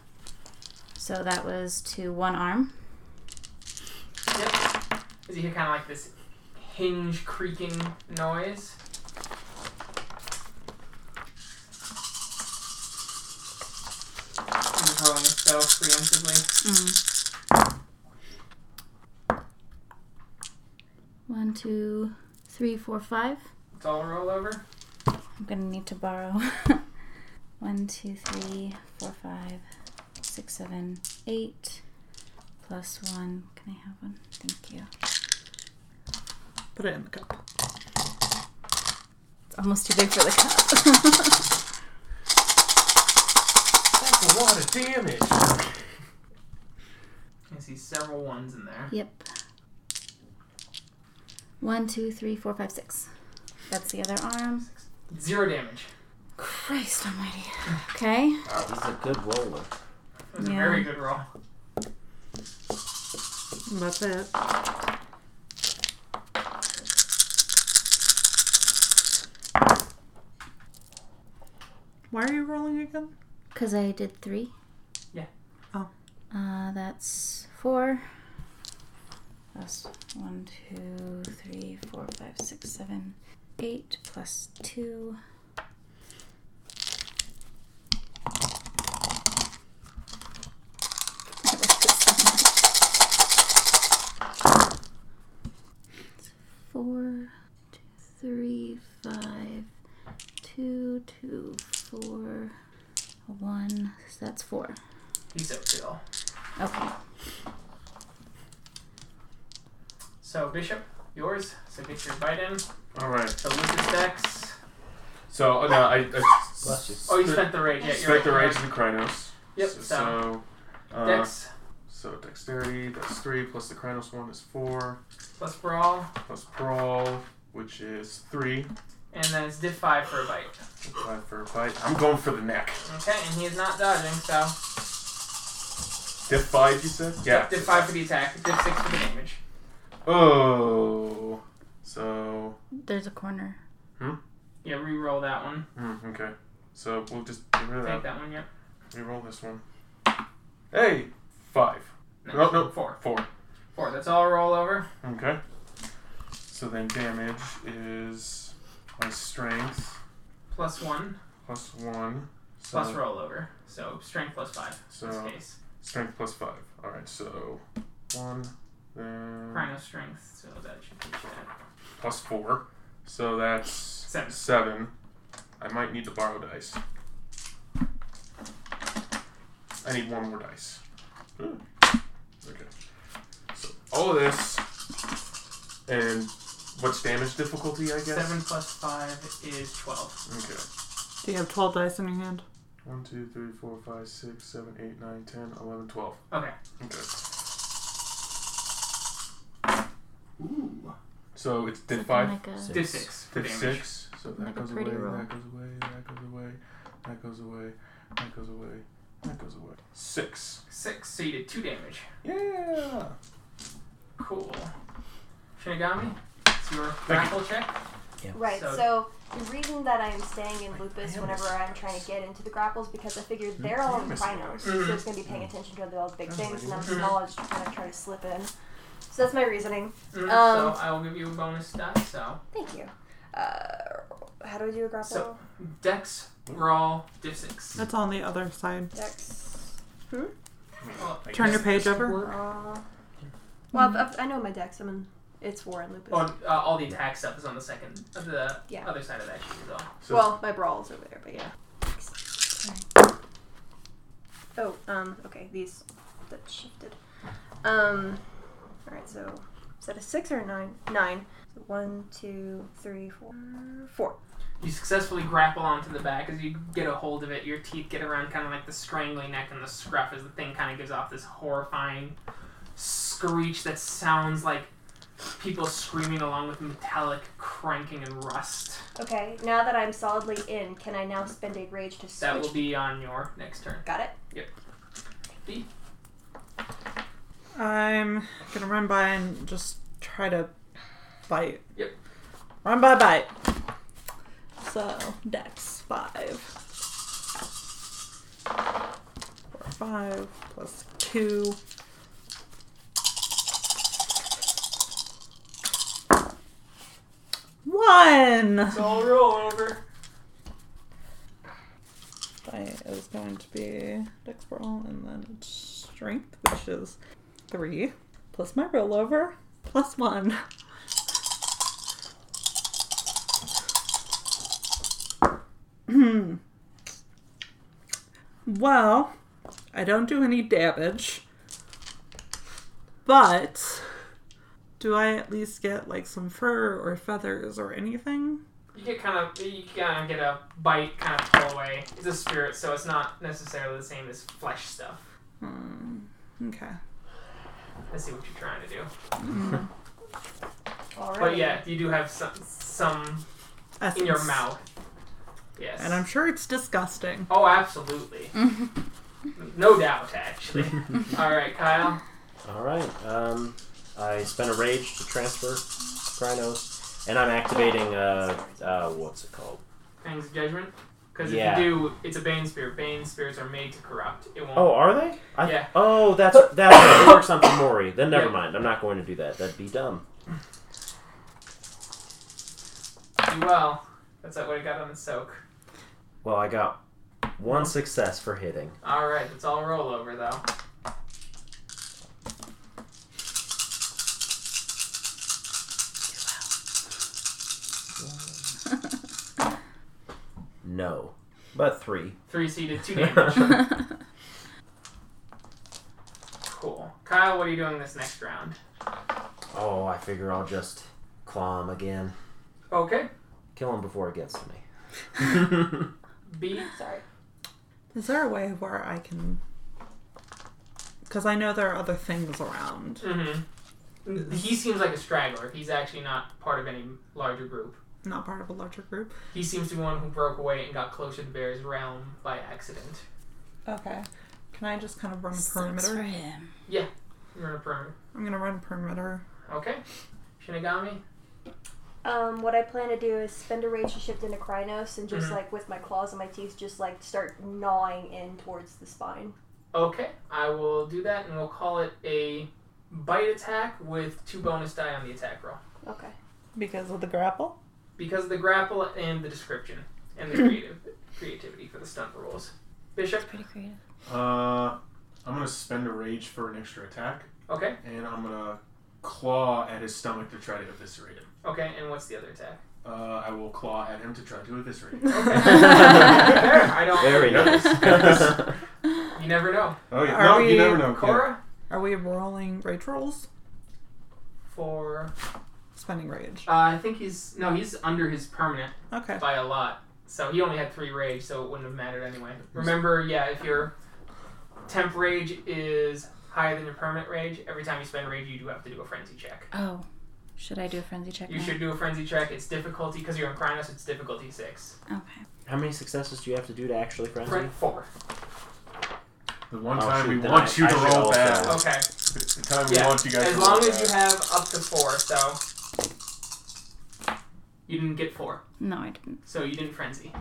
D: So that was to one arm.
A: Yep. Because you hear kind of like this hinge creaking noise. He's rolling his spell preemptively.
D: Mm. One, two, three, four, five.
A: It's all rollover.
D: I'm gonna need to borrow <laughs> one, two, three, four, five, six, seven, eight, plus one. Can I have one? Thank you.
E: Put it in the cup.
D: It's almost too big for the cup. <laughs>
B: That's a lot of damage.
A: You can see several ones in there.
D: yep. One, two, three, four, five, six. That's the other arm.
A: Zero damage.
D: Christ almighty. Okay.
F: Wow, he's a good roller.
A: It was a
D: Yeah.
A: very good roll.
E: That's it. Why are you rolling again?
D: Because I did three.
A: Yeah.
E: Oh.
D: Uh, that's four. Plus one, two, three, four, five, six, seven, eight. Plus two. I like this so much. Four, two, three, five, two, two, four. A One, so that's four.
A: He soaked it all.
D: Okay.
A: So, Bishop, yours. So get your bite in.
B: All right.
A: So, Lucas Dex.
B: So oh, no, I. I
F: Bless you.
A: Oh, you spent the rage. Yeah, you're
B: Spent the rage of the Krynos.
A: Yep,
B: So,
A: so,
B: so, uh,
A: Dex
B: So dexterity, that's three plus the Krynos one is four
A: plus brawl,
B: plus brawl, which is three.
A: and then it's diff 5 for a bite.
B: Five for a bite. I'm going for the neck.
A: Okay, and he is not dodging, so
B: Diff five, you said? Yeah.
A: diff 5 for the attack, diff 6 for the damage.
B: Oh. So.
D: There's a corner.
A: Yeah, re-roll that one.
B: Hmm, okay. So we'll just get rid of
A: Take
B: that.
A: that one, yep.
B: Reroll this one. Hey, five.
A: No,
B: Oh, no.
A: 4.
B: Four.
A: 4, that's all rollover.
B: Okay. So then damage is my strength
A: Plus 1.
B: plus one. So,
A: plus rollover. So strength plus five in
B: Uh, So-
A: this case.
B: Strength plus five. All right, so one, then
A: Rhino strength, so that should be that.
B: plus four. So that's
A: Seven.
B: seven. I might need to borrow dice. I need one more dice. Ooh. Okay. So all of this and what's damage difficulty? I guess.
A: Seven plus five is twelve.
B: Okay.
E: Do you have 12 dice in your hand?
B: One, two, three, four, five, six, seven, eight, nine, ten, eleven, twelve.
A: Okay.
B: Okay.
A: Ooh.
B: So it's did
D: Something
B: five.
D: Like <laughs> a,
A: Did six. for
B: Did
A: damage.
B: six. So that
D: Like a
B: goes away,
D: pretty roll.
B: that goes away, that goes away, that goes away, that goes away, that goes away. Six.
A: Six. So you did two damage.
B: Yeah.
A: Cool. Shinigami, it's your
B: Thank you.
A: grapple check.
C: Right,
A: So-
C: so, the reason that I'm staying in lupus whenever I'm trying to get into the grapples because I figured they're all
B: Damn it.
C: rhinos, so it's going to be paying
A: Mm-hmm.
C: attention to all the
A: Oh
C: big things, and I'm small, I just kind of try to slip in. So that's my reasoning.
A: Mm,
C: Um,
A: so I will give you a bonus die. So
C: Thank you. Uh, how do we do a grapple?
A: So- Dex, Raw, Div 6.
E: That's on the other side.
C: Dex.
A: Well,
B: I
E: Turn
B: guess-
E: your page over.
C: Raw. Well, I've, I've, I know my dex. I'm in. It's war and lupus.
A: oh, and, uh, all the attack stuff is on the second, uh, the
C: Yeah.
A: other side of that sheet as well.
B: So
C: well, my brawl is over there, but yeah. Oh, um, okay, these that shifted. Um, all right, so is that a six or a nine? Nine. So one, two, three, four, four.
A: You successfully grapple onto the back as you get a hold of it. Your teeth get around kind of like the strangly neck and the scruff as the thing kind of gives off this horrifying screech that sounds like people screaming along with metallic cranking and rust.
C: Okay, now that I'm solidly in, can I now spend a rage to switch?
A: That will be on your next turn.
C: Got it.
E: I'm gonna run by and just try to bite.
A: Yep.
E: Run by bite. So dex five. Four, five plus two. One!
A: So I'll roll over.
E: Bite is going to be dex roll and then it's strength, which is three, plus my rollover, plus one. Hmm. well, I don't do any damage, but do I at least get like some fur or feathers or anything?
A: You get kind of you kind of get a bite, kind of pull away. It's a spirit, so it's not necessarily the same as flesh stuff.
E: Hmm. Okay.
A: I see what you're trying to do,
C: All right.
A: but yeah, you do have some some in your
E: Essence.
A: mouth. Yes.
E: And I'm sure it's disgusting.
A: oh, absolutely.
E: <laughs> Mm-hmm.
A: no doubt, actually. All right, Kyle.
F: All right. Um, I spent a rage to transfer Krynos, and I'm activating uh, uh, what's it called?
A: Things of judgment. Because
F: Yeah.
A: if you do, it's a bane spirit. Bane spirits are made to corrupt. It won't.
F: Oh, are they? I,
A: Yeah.
F: Oh, that's that's it works on Mori. Then never
A: Yeah.
F: mind. I'm not going to do that. That'd be dumb.
A: do well. That's what I got on the soak.
F: Well, I got one success for hitting.
A: All right, that's all rollover though.
F: No, but three.
A: Three seeded, two
F: <laughs>
A: damage. Cool. Kyle, what are you doing this next round?
F: Oh, I figure I'll just claw him again.
A: Okay.
F: Kill him before it gets to me. <laughs>
A: B.
C: Sorry.
E: Is there a way where I can? Because I know there are other things around.
A: Mm-hmm. He seems like a straggler. He's actually not part of any larger group.
E: Not part of a larger group.
A: He seems to be one who broke away and got closer to Bear's realm by accident.
E: Okay. Can I just kind of run a
D: Sucks for
E: perimeter?
D: him.
A: You're in a perimeter.
E: I'm gonna run a perimeter.
A: Okay. Shinigami.
C: Um, what I plan to do is spend a rage to shift into Krynos and just
A: Mhm.
C: like with my claws and my teeth, just like start gnawing in towards the spine.
A: Okay. I will do that and we'll call it a bite attack with two bonus die on the attack roll.
C: Okay. <laughs>
E: Because of the grapple?
A: Because of the grapple and the description and the creative creativity for the stunt rules. Bishop,
G: Pretty creative.
B: Uh, I'm gonna spend a rage for an extra attack,
A: okay,
B: and I'm gonna claw at his stomach to try to eviscerate him.
A: okay, and what's the other attack?
B: Uh, I will claw at him to try to eviscerate him.
F: <laughs>
A: Fair, I don't.
F: Very nice.
A: <laughs> You never know.
B: Oh yeah,
E: Are
B: no,
E: we-
B: you never know.
A: Cora
E: <laughs> Are we rolling rage rolls?
A: for
E: Spending rage.
A: uh, I think he's no, he's under his permanent
E: Okay.
A: by a lot. So he only had three rage, so it wouldn't have mattered anyway. Remember, yeah, if your temp rage is higher than your permanent rage, every time you spend rage, you do have to do a frenzy check.
D: Oh, should I do a frenzy check?
A: You
D: now?
A: should do a frenzy check. It's difficulty because you're in Krynos. It's difficulty six.
D: Okay.
F: How many successes do you have to do to actually frenzy?
A: Fren- four.
B: The one
F: Oh,
B: time
F: shoot,
B: we
F: then
B: want
F: I-
B: you
F: I
B: to
F: should
B: roll
F: also-
B: bad.
A: Okay.
B: The time we
A: Yeah.
B: want you guys
A: As
B: to
A: long
B: roll
A: as you
B: bad.
A: have up to four, so you didn't get four,
D: No, I didn't.
A: so you didn't frenzy.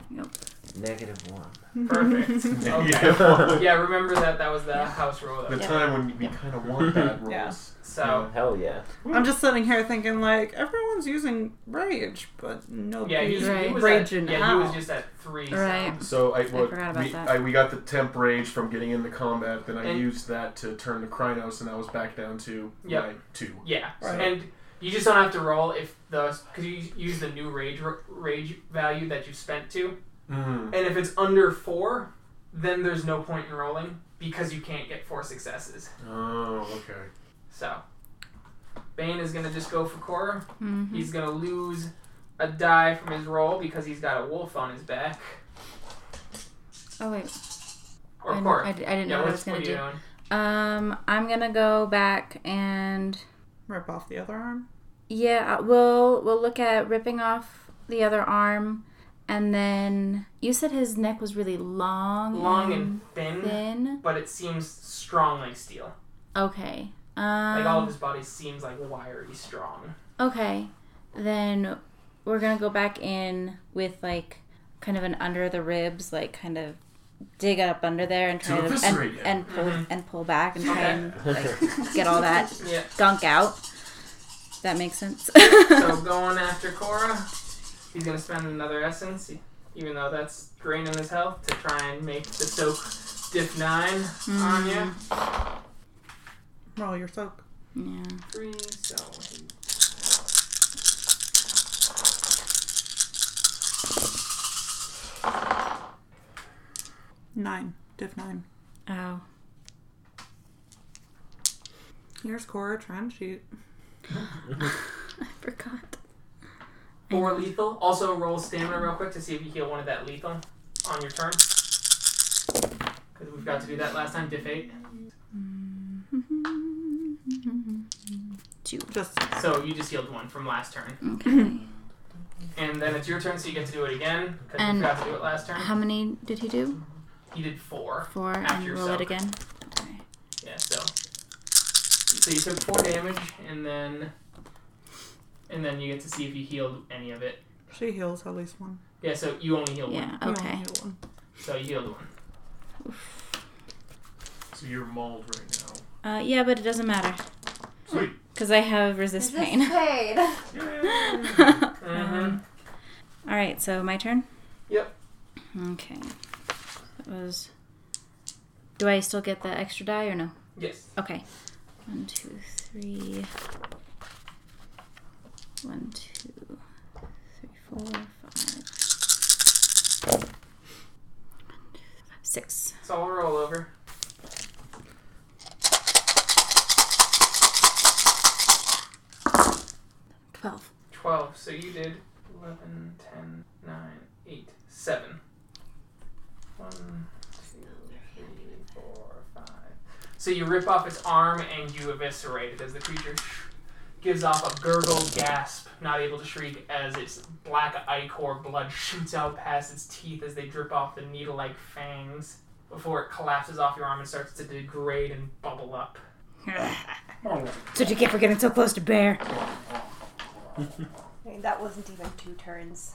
F: Negative one.
A: Perfect.
B: <laughs> Yeah.
A: yeah, remember that. That was the house rule.
B: The
A: Though.
B: time when we kind of want bad rolls.
E: Yeah.
A: So
F: Hell yeah.
E: <laughs> I'm just sitting here thinking like everyone's using rage, but nobody's
A: yeah, he, he
D: Right.
A: was at,
E: raging
A: yeah,
E: out.
A: he was just at three. so-
D: Right.
B: So I, what,
D: forgot about
B: we,
D: that.
B: I we got the temp rage from getting into combat, then I
A: And-
B: used that to turn to Krynos, and I was back down to
A: Yep.
B: my two.
A: Yeah,
E: Right.
A: and you just don't have to roll if the because you use the new rage r- rage value that you spent to,
B: Mm.
A: and if it's under four, then there's no point in rolling because you can't get four successes.
B: Oh, okay.
A: So, Bane is gonna just go for Cora.
D: Mhm.
A: He's gonna lose a die from his roll because he's got a wolf on his back.
D: Oh wait,
A: Or
D: I, kn-
A: Cora.
D: I d- I didn't
A: yeah,
D: know what I was
A: what's-
D: gonna
A: what are you
D: do.
A: doing?
D: Um, I'm gonna go back and
E: rip off the other arm.
D: yeah, uh, we'll we'll look at ripping off the other arm, and then you said his neck was really long,
A: Long and thin,
D: Um, thin.
A: but it seems strong like steel.
D: Okay. Um,
A: Like all of his body seems like wiry strong.
D: Okay, then we're gonna go back in with like kind of an under the ribs, like kind of dig up under there and
B: To
D: try to,
B: eviscerate
D: and,
B: it.
D: and pull
A: Mhm.
D: and pull back and try
A: <laughs> Okay.
D: and get all that
A: Yeah.
D: gunk out. That makes sense.
A: So going after Cora, he's gonna spend another essence, even though that's draining his health, to try and make the soak diff nine on you.
E: Roll your soak.
D: <laughs> yeah.
A: Three, so he-
E: Nine. Diff nine.
D: Oh.
E: Here's Cora trying to shoot.
D: I forgot.
A: four lethal. Also roll stamina real quick to see if you heal one of that lethal on your turn. Because we forgot to do that last time, diff eight.
E: Just
A: So you just healed one from last turn.
D: Okay.
A: And then it's your turn, so you get to do it again, because we
D: And-
A: forgot to do it last turn.
D: How many did he do?
A: You did four.
D: Four and
A: After
D: roll
A: yourself.
D: it again.
A: Yeah, so so you took four damage, and then and then you get to see if you healed any of it.
E: she heals at least one.
A: Yeah, so you only heal one.
D: Yeah.
E: You only
D: Okay.
E: heal one.
A: So you healed one.
B: So you're mauled right now.
D: Uh, yeah, but it doesn't matter
B: Sweet.
D: because I have resist <laughs> pain.
C: <laughs>
D: Uh-huh.
C: paid.
A: Mm-hmm.
D: All right, so my turn.
A: Yep.
D: Okay. That was. Do I still get the extra die or no?
A: Yes.
D: Okay. One, two, three. One, two, three, four, five. Six.
A: So I'll roll over.
D: Twelve.
A: 12. So you did 11, 10, 9, 8, 7. 1, 2, 3, 4, 5. So you rip off its arm and you eviscerate it as the creature sh- gives off a gurgle gasp, not able to shriek, as its black ichor blood shoots out past its teeth as they drip off the needle like fangs before it collapses off your arm and starts to degrade and bubble up.
D: <laughs> That's what you get for getting so close to bear.
C: There you mean, that wasn't even two turns.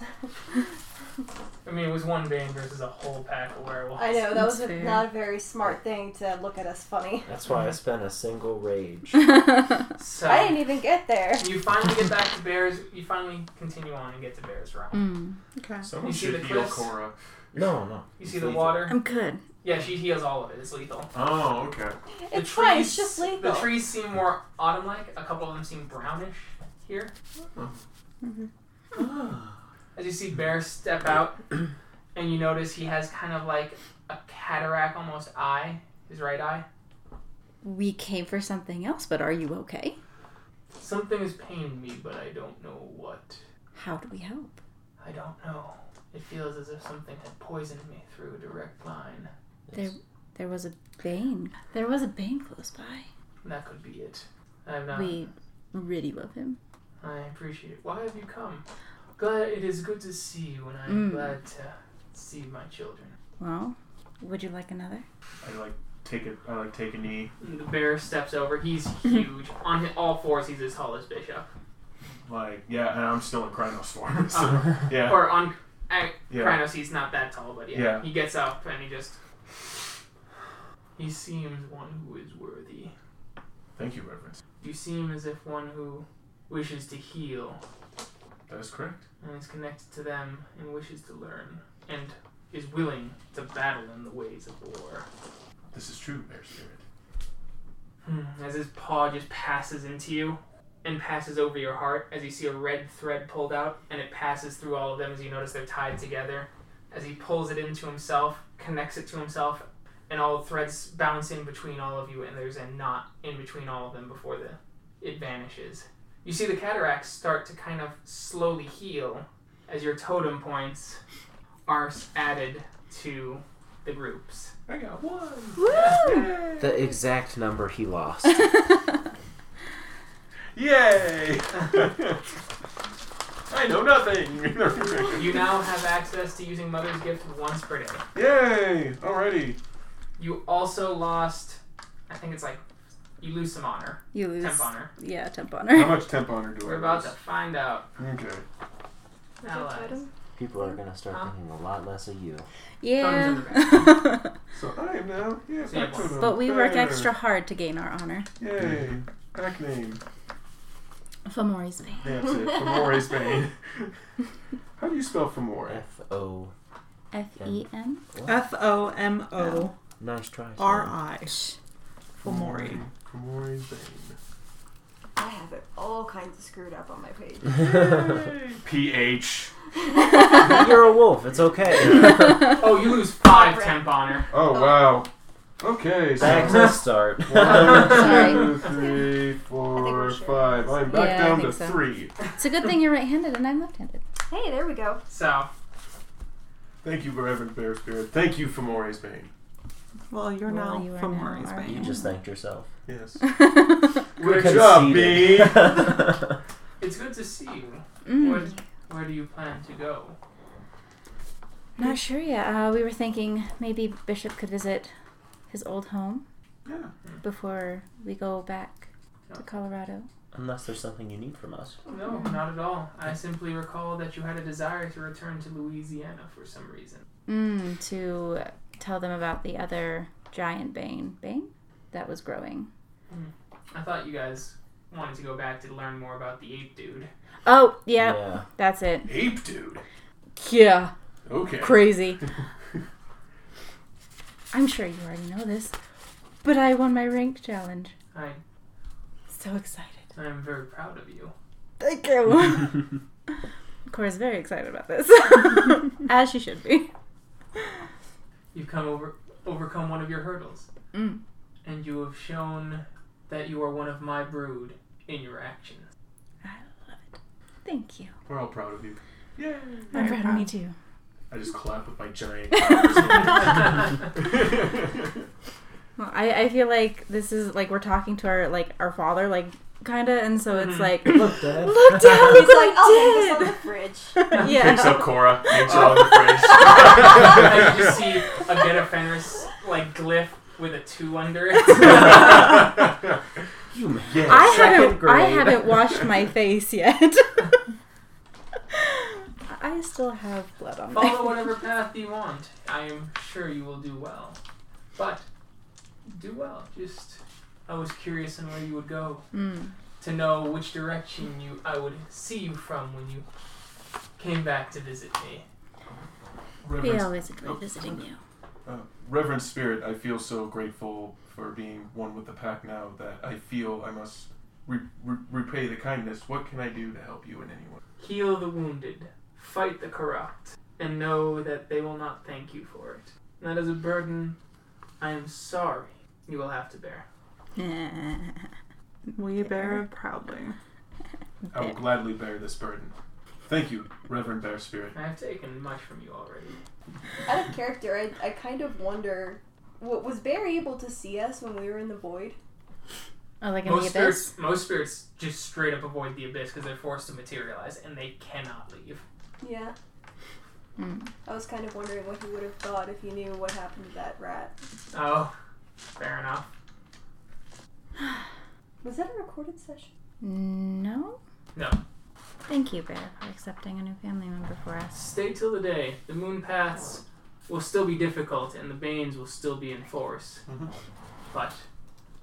A: I mean, it was one bane versus a whole pack of werewolves.
C: I know that was a,
D: That's fair.
C: not a very smart thing to look at us funny.
F: That's why I spent a single
A: <laughs>
F: rage.
A: So
C: I didn't even get there.
A: you finally get back to Bears. You finally continue on and get to Bears Rock.
D: Mm.
E: Okay.
B: Someone
A: You see
B: should
A: the
B: heal
A: cliffs?
B: Cora.
F: No, no.
A: You see the water.
D: I'm good.
A: Yeah, she heals all of it. It's lethal.
B: Oh, okay.
A: The
C: It's fine.
A: trees-
C: It's just legal.
A: The trees seem more autumn-like. A couple of them seem brownish here.
C: Hmm.
A: As you see Bear step out, and you notice he has kind of like a cataract almost eye, his right eye.
D: We came for something else, but are you okay?
A: Something is paining me, but I don't know what.
D: How do we help?
A: I don't know. It feels as if something had poisoned me through a direct line.
D: There, there was a bane. There was a bane close by.
A: And that could be it. I'm not.
D: We really love him.
A: I appreciate it. Why have you come? Glad it is good to see you, and I'm
D: Mm.
A: glad to see my children.
D: Well, would you like another?
B: I like take a I like take a knee.
A: And the bear steps over.
D: <laughs>
A: He's huge. On hi- all fours, he's as tall as Bishop.
B: Like yeah, and I'm still in Krynos form. <laughs> So
A: Uh,
B: yeah,
A: Or on at
B: yeah.
A: Krynos, he's not that tall, but yeah.
B: Yeah.
A: He gets up and he just. He seems one who is worthy.
B: Thank you, Reverend.
A: You seem as if one who wishes to heal
B: That is correct.
A: and is connected to them and wishes to learn and is willing to battle in the ways of war.
B: This is true, Bear Spirit.
A: Hmm, As his paw just passes into you and passes over your heart, as you see a red thread pulled out, and it passes through all of them as you notice they're tied together. As he pulls it into himself, connects it to himself, and all the threads bounce in between all of you, and there's a knot in between all of them before the it vanishes. You see the cataracts start to kind of slowly heal as your totem points are added to the groups.
B: I got one.
F: The exact number
A: <laughs>
F: he lost.
B: Yay! <laughs> I know nothing. <laughs>
A: You now have access to using Mother's Gift once per day.
B: Yay!
A: <laughs>
B: Already.
A: You also lost, I think it's like, you lose some honor,
G: You lose.
A: temp honor.
G: Yeah, temp
B: How
G: honor.
B: much temp honor do I?
A: We're about to
B: lose?
A: find out.
B: Okay.
A: Allies.
F: People are gonna start
A: Uh-huh.
F: thinking a lot less of you.
G: <laughs> Yeah.
B: So I am now. Yeah,
A: So you
B: back to
G: <laughs>
B: the
G: but we work
B: bear.
G: extra hard to gain our honor.
B: Yay! Back name.
D: Famori's bane.
B: That's it. Famore Spain. How do you spell Famore?
F: F O.
D: <laughs> F E M.
B: <laughs>
E: F O M O
F: Nice try. Sam.
E: R I. Fomori.
B: Famore Spain.
C: I have it all kinds of screwed up on my page.
B: PH.
F: You're a wolf. It's
A: <laughs>
F: okay.
A: Oh, you lose five
C: Alright.
A: temp honor.
B: <laughs> Oh, wow. Okay, so
F: Back to start.
B: one,
D: Sorry.
B: two, three, four,
C: we're sure.
B: five. I'm back
D: Yeah, I
B: down to
D: think so.
B: three.
D: It's a good thing you're right-handed and
G: <laughs>
D: I'm left-handed.
C: hey, there we <laughs> go.
A: So,
B: Thank you, Reverend Bear Spirit. Thank you, Famore's Bane.
E: Well, you're
D: Well,
E: now
D: you are
E: Fomori's
D: now,
F: You
E: bane.
F: just thanked yourself.
B: Yes.
A: Good
B: Good job, B.
F: Conceded.
A: it's good to see you.
D: Mm.
A: Where, where do you plan to go?
D: Not sure yet. Uh, we were thinking maybe Bishop could visit his old home
B: yeah.
D: before we go back to Colorado.
F: <laughs> Unless there's something you need from us.
A: No, not at all. I simply recall that you had a desire to return to Louisiana for some reason.
D: Mm, to tell them about the other giant bane, bane that was growing.
A: I thought you guys wanted to go back to learn more about the ape dude.
D: Oh, yeah,
F: Yeah.
D: that's it.
B: <laughs> Ape dude.
D: Yeah,
B: Okay.
D: crazy. <laughs> I'm sure you already know this, but I won my rank challenge.
A: I,
D: So excited.
A: I am very proud of you.
D: Thank you. <laughs> Cora's very excited about <laughs> this, as she should be.
A: You've come over overcome one of your hurdles.
D: Mm.
A: And you have shown that you are one of my brood in your actions.
D: Thank you.
B: We're all proud of you. Yay.
D: I'm proud of me too.
B: I just clap with my giant <laughs> clappers.
D: Well, I, I feel like this is like we're talking to our like our father like kind of and so it's
A: Mhm.
D: like <laughs>
F: Look, Dad.
D: look down
C: He's
D: look
C: like, "Oh,
D: what
C: I'll leave
D: I
C: this on the fridge.
D: did yeah <laughs>
B: Picks up Cora, makes it on the
A: and you just see a bit of Fenris like glyph with a two under
B: <laughs>
A: it.
B: fridge.
D: <laughs>
B: <laughs>
F: You man.
D: I
F: Second
D: haven't I <laughs>
F: grade.
D: haven't washed my face yet
G: I still have blood on my
A: Follow whatever path you want. I am sure you will do well. But do well. Just I was curious on where you would go
G: Mm.
A: to know which direction you I would see you from when you came back to visit me.
D: We
B: Reverend,
D: always
A: Oh.
D: enjoy visiting <laughs> you.
B: uh, Reverend Spirit, I feel so grateful for being one with the pack now that I feel I must re- re- repay the kindness. What can I do to help you in any way?
A: Heal the wounded, fight the corrupt, and know that they will not thank you for it. That is a burden I am sorry you will have to bear.
E: We bear it proudly.
B: I will gladly bear this burden. Thank you, Reverend Bear Spirit.
A: I have taken much from you already.
C: Out of character, I, I kind of wonder. What was Bear able to see us when we were in the void?
D: Oh, like in
A: Most
D: the abyss?
A: spirits, most spirits just straight up avoid the abyss because they're forced to materialize and they cannot leave.
C: Yeah.
D: Hmm.
C: I was kind of wondering what he would have thought if he knew what happened to that rat.
A: Oh, fair enough.
C: Was that a recorded session?
D: No?
A: No.
D: Thank you, Bear, for accepting a new family member for us.
A: Stay till the day. The moon paths will still be difficult and the banes will still be in force.
B: Mhm.
A: But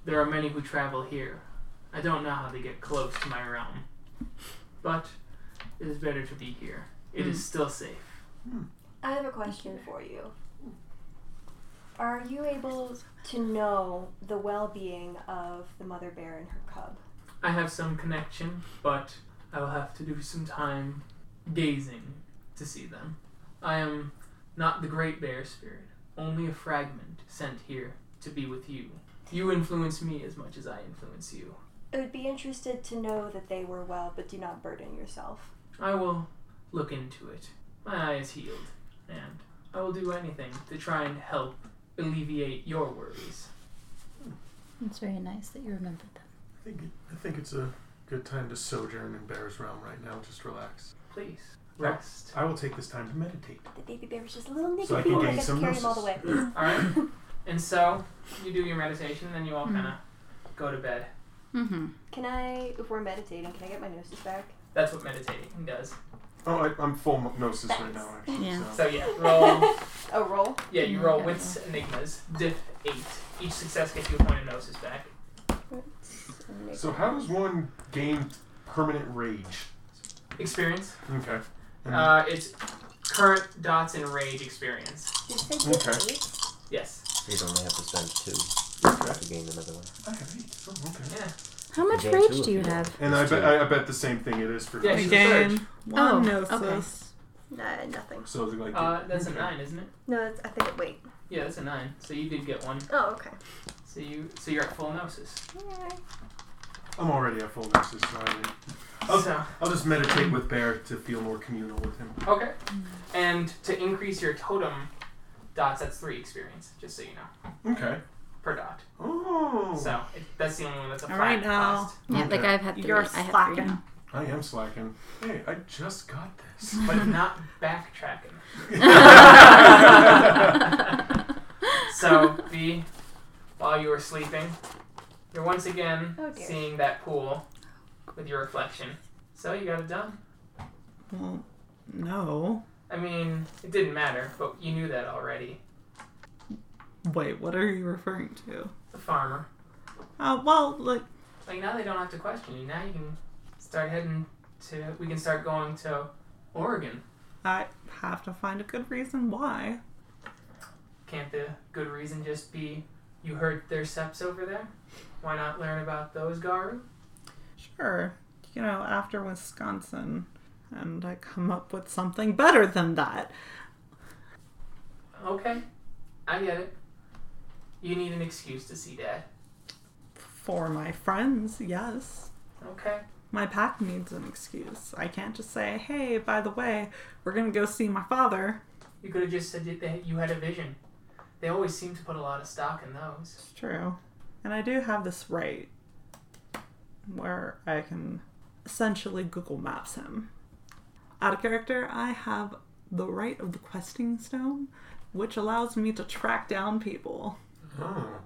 A: there are many who travel here. I don't know how they get close to my realm. But it is better to be here. It is
D: Hmm.
A: still safe.
C: I have a question for you. Are you able to know the well being of the mother bear and her cub?
A: I have some connection, but I will have to do some time gazing to see them. I am not the great bear spirit, only a fragment sent here to be with you. You influence me as much as I influence you.
C: I would be interested to know that they were well, but do not burden yourself.
A: I will look into it. My eye is healed, and I will do anything to try and help alleviate your worries.
D: It's very nice that you remembered that.
B: I think, I think it's a good time to sojourn in Bear's realm right now. Just relax.
A: Please, rest.
B: I will take this time to meditate.
C: The baby bear was just a little nicky
B: So I can
C: feet. I
B: gain
C: got to
B: some
C: carry him all the way. <clears throat>
A: Alright? And so, you do your meditation, and then you all kind of go to bed.
D: Mm-hmm.
C: Can I, if we're meditating, can I get my noses back?
A: That's what meditating does.
B: Oh, I, I'm full hypnosis right now, actually.
D: Yeah.
B: So.
A: So yeah, roll.
E: <laughs>
C: A Oh, roll?
A: Yeah, you roll wits enigmas. Diff eight. Each success gets you a point of gnosis back.
B: so, how does one gain permanent rage?
A: Experience.
B: Okay. And
A: Uh, it's current dots and rage experience.
C: Did it say
B: Okay.
C: eight?
A: Yes.
F: You'd only have to spend two
B: Okay.
F: to gain another one.
B: I have eight. Oh, okay.
A: Yeah.
D: How much
F: gain two
D: rage
F: if
D: do you
F: you want.
D: have?
B: And I, bet I, I bet the same thing it is for
A: Yeah,
B: me.
A: you
E: We
A: It's a surge.
E: gain one
D: Oh,
E: gnosis.
C: Nah, nothing.
B: So it's like
A: Uh, that's a
B: okay.
A: nine, isn't it?
C: No, that's, I think it, wait.
A: Yeah, that's a nine. So you did get one.
C: Oh, okay.
A: So you so you're at full gnosis.
B: I'm already at full hypnosis, so I didn't- I'll,
A: So
B: I'll just meditate with Bear to feel more communal with him.
A: okay.
E: Mm.
A: And to increase your totem dots, that's three experience. Just so you know,
B: Okay.
A: per dot.
B: Oh.
A: So it, that's the only one that's a
E: All
A: flat
E: right now.
A: cost.
D: Yeah, like
B: Okay.
D: I've had three.
E: You're
D: I have three
E: slacking.
D: now.
B: I am slacking. Hey, I just got <laughs> this.
E: <laughs>
A: but not backtracking.
D: <laughs>
A: so, V, while you were sleeping, you're once again
C: Oh, dear.
A: seeing that pool with your reflection. So you got it done.
E: Well, no.
A: I mean, it didn't matter, but you knew that already.
E: Wait, what are you referring to?
A: The farmer.
E: Uh, well, like,
A: Like now they don't have to question you. Now you can start heading to. We can start going to Oregon.
E: I have to find a good reason why.
A: Can't the good reason just be you heard their steps over there? Why not learn about those Garu?
E: Sure. You know, after Wisconsin, and I come up with something better than that.
A: Okay, I get it. You need an excuse to see Dad.
E: For my friends, yes.
A: Okay.
E: My pack needs an excuse. I can't just say, hey, by the way, we're gonna go see my father.
A: You could have just said that they- you had a vision. They always seem to put a lot of stock in those.
E: It's true. And I do have this right where I can essentially Google Maps him. Out of character, I have the right of the questing stone, which allows me to track down people.
B: Oh.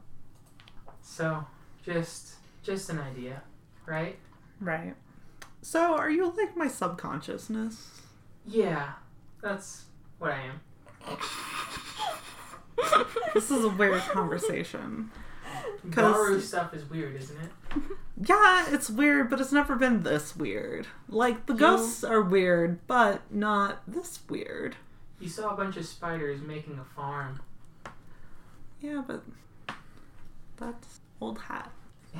A: So, just just an idea, right?
E: Right. So, are you like my subconsciousness?
A: Yeah, that's what I am.
E: This is a weird conversation. 'Cause-
A: Garu stuff is weird, isn't it?
E: Yeah, it's weird, but it's never been this weird. Like, the ghosts are weird, but not this weird.
A: You saw a bunch of spiders making a farm.
E: Yeah, but that's old hat.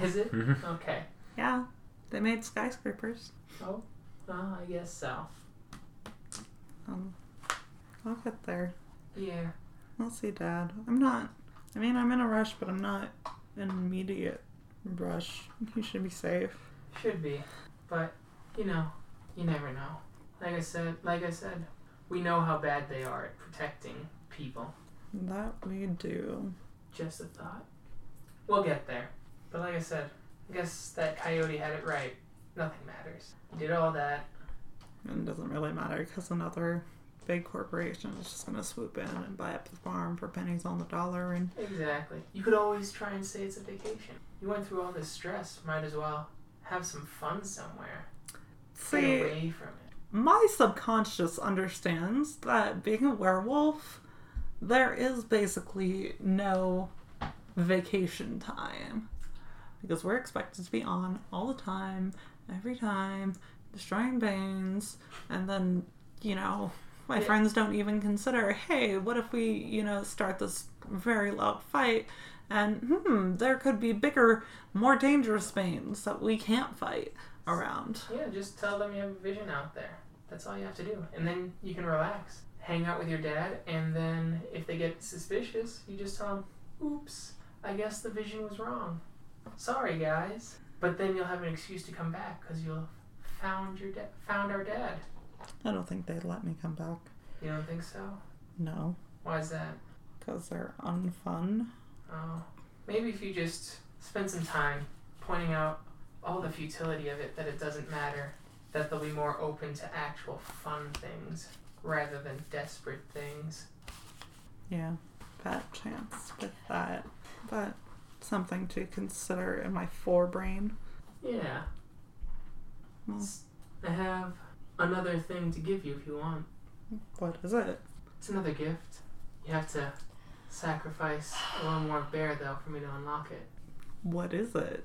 A: Is it?
F: Mhm.
A: Okay.
E: Yeah, they made skyscrapers.
A: Oh, well, I guess so.
E: Um, I'll get there.
A: Yeah.
E: I'll see Dad. I'm not. I mean, I'm in a rush, but I'm not an immediate rush. He should be safe.
A: Should be, but you know, you never know. Like I said, like I said, we know how bad they are at protecting people.
E: That we do.
A: Just a thought. We'll get there. But like I said, I guess that coyote had it right. Nothing matters. You did all that.
E: And it doesn't really matter because another big corporation is just going to swoop in and buy up the farm for pennies on the dollar. And
A: Exactly. You could always try and say it's a vacation. You went through all this stress. Might as well have some fun somewhere. Stay
E: see,
A: away from it.
E: my subconscious understands that being a werewolf, there is basically no vacation time. Because we're expected to be on all the time, every time, destroying Banes, and then, you know, my
A: Yeah.
E: friends don't even consider, hey, what if we, you know, start this very loud fight? And hmm, there could be bigger, more dangerous Banes that we can't fight around.
A: Yeah, just tell them you have a vision out there. That's all you have to do. And then you can relax. Hang out with your dad, and then if they get suspicious, you just tell them, oops, I guess the vision was wrong. Sorry, guys. But then you'll have an excuse to come back because you'll found your da- found our dad.
E: I don't think they'd let me come back.
A: You don't think so?
E: No,
A: Why is that?
E: because they're unfun.
A: Oh, maybe if you just spend some time pointing out all the futility of it, that it doesn't matter, that they'll be more open to actual fun things rather than desperate things.
E: Yeah, bad chance with that. But something to consider in my forebrain.
A: Yeah.
E: Hmm.
A: I have another thing to give you if you want.
E: What is it?
A: It's another gift. You have to sacrifice a little more bear, though, for me to unlock it.
E: What is it?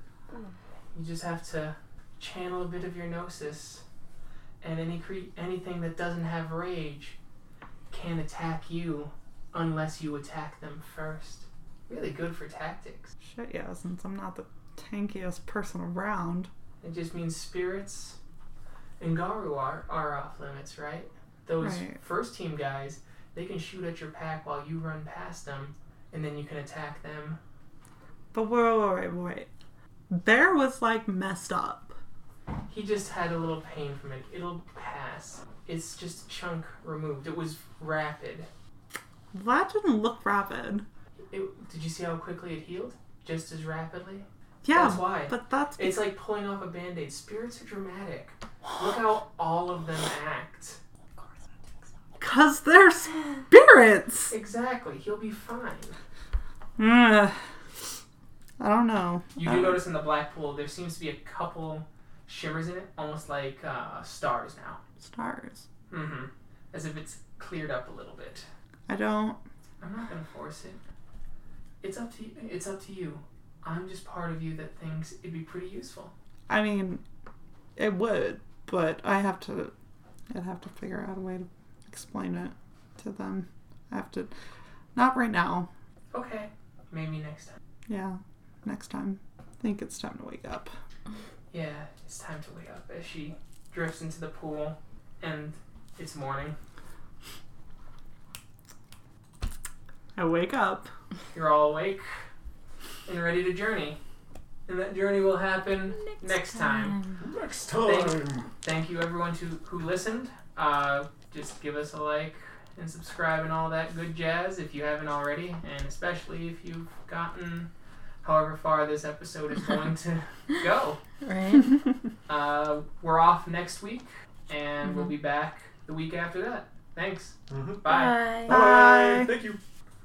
A: You just have to channel a bit of your gnosis, and any cre- anything that doesn't have rage can attack you unless you attack them first. Really good for tactics.
E: Shit, yeah, since I'm not the tankiest person around.
A: It just means spirits and Garu are, are off limits, right? Those
E: Right.
A: first team guys, they can shoot at your pack while you run past them, and then you can attack them.
E: But wait, wait, wait, wait. Bear was like messed up.
A: He just had a little pain from it. It'll pass. It's just a chunk removed. It was rapid.
E: That didn't look rapid.
A: It, did you see how quickly it healed? Just as rapidly?
E: Yeah,
A: That's why.
E: but that's
A: It's like pulling off a band aid. Spirits are dramatic. Look how all of them act.
E: because they're spirits.
A: Exactly. He'll be fine.
E: Ugh. I don't know.
A: You do notice in the black pool, there seems to be a couple shimmers in it, almost like uh, stars now.
E: Stars.
A: Mm-hmm. As if it's cleared up a little bit.
E: I don't.
A: I'm not gonna force it. It's up to you. It's up to you. I'm just part of you that thinks it'd be pretty useful.
E: I mean, it would, but I have to. I'd have to figure out a way to explain it to them. I have to. Not right now.
A: Okay. Maybe next time.
E: Yeah, next time. I think it's time to wake up.
A: Yeah, it's time to wake up as she drifts into the pool and it's morning.
E: I wake up.
A: You're all awake and ready to journey. And that journey will happen next, time.
B: Next
A: Thank-
B: time.
A: Thank you everyone to, who listened. Uh, just give us a like and subscribe and all that good jazz if you haven't already, and especially if you've gotten however far this episode is going <laughs> to go.
D: Right?
A: Uh, we're off next week, and we'll be back the week after that. Thanks.
B: Mhm.
A: Mm-hmm. Bye.
B: Bye. Thank you.